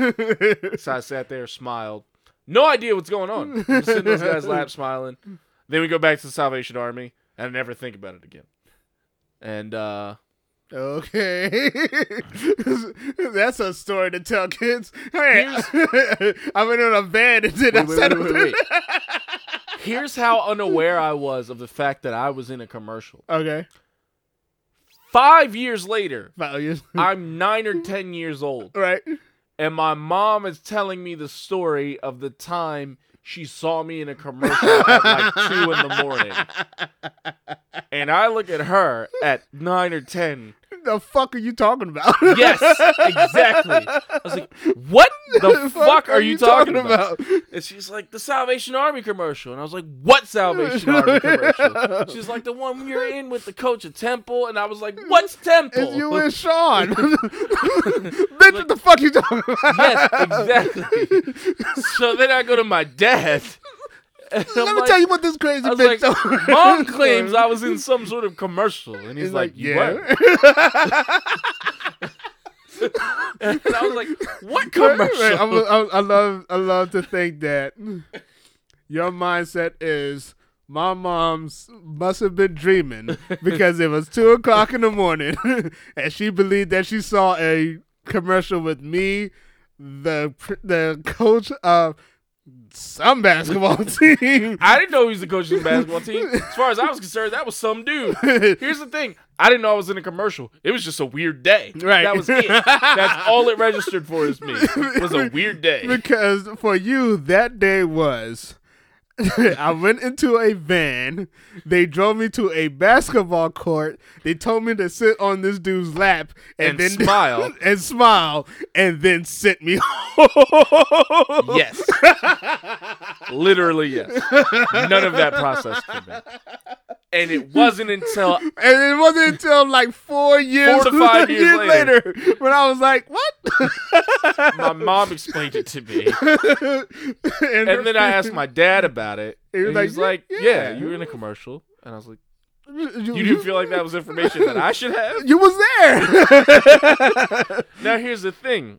Speaker 3: so I sat there, smiled, no idea what's going on. I'm just sitting in this guy's lap, smiling. Then we go back to the Salvation Army, and I never think about it again. And uh,
Speaker 2: Okay. [laughs] That's a story to tell kids. Hey,
Speaker 3: Here's-
Speaker 2: [laughs] I went on a van and then I
Speaker 3: Wait, wait,
Speaker 2: sat
Speaker 3: wait,
Speaker 2: on
Speaker 3: wait,
Speaker 2: the-
Speaker 3: here's how unaware I was of the fact that I was in a commercial.
Speaker 2: [laughs] Okay.
Speaker 3: Five years later,
Speaker 2: Values.
Speaker 3: I'm nine or ten years old.
Speaker 2: right.
Speaker 3: and my mom is telling me the story of the time she saw me in a commercial at [laughs] like two in the morning. And I look at her at nine or ten.
Speaker 2: The fuck are you talking about?
Speaker 3: Yes, exactly. I was like, "What [laughs]
Speaker 2: [laughs]
Speaker 3: the fuck are you talking about? And she's like, "The Salvation Army commercial." And I was like, "What Salvation Army [laughs] commercial?" She's like, "The one you're in with the coach of Temple." And I was like, "What's Temple?"
Speaker 2: It's you
Speaker 3: [laughs]
Speaker 2: and Sean. [laughs] Bitch, what the fuck you talking about?
Speaker 3: yes, exactly. so then I go to my dad. and I'm
Speaker 2: Let me
Speaker 3: like-
Speaker 2: tell you what this crazy
Speaker 3: I was
Speaker 2: bitch
Speaker 3: like,
Speaker 2: [laughs]
Speaker 3: mom claims I was in some sort of commercial, and he's
Speaker 2: He's
Speaker 3: like,
Speaker 2: like,
Speaker 3: "You
Speaker 2: yeah.
Speaker 3: were." and I was like, "What
Speaker 2: Right,
Speaker 3: commercial?"
Speaker 2: I'm- I'm- I love I love to
Speaker 3: [laughs]
Speaker 2: think that your mindset is my mom's must have been dreaming because it was two o'clock in the morning [laughs] and she believed that she saw a commercial with me, the pr- the coach of some basketball [laughs]
Speaker 3: [laughs]
Speaker 2: team.
Speaker 3: I didn't know he was the coach of the basketball team. As far as I was concerned, that was some dude. Here's the thing: I didn't know I was in a commercial. It was just a weird day.
Speaker 2: Right.
Speaker 3: That was it. That's all it registered for is me. Was
Speaker 2: [laughs]
Speaker 3: a weird day.
Speaker 2: because for you that day was [laughs] I went into a van. They drove me to a basketball court. They told me to sit on this dude's lap
Speaker 3: And
Speaker 2: and, then [laughs]
Speaker 3: smile.
Speaker 2: and smile and then sent me [laughs] home. [laughs]
Speaker 3: Yes. Literally yes. None of that process for me. And it wasn't until
Speaker 2: And it wasn't until like four years,
Speaker 3: to five
Speaker 2: [laughs]
Speaker 3: years later.
Speaker 2: when I was like, "What?"
Speaker 3: my mom explained it to me.
Speaker 2: [laughs] and,
Speaker 3: And then I asked my dad about it.
Speaker 2: He was
Speaker 3: and
Speaker 2: like,
Speaker 3: he's like,
Speaker 2: "Yeah,
Speaker 3: yeah,
Speaker 2: yeah."
Speaker 3: you were in a commercial. And I was like,
Speaker 2: [laughs] you,
Speaker 3: you didn't feel like that was information that I should have?
Speaker 2: you was there. [laughs]
Speaker 3: Now, here's the thing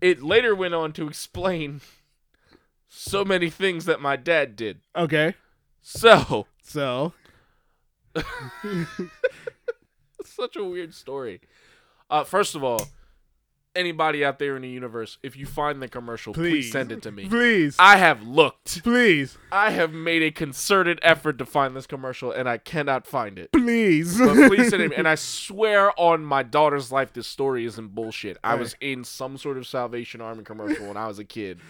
Speaker 3: it later went on to explain so many things that my dad did.
Speaker 2: okay,
Speaker 3: So,
Speaker 2: so
Speaker 3: it's [laughs] such a weird story. Uh, first of all, anybody out there in the universe, if you find the commercial, please
Speaker 2: Please.
Speaker 3: send it to
Speaker 2: [laughs]
Speaker 3: me.
Speaker 2: please,
Speaker 3: I have looked.
Speaker 2: please,
Speaker 3: I have made a concerted effort to find this commercial, and I cannot find it.
Speaker 2: please,
Speaker 3: but please send it. And I swear on my daughter's life, this story isn't bullshit. I was in some sort of Salvation Army commercial when I was a kid.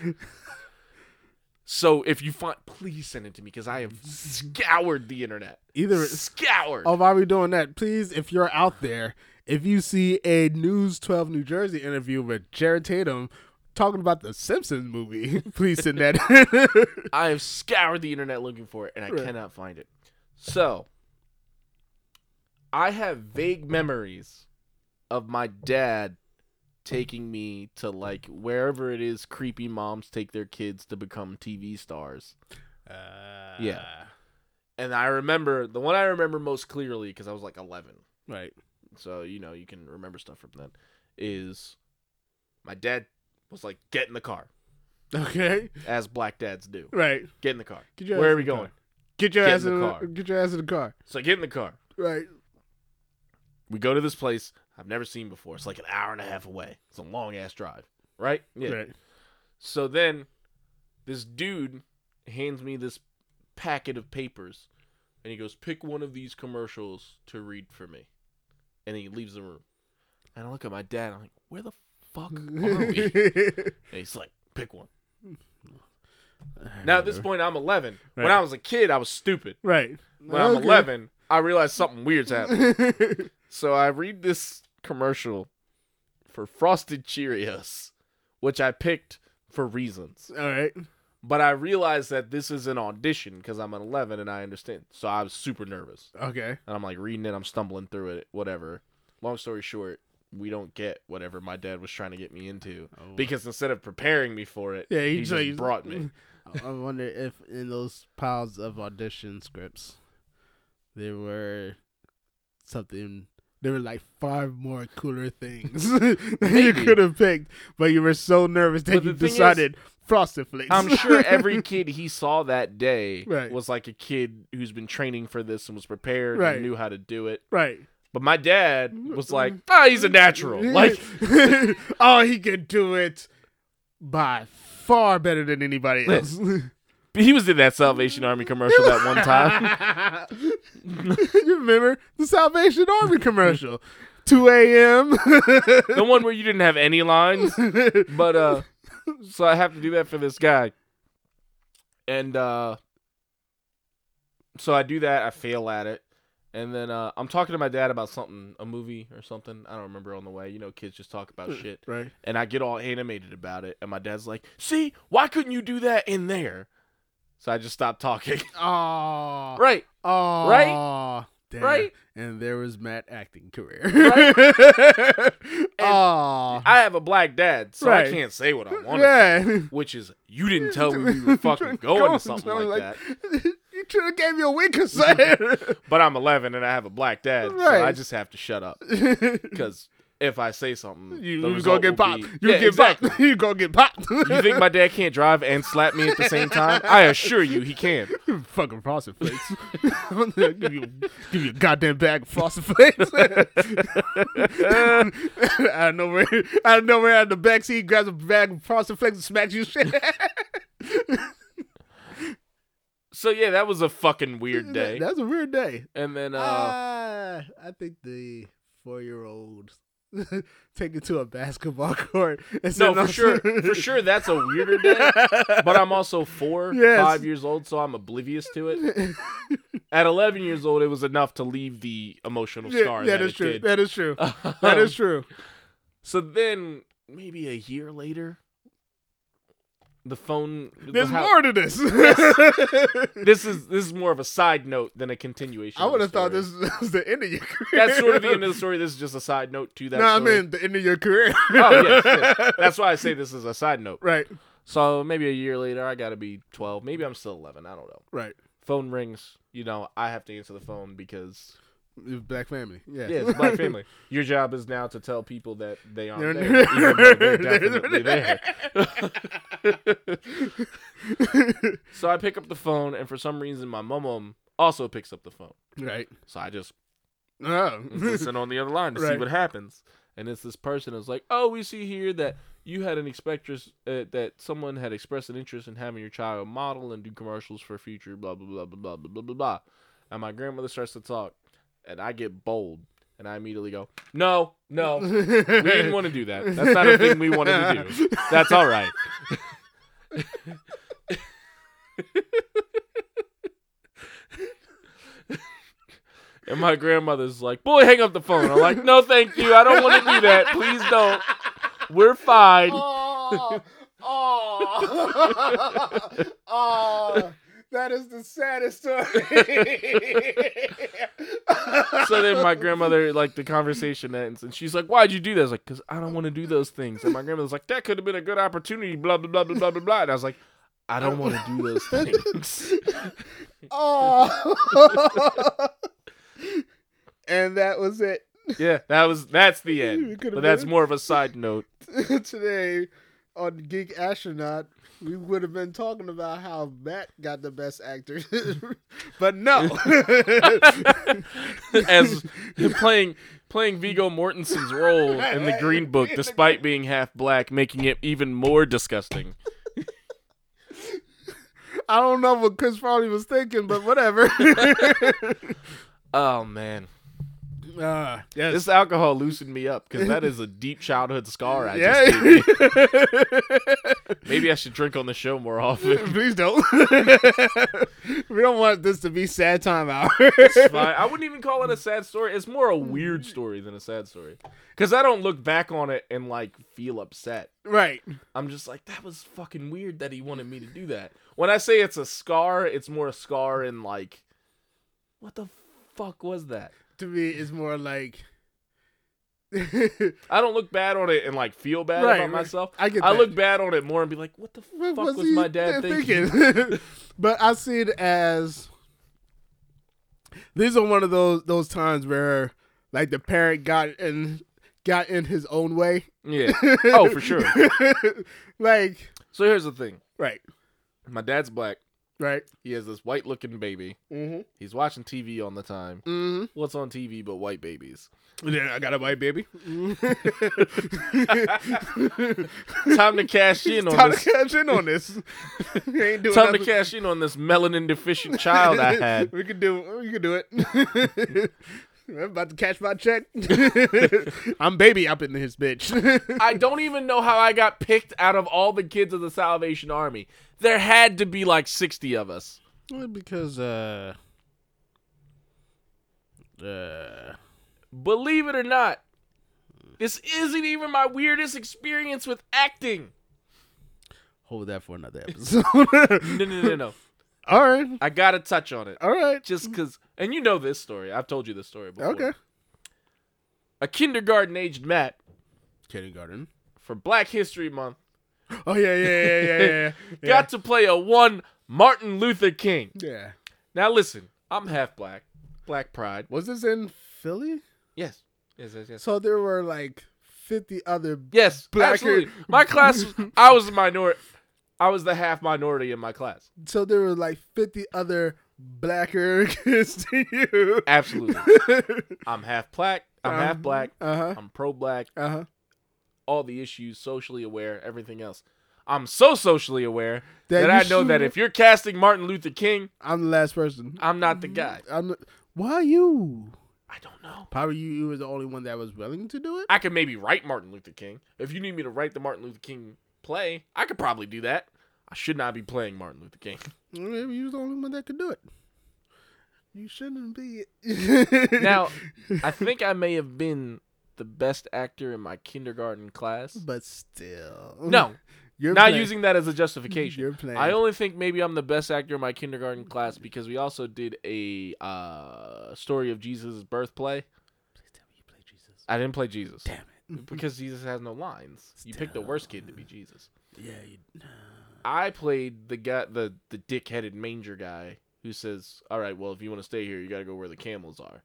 Speaker 3: So if you find, please send it to me because I have scoured the internet.
Speaker 2: [laughs] Either-
Speaker 3: scoured.
Speaker 2: Oh, why are we doing that? Please, if you're out there, if you see a News 12 New Jersey interview with Jared Tatum talking about the Simpsons movie, [laughs] please
Speaker 3: [laughs]
Speaker 2: send that. [laughs]
Speaker 3: I have scoured the internet looking for it, and I
Speaker 2: Right.
Speaker 3: cannot find it. So I have vague memories of my dad taking me to like wherever it is creepy moms take their kids to become TV stars. Yeah. And I remember the one I remember most clearly because I was like 11.
Speaker 2: Right.
Speaker 3: So, you know, you can remember stuff from then. Is my dad was like, get in the car,
Speaker 2: Okay.
Speaker 3: as black dads do.
Speaker 2: Right.
Speaker 3: Get in the car.
Speaker 2: Get your
Speaker 3: Where
Speaker 2: ass
Speaker 3: are
Speaker 2: in
Speaker 3: we
Speaker 2: the
Speaker 3: going?
Speaker 2: car. Get your
Speaker 3: Get
Speaker 2: ass
Speaker 3: in
Speaker 2: in
Speaker 3: the
Speaker 2: the
Speaker 3: car.
Speaker 2: car. Get your ass in the car.
Speaker 3: So, get in the car.
Speaker 2: Right.
Speaker 3: We go to this place I've never seen before. It's like an hour and a half away. It's a long ass drive, right?
Speaker 2: Right.
Speaker 3: So then this dude hands me this packet of papers and he goes, Pick one of these commercials to read for me. And he leaves the room. And I look at my dad, I'm like, Where the fuck are we?
Speaker 2: [laughs]
Speaker 3: and he's like, Pick one. Now at this point, I'm 11. When
Speaker 2: Right.
Speaker 3: I was a kid, I was stupid.
Speaker 2: Right.
Speaker 3: When I'm
Speaker 2: [laughs]
Speaker 3: 11, I realized something weird's happening.
Speaker 2: eleven.
Speaker 3: So I read this commercial for Frosted Cheerios, which I picked for reasons.
Speaker 2: All right.
Speaker 3: But I realized that this is an audition because I'm an 11 and I understand. So I was super nervous.
Speaker 2: Okay.
Speaker 3: And I'm like reading it, I'm stumbling through it, whatever. Long story short, we don't get whatever my dad was trying to get me into because instead of preparing me for it,
Speaker 2: Yeah,
Speaker 3: he,
Speaker 2: he
Speaker 3: just
Speaker 2: just-
Speaker 3: brought
Speaker 2: [laughs]
Speaker 3: me.
Speaker 2: I wonder if in those piles of audition scripts, there were something. There were like five more cooler things [laughs] that you
Speaker 3: Maybe.
Speaker 2: could have picked, but you were so nervous that
Speaker 3: But
Speaker 2: you
Speaker 3: the thing is-
Speaker 2: decided Frosted Flakes.
Speaker 3: I'm sure every kid he saw that day
Speaker 2: Right.
Speaker 3: was like a kid who's been training for this and was prepared
Speaker 2: Right.
Speaker 3: and knew how to do it.
Speaker 2: [laughs] right.
Speaker 3: But my dad was like, ah, he's a
Speaker 2: [laughs]
Speaker 3: natural. Like,
Speaker 2: oh, he could do it by far better than anybody else.
Speaker 3: he was in that Salvation Army commercial that one
Speaker 2: [laughs]
Speaker 3: time.
Speaker 2: you remember the Salvation Army commercial? 2 [laughs] a.m.
Speaker 3: the one where you didn't have any lines. But, [laughs]
Speaker 2: [laughs]
Speaker 3: uh, so I have to do that for this guy. And, uh, so I do that. I fail at it. And then, uh, I'm talking to my dad about something, a movie or something. I don't remember on the way. You know, kids just talk
Speaker 2: Hmm.
Speaker 3: about Oh, shit.
Speaker 2: right.
Speaker 3: and I get all animated about it. And my dad's like, "See, why couldn't you do that in there?" So I just stopped talking.
Speaker 2: Oh.
Speaker 3: right,
Speaker 2: Oh.
Speaker 3: Right?
Speaker 2: Damn.
Speaker 3: Right?
Speaker 2: And there was Matt acting career. [laughs]
Speaker 3: And
Speaker 2: Aw.
Speaker 3: I have a black dad, so I
Speaker 2: Right.
Speaker 3: can't say what I want.
Speaker 2: yeah.
Speaker 3: Which is, you didn't tell me we were
Speaker 2: [laughs]
Speaker 3: fucking going to something like, that.
Speaker 2: that. [laughs] You should have gave me
Speaker 3: [laughs]
Speaker 2: a wink or something. [laughs]
Speaker 3: But I'm 11 and I have a black dad, so I
Speaker 2: Right.
Speaker 3: just have to shut up
Speaker 2: you
Speaker 3: because if I say something, the
Speaker 2: you was gonna
Speaker 3: result
Speaker 2: get
Speaker 3: will be-
Speaker 2: popped. you
Speaker 3: yeah,
Speaker 2: get
Speaker 3: exactly.
Speaker 2: popped. [laughs] You gonna get popped.
Speaker 3: You think my dad can't drive and slap me at the same time? I assure you, he can.
Speaker 2: [laughs] fucking frosted flakes? [laughs] I'm gonna give you give you a goddamn bag of frosted flakes. [laughs] I know where I know where out of the backseat grabs a bag of frosted flakes and smacks you shit.
Speaker 3: So yeah, that was a fucking
Speaker 2: [laughs]
Speaker 3: weird day.
Speaker 2: That's a weird day.
Speaker 3: And then, uh,
Speaker 2: Ah, I think the four year old [laughs] take it to a basketball [laughs] court. And
Speaker 3: No, for sure,
Speaker 2: sit on- [laughs]
Speaker 3: for sure, that's a weirder day. But I'm also four,
Speaker 2: [laughs] Yes.
Speaker 3: five years old, so I'm oblivious to
Speaker 2: [laughs]
Speaker 3: it. At 11 years old, it was enough to leave the emotional
Speaker 2: Yeah,
Speaker 3: scar.
Speaker 2: that
Speaker 3: that
Speaker 2: is
Speaker 3: it
Speaker 2: true.
Speaker 3: did. Um,
Speaker 2: That is
Speaker 3: [laughs]
Speaker 2: true. [laughs] That is true.
Speaker 3: So then, maybe a year later, the phone. the
Speaker 2: There's
Speaker 3: hou-
Speaker 2: more
Speaker 3: [laughs]
Speaker 2: to this.
Speaker 3: This is this is more of a side note than a continuation.
Speaker 2: [laughs] I
Speaker 3: of the
Speaker 2: would have thought
Speaker 3: story.
Speaker 2: this [laughs] was the end of your career.
Speaker 3: That's sort of the end of the story. This is just a side note to that.
Speaker 2: No, I
Speaker 3: story.
Speaker 2: mean the end of your career.
Speaker 3: Oh, yes, yes. That's why I say this is a side note.
Speaker 2: [laughs] right,
Speaker 3: So maybe a year later, I gotta be 12. Maybe I'm still 11. I don't know.
Speaker 2: right.
Speaker 3: phone rings, you know, I have to answer the phone because
Speaker 2: It was Black family. Yeah.
Speaker 3: yeah, it's a black family. [laughs] Your job is now to tell people that they aren't there,
Speaker 2: They're-
Speaker 3: even though they're
Speaker 2: [laughs]
Speaker 3: definitely
Speaker 2: they're-
Speaker 3: there. [laughs] so I pick up the phone, and for some reason, my mum also picks up the phone.
Speaker 2: [laughs] right.
Speaker 3: So I just
Speaker 2: Oh.
Speaker 3: listen on the other line to see
Speaker 2: Right.
Speaker 3: what happens. And it's this person is like, "Oh, we see here that you had an expectress uh, that someone had expressed an interest in having your child model and do commercials for future blah blah blah blah blah blah blah blah." blah. And my grandmother starts to talk, and I get bold, and I immediately go, "No, no, [laughs] we didn't
Speaker 2: [laughs]
Speaker 3: want to do that. That's not a thing we wanted to do. That's all right." [laughs] And my grandmother's like, "Boy, hang up the phone." I'm like, "No, thank you. I don't want to do that. Please don't. We're fine."
Speaker 2: oh,
Speaker 3: [laughs]
Speaker 2: oh, oh, that is the saddest story.
Speaker 3: so then my grandmother like the conversation ends and she's like why'd you do that i was like because i don't want to do those things and my grandmother's like that could have been a good opportunity blah blah blah blah blah blah blah and i was like i don't want to do those things
Speaker 2: oh. [laughs] and that was it.
Speaker 3: yeah that was that's the
Speaker 2: You
Speaker 3: end
Speaker 2: could've
Speaker 3: but that's
Speaker 2: been-
Speaker 3: more of a side note
Speaker 2: [laughs] today on Geek Astronaut, we would have been talking about how Matt got the best actor, [laughs] but no, [laughs]
Speaker 3: as playing playing vigo mortensen's role in the green book despite being half black making it even more disgusting
Speaker 2: I don't know [laughs] what Chris Farley was thinking, but whatever.
Speaker 3: oh man
Speaker 2: Ah, yes.
Speaker 3: This alcohol loosened me up because that is a deep childhood scar. I just did.
Speaker 2: [laughs] yeah.
Speaker 3: Maybe I should drink on the show more often.
Speaker 2: [laughs] Please don't. we don't want this to be sad time hour. [laughs]
Speaker 3: It's fine. I wouldn't even call it a sad story. It's more a weird story than a sad story. Because I don't look back on it and like feel upset.
Speaker 2: right.
Speaker 3: I'm just like, that was fucking weird that he wanted me to do that. When I say it's a scar, it's more a scar in like, what the fuck was that?
Speaker 2: To me, it's more like. [laughs]
Speaker 3: I don't look bad on it and like feel bad
Speaker 2: Right,
Speaker 3: about
Speaker 2: right.
Speaker 3: myself.
Speaker 2: I get
Speaker 3: I
Speaker 2: that.
Speaker 3: look bad on it more and be like, what the
Speaker 2: What
Speaker 3: fuck was, my
Speaker 2: he
Speaker 3: dad thinking?
Speaker 2: [laughs] but I see it as these are one of those those times where like the parent got in got in his own way. [laughs]
Speaker 3: Yeah. Oh, for sure.
Speaker 2: like
Speaker 3: So here's the thing.
Speaker 2: right,
Speaker 3: My dad's black.
Speaker 2: right.
Speaker 3: He has this white looking baby.
Speaker 2: Mm-hmm.
Speaker 3: He's watching TV all the time.
Speaker 2: Mm-hmm.
Speaker 3: What's on TV but white babies?
Speaker 2: Yeah, I got a white baby. [laughs]
Speaker 3: Time to
Speaker 2: [laughs]
Speaker 3: cash in on
Speaker 2: Time to
Speaker 3: this.
Speaker 2: cash in on [laughs] this. We ain't doing
Speaker 3: Time to
Speaker 2: nothing.
Speaker 3: cash in on this melanin deficient child
Speaker 2: [laughs]
Speaker 3: I had.
Speaker 2: We could do. We could do it. [laughs] I'm about to cash my check. [laughs] I'm baby up in his bitch. [laughs]
Speaker 3: I don't even know how I got picked out of all the kids of the Salvation Army. There had to be like 60 of us.
Speaker 2: because uh, uh,
Speaker 3: Believe it or not, this isn't even my weirdest experience with acting.
Speaker 2: hold that for another [laughs] episode.
Speaker 3: No, no, no, no.
Speaker 2: all right,
Speaker 3: I got to touch on it.
Speaker 2: all right,
Speaker 3: Just because, and you know this story. I've told you this story before.
Speaker 2: okay.
Speaker 3: A kindergarten aged Matt
Speaker 2: Kindergarten.
Speaker 3: for Black History Month
Speaker 2: Oh yeah, yeah, yeah, yeah, yeah. yeah. [laughs]
Speaker 3: got to play a one Martin Luther King.
Speaker 2: yeah.
Speaker 3: Now listen, I'm half black, black pride.
Speaker 2: Was this in Philly?
Speaker 3: Yes, yes, yes, yes.
Speaker 2: So there were like fifty other.
Speaker 3: Yes,
Speaker 2: Blacker-
Speaker 3: absolutely. My
Speaker 2: [laughs]
Speaker 3: class, was- I was a minority. I was the half minority in my class.
Speaker 2: So there were like fifty other blacker kids [laughs] to you.
Speaker 3: Absolutely,
Speaker 2: [laughs]
Speaker 3: I'm half black. I'm half black.
Speaker 2: Uh huh.
Speaker 3: I'm pro black.
Speaker 2: Uh huh.
Speaker 3: All the issues, socially aware, everything else. I'm so socially aware that,
Speaker 2: That you
Speaker 3: I know that
Speaker 2: shouldn't-
Speaker 3: if you're casting Martin Luther King,
Speaker 2: I'm the last person. Mm-hmm.
Speaker 3: I'm not the guy.
Speaker 2: I'm. Why you?
Speaker 3: I don't know.
Speaker 2: Probably you, you were the only one that was willing to do it.
Speaker 3: I could maybe write Martin Luther King. If you need me to write the Martin Luther King play, I could probably do that. I should not be playing Martin Luther King.
Speaker 2: Maybe you was the only one that could do it. You shouldn't be. [laughs]
Speaker 3: Now, I think I may have been the best actor in my kindergarten class.
Speaker 2: but still,
Speaker 3: No,
Speaker 2: [laughs] You're
Speaker 3: not
Speaker 2: playing-
Speaker 3: using that as a justification.
Speaker 2: You're playing.
Speaker 3: I only think maybe I'm the best actor in my kindergarten class because we also did a uh, story of Jesus' birth play.
Speaker 2: Please tell me you play Jesus.
Speaker 3: I didn't play Jesus
Speaker 2: Damn it.
Speaker 3: because Jesus has no lines. You picked the worst kid to be Jesus.
Speaker 2: [laughs] Yeah. You,
Speaker 3: I played the guy, the the dick-headed manger guy who says, "All right, well, if you want to stay here, you got to go where the camels are."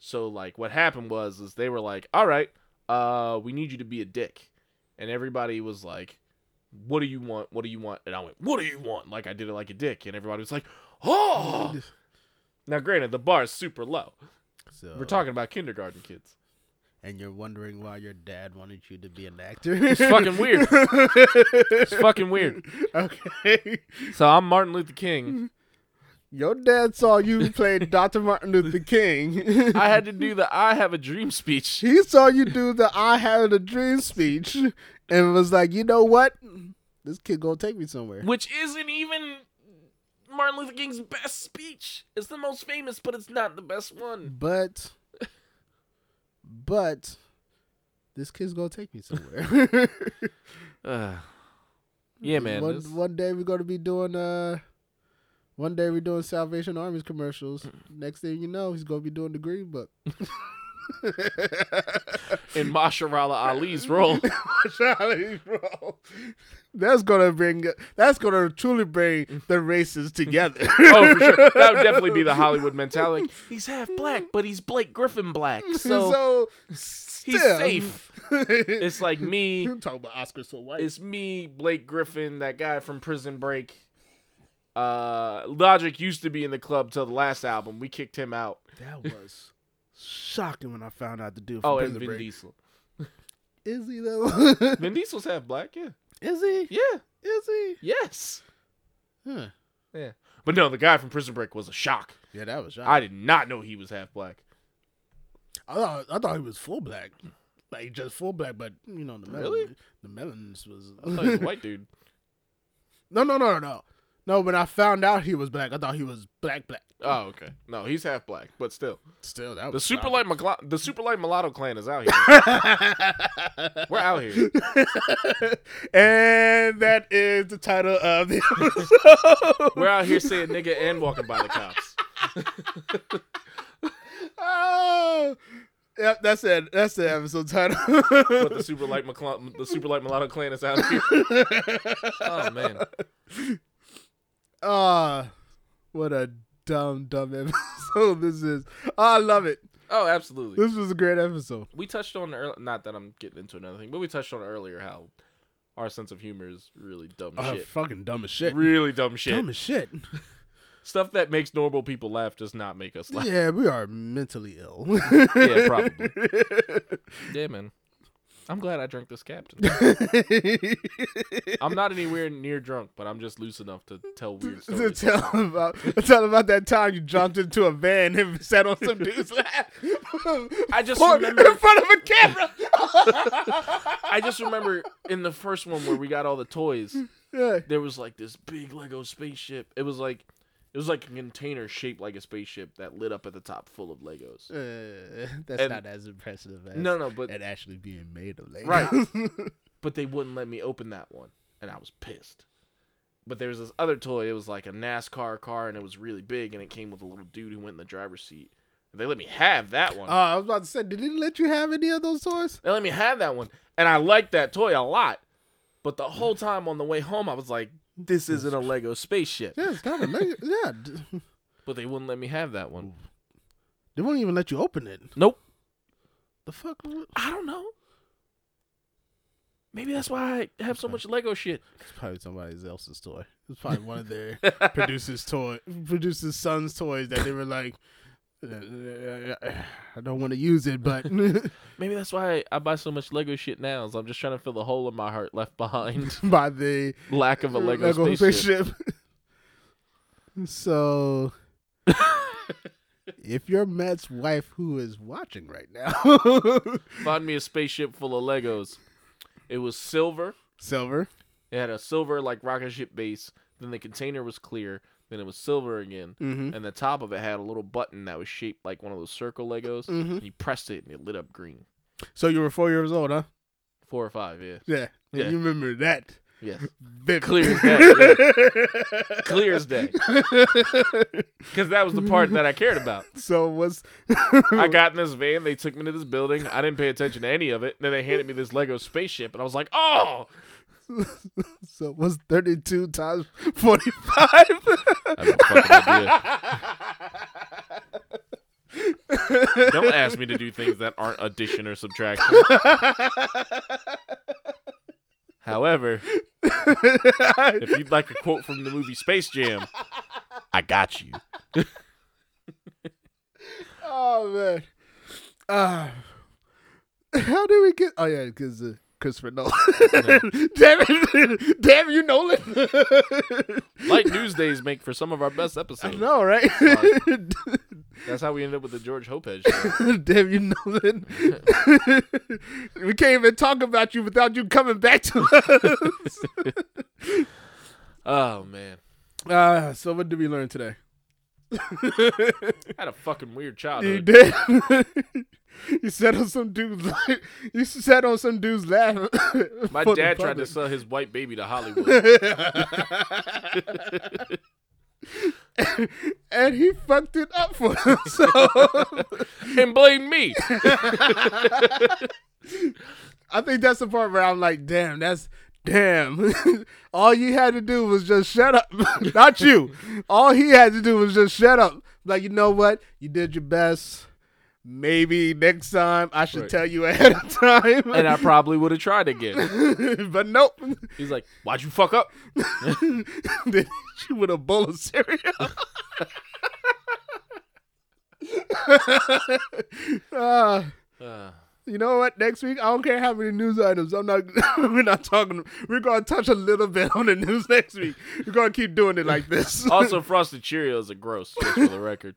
Speaker 3: So like, what happened was is they were like, "All right, uh, we need you to be a dick," and everybody was like, "What do you want? What do you want?" And I went, "What do you want?" Like I did it like a dick, and everybody was like, "Oh." Now, granted, the bar is super low.
Speaker 2: so,
Speaker 3: We're talking about kindergarten kids.
Speaker 2: and you're wondering why your dad wanted you to be an actor.
Speaker 3: It's fucking
Speaker 2: [laughs]
Speaker 3: weird. It's fucking weird.
Speaker 2: okay.
Speaker 3: So I'm Martin Luther King.
Speaker 2: Your dad saw you play Dr. Martin Luther King. [laughs]
Speaker 3: I had to do the "I Have a Dream" speech.
Speaker 2: he saw you do the I had a dream speech and was like, you know what? This kid gonna take me somewhere.
Speaker 3: which isn't even Martin Luther King's best speech. It's the most famous, but it's not the best [sighs] one.
Speaker 2: But but this kid's gonna take me somewhere.
Speaker 3: [laughs] yeah, man.
Speaker 2: one,
Speaker 3: this-
Speaker 2: one day we're gonna be doing uh one day we're doing Salvation Army's commercials. Next thing you know, he's gonna be doing the Green Book.
Speaker 3: [laughs] in Masharala
Speaker 2: [laughs]
Speaker 3: Ali's role,
Speaker 2: Charlie, bro. That's gonna bring. That's gonna truly bring the races together.
Speaker 3: [laughs] oh for sure, that would definitely be the
Speaker 2: [laughs]
Speaker 3: Hollywood [laughs] mentality. He's half black, but he's Blake Griffin black, so,
Speaker 2: so,
Speaker 3: he's
Speaker 2: still- [laughs]
Speaker 3: safe. It's like me,
Speaker 2: you talking about Oscar so white.
Speaker 3: it's me, Blake Griffin, that guy from Prison Break. Uh, Logic used to be in the club till the last album. We kicked him out.
Speaker 2: that was shocking when I found out the dude from
Speaker 3: Oh, and
Speaker 2: Prison
Speaker 3: Vin
Speaker 2: Break. [laughs]
Speaker 3: Diesel.
Speaker 2: Is he though? [laughs]
Speaker 3: Vin Diesel's half black, yeah.
Speaker 2: Is he?
Speaker 3: Yeah.
Speaker 2: Is he?
Speaker 3: Yes.
Speaker 2: Huh.
Speaker 3: Yeah. But no, the guy from Prison Break was a shock.
Speaker 2: Yeah, that was shocking.
Speaker 3: I did not know he was half black.
Speaker 2: I thought I thought he was full black, like just full black, but you know the melanin,
Speaker 3: Really?
Speaker 2: the melons was
Speaker 3: I thought he was Oh, a white dude.
Speaker 2: no no no no no. When I found out he was black, I thought he was black black.
Speaker 3: [laughs] Oh, okay. No, he's half black, but still.
Speaker 2: Still, that
Speaker 3: The
Speaker 2: was
Speaker 3: super
Speaker 2: shocking.
Speaker 3: light McLo- the super light mulatto clan is out here. We're out here.
Speaker 2: [laughs] and that is the title
Speaker 3: [laughs]
Speaker 2: of the episode.
Speaker 3: We're out here saying nigga and walking by the cops.
Speaker 2: oh, [laughs] yep, that's it. That's the episode title.
Speaker 3: But the super light McCla- the super light mulatto clan is out here. [laughs] Oh man.
Speaker 2: [laughs] Ah, what a dumb dumb [laughs] episode this is. I love it.
Speaker 3: Oh, absolutely.
Speaker 2: This was a great episode.
Speaker 3: We touched on earl not that I'm getting into another thing, but we touched on earlier how our sense of humor is really dumb
Speaker 2: Oh,
Speaker 3: shit.
Speaker 2: fucking dumb as shit.
Speaker 3: Really dumb shit.
Speaker 2: Dumb as shit.
Speaker 3: Stuff that makes normal people laugh does not make us laugh.
Speaker 2: yeah, we are mentally ill.
Speaker 3: Yeah, probably.
Speaker 2: [laughs]
Speaker 3: Yeah, man. I'm glad I drank this captain. I'm not anywhere near drunk, but I'm just loose enough to tell weird
Speaker 2: to
Speaker 3: stories.
Speaker 2: tell about tell about that time you jumped into a van and [laughs] sat on
Speaker 3: [laughs]
Speaker 2: some dude's lap. [laughs]
Speaker 3: I just
Speaker 2: Or in
Speaker 3: remember.
Speaker 2: front of a camera.
Speaker 3: I just remember in the first one where we got all the toys,
Speaker 2: yeah.
Speaker 3: there was like this big Lego spaceship. It was like, it was like a container shaped like a spaceship that lit up at the top full of Legos.
Speaker 2: Uh, that's
Speaker 3: And-
Speaker 2: not as impressive as
Speaker 3: No, no, but
Speaker 2: it actually being made of Uh, Legos. [laughs]
Speaker 3: Right. but they wouldn't let me open that one, and I was pissed. But there was this other toy. It was like a NASCAR car, and it was really big, and it came with a little dude who went in the driver's seat. They let me have that one.
Speaker 2: Uh, I was about to say, did it let you have any of those toys?
Speaker 3: They let me have that one. And I liked that toy a lot. But the whole time on the way home, I was like, this isn't a Lego spaceship.
Speaker 2: Yeah, it's not a Lego. yeah, d- [laughs]
Speaker 3: But they wouldn't let me have that one.
Speaker 2: they won't even let you open it.
Speaker 3: Nope.
Speaker 2: The fuck?
Speaker 3: I don't know. Maybe that's why I have so much Lego [laughs] shit.
Speaker 2: It's probably somebody else's toy. It's probably one of their [laughs] producers' toy, producers' son's toys that they were like, "Uh, I don't want to use it, but [laughs]
Speaker 3: Maybe that's why I buy so much Lego shit now. Is I'm just trying to fill the hole in my heart left behind. [laughs]
Speaker 2: by the
Speaker 3: Lack of a Lego, spaceship.
Speaker 2: spaceship.
Speaker 3: [laughs]
Speaker 2: so, if you're Matt's wife who is watching right now, [laughs]
Speaker 3: Find me a spaceship full of Legos. It was silver.
Speaker 2: Silver,
Speaker 3: It had a silver like rocket ship base. Then the container was clear. Then it was silver again.
Speaker 2: mm-hmm.
Speaker 3: [laughs] and the top of it had a little button that was shaped like one of those circle Legos.
Speaker 2: Mhm.
Speaker 3: And you pressed it and it lit up green.
Speaker 2: So you were four years old, huh?
Speaker 3: Four or five, yeah.
Speaker 2: Yeah.
Speaker 3: Yeah.
Speaker 2: You remember that.
Speaker 3: Yes.
Speaker 2: vividly.
Speaker 3: Clear as day, [laughs] Clear as [laughs] day. [laughs]
Speaker 2: [laughs]
Speaker 3: Because that was the part that I cared [laughs] about.
Speaker 2: so was [laughs]
Speaker 3: I got in this van. They took me to this building. I didn't pay attention to any of it. Then they handed me this Lego spaceship. And I was like, oh!
Speaker 2: so was thirty two times forty five.
Speaker 3: I have no fucking idea.
Speaker 2: [laughs]
Speaker 3: Don't ask me to do things that aren't addition or subtraction. However, if you'd like a quote from the movie Space Jam, I got you.
Speaker 2: [laughs] oh man. Ah. how did we get? Oh yeah, because uh, Christopher Nolan. [laughs] damn it! [laughs] Damn you, Nolan.
Speaker 3: Light news days make for some of our best
Speaker 2: I
Speaker 3: episodes.
Speaker 2: know, right? [laughs]
Speaker 3: That's how we ended up with the George Hopez show.
Speaker 2: Damn you, Nolan. [laughs] we can't even talk about you without you coming back to us. [laughs]
Speaker 3: Oh man,
Speaker 2: Uh, so what did we learn today?
Speaker 3: I had a fucking weird
Speaker 2: You
Speaker 3: childhood.
Speaker 2: did. [laughs] you sat on some dude's la- [laughs] you sat on some dude's lap. [laughs]
Speaker 3: My
Speaker 2: for the
Speaker 3: dad tried to
Speaker 2: public.
Speaker 3: sell his white baby to Hollywood.
Speaker 2: [laughs] and he fucked it up for [laughs] himself.
Speaker 3: and blame me.
Speaker 2: I think that's the part where I'm like, damn, that's damn. [laughs] All you had to do was just shut up. [laughs] Not you. All he had to do was just shut up. Like, you know what? You did your best. Maybe next time I should
Speaker 3: Right.
Speaker 2: tell you ahead of time.
Speaker 3: And I probably would have tried again.
Speaker 2: [laughs] but nope.
Speaker 3: He's like, "Why'd you fuck up?"
Speaker 2: Then she with a bowl of cereal. [laughs] Ah.
Speaker 3: Uh,
Speaker 2: You know what? Next week, I don't care how many news items. I'm not. [laughs] we're not talking. We're gonna touch a little bit on the news [laughs] next week.
Speaker 3: [laughs] Oh.
Speaker 2: We're gonna keep doing it like this.
Speaker 3: also, frosted Cheerios are gross, just for the record.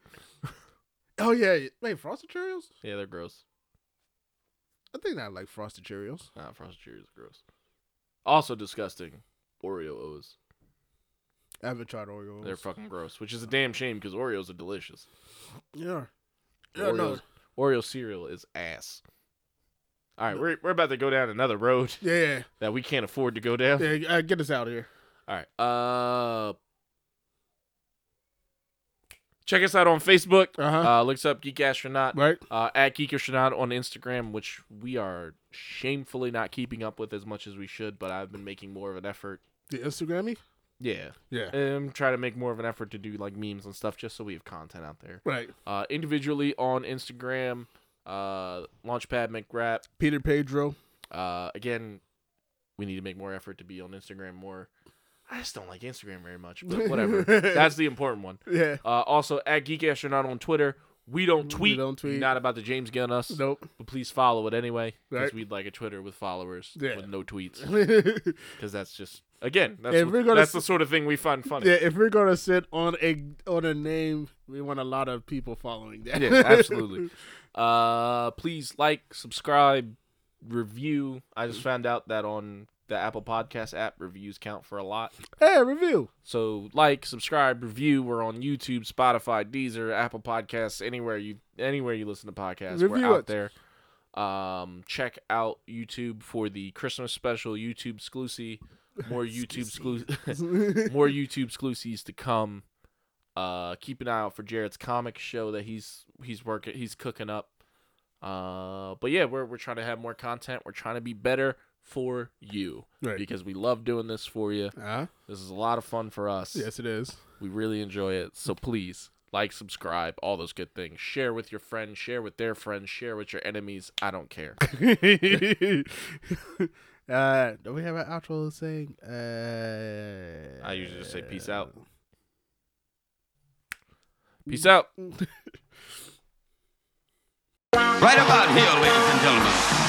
Speaker 2: Oh yeah, yeah. wait, Frosted Cheerios?
Speaker 3: Yeah, they're gross.
Speaker 2: I think I like Frosted Cheerios.
Speaker 3: Nah, Frosted Cheerios are gross. Also disgusting. Oreo O's.
Speaker 2: I haven't tried Oreos.
Speaker 3: They're fucking gross, which is a damn shame because Oreos are delicious.
Speaker 2: yeah. Yeah,
Speaker 3: Oreos,
Speaker 2: no.
Speaker 3: Oreo cereal is ass. All right, we're, we're about to go down another road [laughs]
Speaker 2: Yeah, yeah,
Speaker 3: that we can't afford to go down.
Speaker 2: yeah. yeah, uh, get us out of here.
Speaker 3: All right. Uh, check us out on Facebook.
Speaker 2: Uh-huh.
Speaker 3: Uh, look us up Geek Astronaut
Speaker 2: Right?
Speaker 3: uh, at Geek Astronaut on Instagram, which we are shamefully not keeping up with as much as we should. But I've been making more of an effort.
Speaker 2: The Instagrammy?
Speaker 3: Yeah,
Speaker 2: Yeah.
Speaker 3: I'm trying to make more of an effort to do like memes and stuff, just so we have content out there.
Speaker 2: Right.
Speaker 3: Uh, individually on Instagram, uh, Launchpad McRap.
Speaker 2: Peter Pedro.
Speaker 3: Uh, again, we need to make more effort to be on Instagram more. I just don't like Instagram very much,
Speaker 2: [laughs]
Speaker 3: but whatever. That's the important one.
Speaker 2: Yeah.
Speaker 3: Uh, also, at Geek Astronaut on Twitter. We don't
Speaker 2: We
Speaker 3: tweet.
Speaker 2: don't tweet.
Speaker 3: Not about the James Gunn us,
Speaker 2: Nope.
Speaker 3: but please follow it anyway. Because
Speaker 2: Right.
Speaker 3: we'd like a Twitter with followers
Speaker 2: Yeah.
Speaker 3: with no tweets.
Speaker 2: [laughs] yeah,
Speaker 3: Because that's just again, that's,
Speaker 2: If
Speaker 3: what-
Speaker 2: we're gonna
Speaker 3: that's
Speaker 2: s-
Speaker 3: the sort of thing we find funny.
Speaker 2: if we're gonna sit on a on a name, we want a lot of people following that. [laughs]
Speaker 3: yeah, absolutely. Uh, please like, subscribe, review. I just found out that on the Apple Podcast app, reviews count for a lot.
Speaker 2: hey, review.
Speaker 3: So like, subscribe, review. We're on YouTube, Spotify, Deezer, Apple Podcasts, anywhere you anywhere you listen to podcasts,
Speaker 2: Review
Speaker 3: we're out
Speaker 2: us.
Speaker 3: there. Um, check out YouTube for the Christmas special, YouTube exclusive,
Speaker 2: [laughs]
Speaker 3: more YouTube exclusive, [laughs] more YouTube exclusives to come. Uh, keep an eye out for Jared's comic show that he's he's working he's cooking up. Uh, but yeah, we're we're trying to have more content. We're trying to be better for you
Speaker 2: right.
Speaker 3: because we love doing this for you.
Speaker 2: Uh,
Speaker 3: This is a lot of fun for us.
Speaker 2: yes,
Speaker 3: [laughs]
Speaker 2: it is. [laughs]
Speaker 3: We really enjoy it. So please like, subscribe, all those good things. Share with your friends, share with their friends, share with your enemies. I don't care.
Speaker 2: uh, do we have an outro saying? Uh,
Speaker 3: I usually just say peace out. Peace out.
Speaker 1: Right about here, ladies and gentlemen.